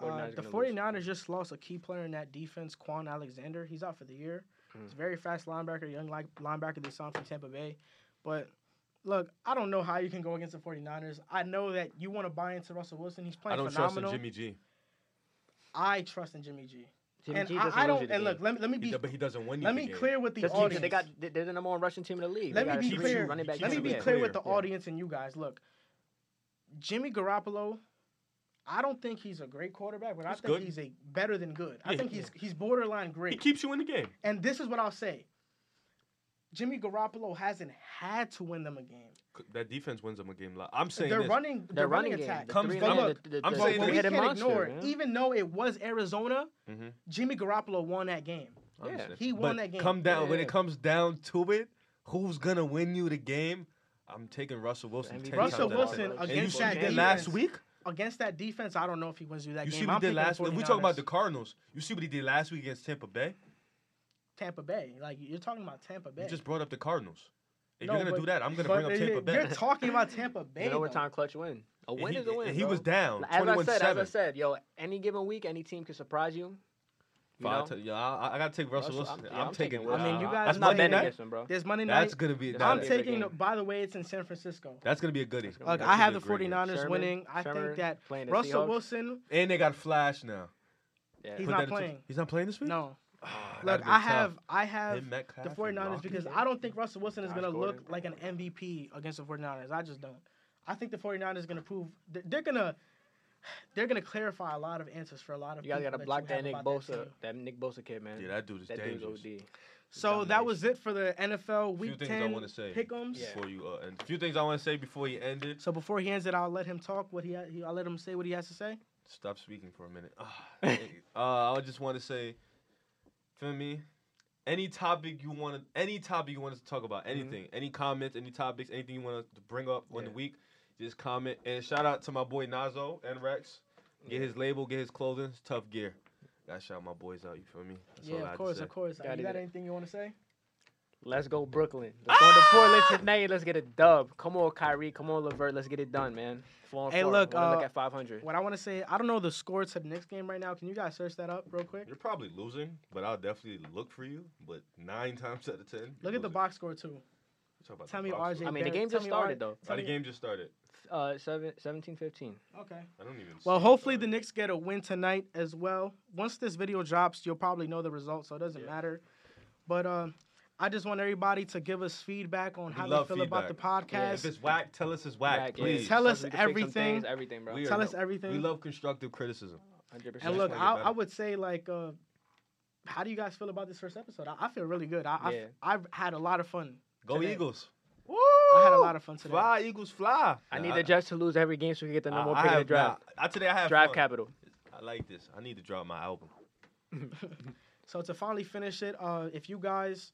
[SPEAKER 1] Uh,
[SPEAKER 2] 49ers
[SPEAKER 1] the
[SPEAKER 2] gonna lose.
[SPEAKER 1] 49ers just lost a key player in that defense, Quan Alexander. He's out for the year.
[SPEAKER 2] Mm.
[SPEAKER 1] He's a very fast linebacker, young li- linebacker they signed from Tampa Bay. But look, I don't know how you can go against the 49ers. I know that you want to buy into Russell Wilson. He's playing
[SPEAKER 3] I don't trust in
[SPEAKER 1] phenomenal.
[SPEAKER 3] Jimmy G.
[SPEAKER 1] I trust in Jimmy G.
[SPEAKER 2] Jimmy
[SPEAKER 1] and
[SPEAKER 2] G
[SPEAKER 1] I,
[SPEAKER 2] doesn't
[SPEAKER 1] I
[SPEAKER 2] lose
[SPEAKER 1] don't.
[SPEAKER 2] you
[SPEAKER 1] And
[SPEAKER 2] the
[SPEAKER 1] look,
[SPEAKER 2] game.
[SPEAKER 1] let me, let me
[SPEAKER 3] He
[SPEAKER 1] be
[SPEAKER 3] do- but he doesn't win you
[SPEAKER 1] let
[SPEAKER 3] the
[SPEAKER 1] me
[SPEAKER 3] game.
[SPEAKER 1] clear with the
[SPEAKER 2] That's because
[SPEAKER 1] audience.
[SPEAKER 2] they got they- they're the number one rushing team in the league.
[SPEAKER 1] Let
[SPEAKER 2] They
[SPEAKER 1] me
[SPEAKER 2] got
[SPEAKER 1] be
[SPEAKER 2] two
[SPEAKER 1] clear.
[SPEAKER 2] Running back
[SPEAKER 1] Let me
[SPEAKER 3] keep
[SPEAKER 1] be
[SPEAKER 3] it
[SPEAKER 1] clear,
[SPEAKER 3] clear.
[SPEAKER 1] with the
[SPEAKER 3] Yeah.
[SPEAKER 1] audience and you guys. Look, Jimmy Garoppolo, I don't think he's a great quarterback, but I
[SPEAKER 3] He's
[SPEAKER 1] think
[SPEAKER 3] good.
[SPEAKER 1] he's a better than good. I
[SPEAKER 3] Yeah,
[SPEAKER 1] think he's he's borderline
[SPEAKER 3] He
[SPEAKER 1] great.
[SPEAKER 3] keeps you in the game.
[SPEAKER 1] and this is what I'll say. Jimmy Garoppolo hasn't had to win them a game.
[SPEAKER 3] That defense wins them a game. lot. I'm saying
[SPEAKER 1] Their
[SPEAKER 3] this.
[SPEAKER 1] running,
[SPEAKER 2] Their
[SPEAKER 1] their running,
[SPEAKER 2] running game,
[SPEAKER 1] attack.
[SPEAKER 2] the
[SPEAKER 3] Comes
[SPEAKER 1] but
[SPEAKER 3] three and
[SPEAKER 1] look,
[SPEAKER 2] out. The- the-
[SPEAKER 3] I'm
[SPEAKER 2] the-
[SPEAKER 1] but
[SPEAKER 3] saying
[SPEAKER 1] what
[SPEAKER 3] this.
[SPEAKER 1] we
[SPEAKER 2] headed
[SPEAKER 1] can't
[SPEAKER 2] monster,
[SPEAKER 1] ignore,
[SPEAKER 2] man.
[SPEAKER 1] even though it was Arizona,
[SPEAKER 3] Mhm.
[SPEAKER 1] Jimmy Garoppolo won that game.
[SPEAKER 3] I understand.
[SPEAKER 1] He
[SPEAKER 3] But
[SPEAKER 1] won that game.
[SPEAKER 3] Come down when
[SPEAKER 2] Yeah.
[SPEAKER 3] it comes down to it. Who's gonna win you the game? I'm taking Russell Wilson.
[SPEAKER 2] MVP.
[SPEAKER 3] 10
[SPEAKER 1] Russell
[SPEAKER 3] times out of
[SPEAKER 1] Wilson
[SPEAKER 3] 10.
[SPEAKER 2] And
[SPEAKER 1] against
[SPEAKER 3] And you
[SPEAKER 1] that
[SPEAKER 3] see what he
[SPEAKER 1] defense,
[SPEAKER 3] did last week.
[SPEAKER 1] Against that defense, I don't know if he wins you that
[SPEAKER 3] You
[SPEAKER 1] game.
[SPEAKER 3] see what
[SPEAKER 1] I'm
[SPEAKER 3] he did
[SPEAKER 1] picking
[SPEAKER 3] last week. We talking about
[SPEAKER 1] 49ers.
[SPEAKER 3] the Cardinals. You see what he did last week against Tampa Bay.
[SPEAKER 1] Tampa Bay. Like you're talking about Tampa Bay.
[SPEAKER 3] You just brought up the Cardinals. If
[SPEAKER 1] No,
[SPEAKER 3] you're gonna
[SPEAKER 1] but-
[SPEAKER 3] do that, I'm gonna
[SPEAKER 1] But
[SPEAKER 3] bring up
[SPEAKER 1] you're-
[SPEAKER 3] Tampa Bay.
[SPEAKER 1] You're talking about Tampa Bay.
[SPEAKER 2] You know what
[SPEAKER 1] though.
[SPEAKER 2] time clutch win? A
[SPEAKER 3] And
[SPEAKER 2] win
[SPEAKER 3] he,
[SPEAKER 2] is a win.
[SPEAKER 3] and he
[SPEAKER 2] bro.
[SPEAKER 3] was down.
[SPEAKER 2] As I said, as I
[SPEAKER 3] 21-7.
[SPEAKER 2] said, yo, any given week, any team can surprise you. You know?
[SPEAKER 3] Five t- yeah, I, I gotta take Russell,
[SPEAKER 2] Russell,
[SPEAKER 3] Wilson.
[SPEAKER 2] I'm-
[SPEAKER 3] I'm,
[SPEAKER 2] yeah, I'm
[SPEAKER 3] taking.
[SPEAKER 2] taking Wilson.
[SPEAKER 1] I mean, you guys
[SPEAKER 3] that's
[SPEAKER 1] know
[SPEAKER 3] my
[SPEAKER 1] that
[SPEAKER 3] bet.
[SPEAKER 1] nigga-
[SPEAKER 2] against him, bro.
[SPEAKER 1] There's Monday night.
[SPEAKER 3] That's gonna be.
[SPEAKER 2] That's
[SPEAKER 1] I'm
[SPEAKER 2] gonna be a
[SPEAKER 3] that-
[SPEAKER 2] big
[SPEAKER 1] taking.
[SPEAKER 2] game.
[SPEAKER 1] By the way, it's in San Francisco.
[SPEAKER 3] That's gonna be a goodie.
[SPEAKER 2] That's gonna
[SPEAKER 1] Look,
[SPEAKER 2] be
[SPEAKER 3] That's
[SPEAKER 2] a
[SPEAKER 1] I
[SPEAKER 3] gonna
[SPEAKER 1] have
[SPEAKER 3] be
[SPEAKER 1] the
[SPEAKER 3] a great game.
[SPEAKER 1] 49ers
[SPEAKER 2] Sherman-
[SPEAKER 1] winning. I
[SPEAKER 2] Sherman
[SPEAKER 1] think that
[SPEAKER 2] playing the
[SPEAKER 1] Russell
[SPEAKER 2] Seahawks?
[SPEAKER 1] Wilson.
[SPEAKER 3] And they got Flash now.
[SPEAKER 2] Yeah.
[SPEAKER 1] He's
[SPEAKER 3] Put
[SPEAKER 1] not
[SPEAKER 3] that into-
[SPEAKER 1] playing.
[SPEAKER 3] He's not playing this week.
[SPEAKER 1] No,
[SPEAKER 3] Ah,
[SPEAKER 1] look,
[SPEAKER 3] that'd be
[SPEAKER 1] I
[SPEAKER 3] tough.
[SPEAKER 1] have, I have
[SPEAKER 3] Him, Metcalf,
[SPEAKER 1] the
[SPEAKER 3] and
[SPEAKER 1] 49ers
[SPEAKER 3] Lockett?
[SPEAKER 1] because I don't think Russell Wilson is
[SPEAKER 2] Josh
[SPEAKER 1] going to
[SPEAKER 2] Gordon.
[SPEAKER 1] look like an MVP against the 49ers. I just don't. I think the 49ers are going to prove they're, they're going to they're going to clarify a lot of answers for a lot of
[SPEAKER 2] You guys
[SPEAKER 1] people
[SPEAKER 2] gotta
[SPEAKER 1] that
[SPEAKER 2] block
[SPEAKER 1] have
[SPEAKER 2] that Nick
[SPEAKER 1] about
[SPEAKER 2] Bosa,
[SPEAKER 1] that
[SPEAKER 2] that,
[SPEAKER 1] team.
[SPEAKER 2] Nick Bosa kid, man.
[SPEAKER 3] Yeah, that dude is
[SPEAKER 2] that dude's
[SPEAKER 3] dangerous.
[SPEAKER 2] OD.
[SPEAKER 1] So that
[SPEAKER 2] domination.
[SPEAKER 1] was it for the NFL Week
[SPEAKER 3] things I
[SPEAKER 1] 10
[SPEAKER 3] wanna say.
[SPEAKER 1] pick'ems.
[SPEAKER 2] Yeah.
[SPEAKER 3] Before you uh, end, a few things I want to say before you end it.
[SPEAKER 1] So before he ends it, I'll let him talk. What he, ha- he I'll let him say what he has to say.
[SPEAKER 3] Stop speaking for a minute. Ah, uh, I just want to say, for me, any topic you want to, any topic you want us to talk about,
[SPEAKER 1] Mm-hmm.
[SPEAKER 3] anything, any comments, any topics, anything you want us to bring up on the
[SPEAKER 2] Yeah.
[SPEAKER 3] week, just comment. And shout out to my boy Nazo and Rex. Get his label, get his clothing, it's tough gear. Gotta shout my boys out. You feel me? That's all I
[SPEAKER 1] yeah,
[SPEAKER 3] had
[SPEAKER 1] of
[SPEAKER 3] to
[SPEAKER 1] course,
[SPEAKER 3] say.
[SPEAKER 1] of course. Uh,
[SPEAKER 2] Gotta
[SPEAKER 1] you
[SPEAKER 2] do
[SPEAKER 1] got
[SPEAKER 2] that.
[SPEAKER 1] anything you want to say?
[SPEAKER 2] Let's go Brooklyn. Let's go
[SPEAKER 1] Ah!
[SPEAKER 2] to Portland tonight. Let's get a dub. Come on, Kyrie. Come on, Levert. Let's get it done, man. Four and
[SPEAKER 1] Hey,
[SPEAKER 2] four.
[SPEAKER 1] look,
[SPEAKER 2] Wanna look
[SPEAKER 1] uh,
[SPEAKER 2] at 500.
[SPEAKER 1] What I want to say, I don't know the score to the next game right now. Can you guys search that up real quick?
[SPEAKER 3] You're probably losing, but I'll definitely look for you. But nine times out of ten,
[SPEAKER 1] Look at the box score too.
[SPEAKER 3] Talk about
[SPEAKER 1] tell me
[SPEAKER 3] box
[SPEAKER 1] RJ
[SPEAKER 3] score.
[SPEAKER 2] I mean, the
[SPEAKER 1] Barrett,
[SPEAKER 2] game
[SPEAKER 1] tell
[SPEAKER 2] just
[SPEAKER 1] me why-
[SPEAKER 2] started, though.
[SPEAKER 3] Oh,
[SPEAKER 1] Tell
[SPEAKER 3] the
[SPEAKER 1] me-
[SPEAKER 3] game just started.
[SPEAKER 2] Uh, seven, 17 15.
[SPEAKER 1] Okay.
[SPEAKER 3] I don't even.
[SPEAKER 1] Well,
[SPEAKER 3] see it
[SPEAKER 1] hopefully the
[SPEAKER 3] started.
[SPEAKER 1] Knicks get a win tonight as well. Once this video drops, you'll probably know the results, so it doesn't matter. But um, I just want everybody to give us feedback on
[SPEAKER 3] We
[SPEAKER 1] how they feel
[SPEAKER 3] love
[SPEAKER 1] about the
[SPEAKER 3] If
[SPEAKER 1] podcast.
[SPEAKER 3] it's whack, tell us it's whack,
[SPEAKER 2] Back, yeah.
[SPEAKER 3] please.
[SPEAKER 1] Tell us
[SPEAKER 2] we can fix some
[SPEAKER 1] everything.
[SPEAKER 2] things, everything, bro.
[SPEAKER 3] We are-
[SPEAKER 1] Tell us
[SPEAKER 3] We
[SPEAKER 1] everything.
[SPEAKER 3] love constructive criticism.
[SPEAKER 2] 100%.
[SPEAKER 1] and
[SPEAKER 3] just
[SPEAKER 1] look,
[SPEAKER 3] wanna get
[SPEAKER 1] I,
[SPEAKER 3] better.
[SPEAKER 1] I would say like, uh, how do you guys feel about this first episode? I, I feel really good. I,
[SPEAKER 2] Yeah.
[SPEAKER 1] I've, I've had a lot of fun.
[SPEAKER 3] Go
[SPEAKER 1] Today.
[SPEAKER 3] Eagles! Woo!
[SPEAKER 1] I had a lot of fun today.
[SPEAKER 3] Fly Eagles, fly!
[SPEAKER 2] I need the Jets to lose every game so we can get the number one pick in the
[SPEAKER 3] have-
[SPEAKER 2] draft.
[SPEAKER 3] nah, I, today I have
[SPEAKER 2] Draft
[SPEAKER 3] fun.
[SPEAKER 2] capital.
[SPEAKER 3] I like this. I need to drop my album.
[SPEAKER 1] So to finally finish it, uh, if you guys,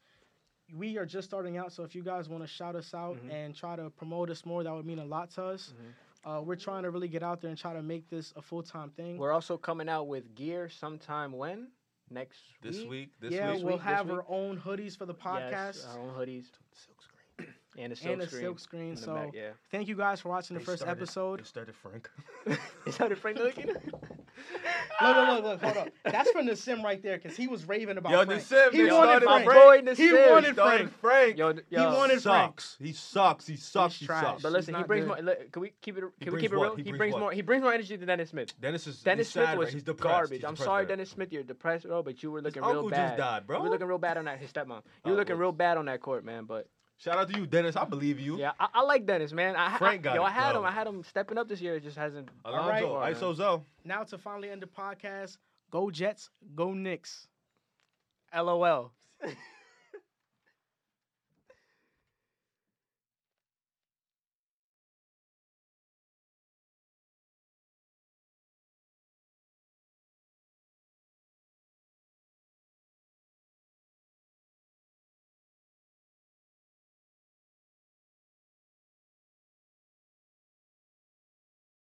[SPEAKER 1] we are just starting out. So if you guys want to shout us out
[SPEAKER 3] Mm-hmm.
[SPEAKER 2] Mhm.
[SPEAKER 1] and try to promote us more, that would mean a lot to us. Uh, we're trying to really get out there and try to make this a full time thing.
[SPEAKER 2] We're also coming out with gear sometime when? Next
[SPEAKER 3] This
[SPEAKER 2] week?
[SPEAKER 3] week, this
[SPEAKER 1] yeah,
[SPEAKER 3] week,
[SPEAKER 1] we'll
[SPEAKER 2] week, this
[SPEAKER 1] have
[SPEAKER 2] week.
[SPEAKER 1] our own hoodies for the podcast
[SPEAKER 2] Yes, our own hoodies
[SPEAKER 3] Silkscreen.
[SPEAKER 2] and a silk
[SPEAKER 1] and a
[SPEAKER 2] screen.
[SPEAKER 1] silk
[SPEAKER 2] in
[SPEAKER 1] screen.
[SPEAKER 2] the
[SPEAKER 1] So
[SPEAKER 2] back, yeah.
[SPEAKER 1] thank you guys for watching the
[SPEAKER 3] They
[SPEAKER 1] first
[SPEAKER 3] started-
[SPEAKER 1] episode.
[SPEAKER 3] It started Frank.
[SPEAKER 2] Is that a Frank looking?
[SPEAKER 1] Look, look, look, look, hold up. That's from the sim right there because he was raving about
[SPEAKER 3] Yo,
[SPEAKER 1] Frank.
[SPEAKER 3] Nassim,
[SPEAKER 1] he
[SPEAKER 3] they
[SPEAKER 1] wanted
[SPEAKER 3] started
[SPEAKER 1] Frank.
[SPEAKER 3] Frank.
[SPEAKER 2] Boy,
[SPEAKER 1] He
[SPEAKER 2] Nassim.
[SPEAKER 1] wanted
[SPEAKER 3] started
[SPEAKER 1] Frank.
[SPEAKER 3] Frank.
[SPEAKER 2] Yo,
[SPEAKER 1] He
[SPEAKER 2] yo.
[SPEAKER 1] wanted Frank.
[SPEAKER 3] sucks. He sucks. He sucks. He
[SPEAKER 1] trash.
[SPEAKER 3] sucks.
[SPEAKER 2] But listen,
[SPEAKER 1] He's
[SPEAKER 2] he
[SPEAKER 1] not
[SPEAKER 2] brings
[SPEAKER 1] good.
[SPEAKER 2] more. Look, can we keep it? Can we
[SPEAKER 3] brings
[SPEAKER 2] keep it
[SPEAKER 3] what?
[SPEAKER 2] real?
[SPEAKER 3] He
[SPEAKER 2] He,
[SPEAKER 3] brings
[SPEAKER 2] brings
[SPEAKER 3] what?
[SPEAKER 2] more. He brings more energy than Dennis Smith.
[SPEAKER 3] Dennis is
[SPEAKER 2] Dennis
[SPEAKER 3] he's
[SPEAKER 2] Smith
[SPEAKER 3] sad
[SPEAKER 2] was
[SPEAKER 3] right- he's depressed.
[SPEAKER 2] garbage.
[SPEAKER 3] He's
[SPEAKER 2] I'm
[SPEAKER 3] depressed
[SPEAKER 2] sorry,
[SPEAKER 3] right now.
[SPEAKER 2] Dennis Smith. You're depressed, bro. But you were looking
[SPEAKER 3] His
[SPEAKER 2] real
[SPEAKER 3] uncle
[SPEAKER 2] bad.
[SPEAKER 3] just died,
[SPEAKER 2] You
[SPEAKER 3] bro.
[SPEAKER 2] were looking real bad on that. His stepmom. You
[SPEAKER 3] Oh,
[SPEAKER 2] were looking
[SPEAKER 3] whoops.
[SPEAKER 2] real bad on that court, man. But
[SPEAKER 3] Shout out to you, Dennis. I believe you.
[SPEAKER 2] yeah, I, I like Dennis, man. I,
[SPEAKER 3] Frank
[SPEAKER 2] I,
[SPEAKER 3] got
[SPEAKER 2] yo,
[SPEAKER 3] it,
[SPEAKER 2] I had
[SPEAKER 3] bro.
[SPEAKER 2] him. I had him stepping up this year. It just hasn't.
[SPEAKER 3] Alonzo,
[SPEAKER 1] right.
[SPEAKER 2] All right,
[SPEAKER 3] ISO Zo.
[SPEAKER 1] Now to finally end the podcast. Go Jets. Go Knicks.
[SPEAKER 2] LOL.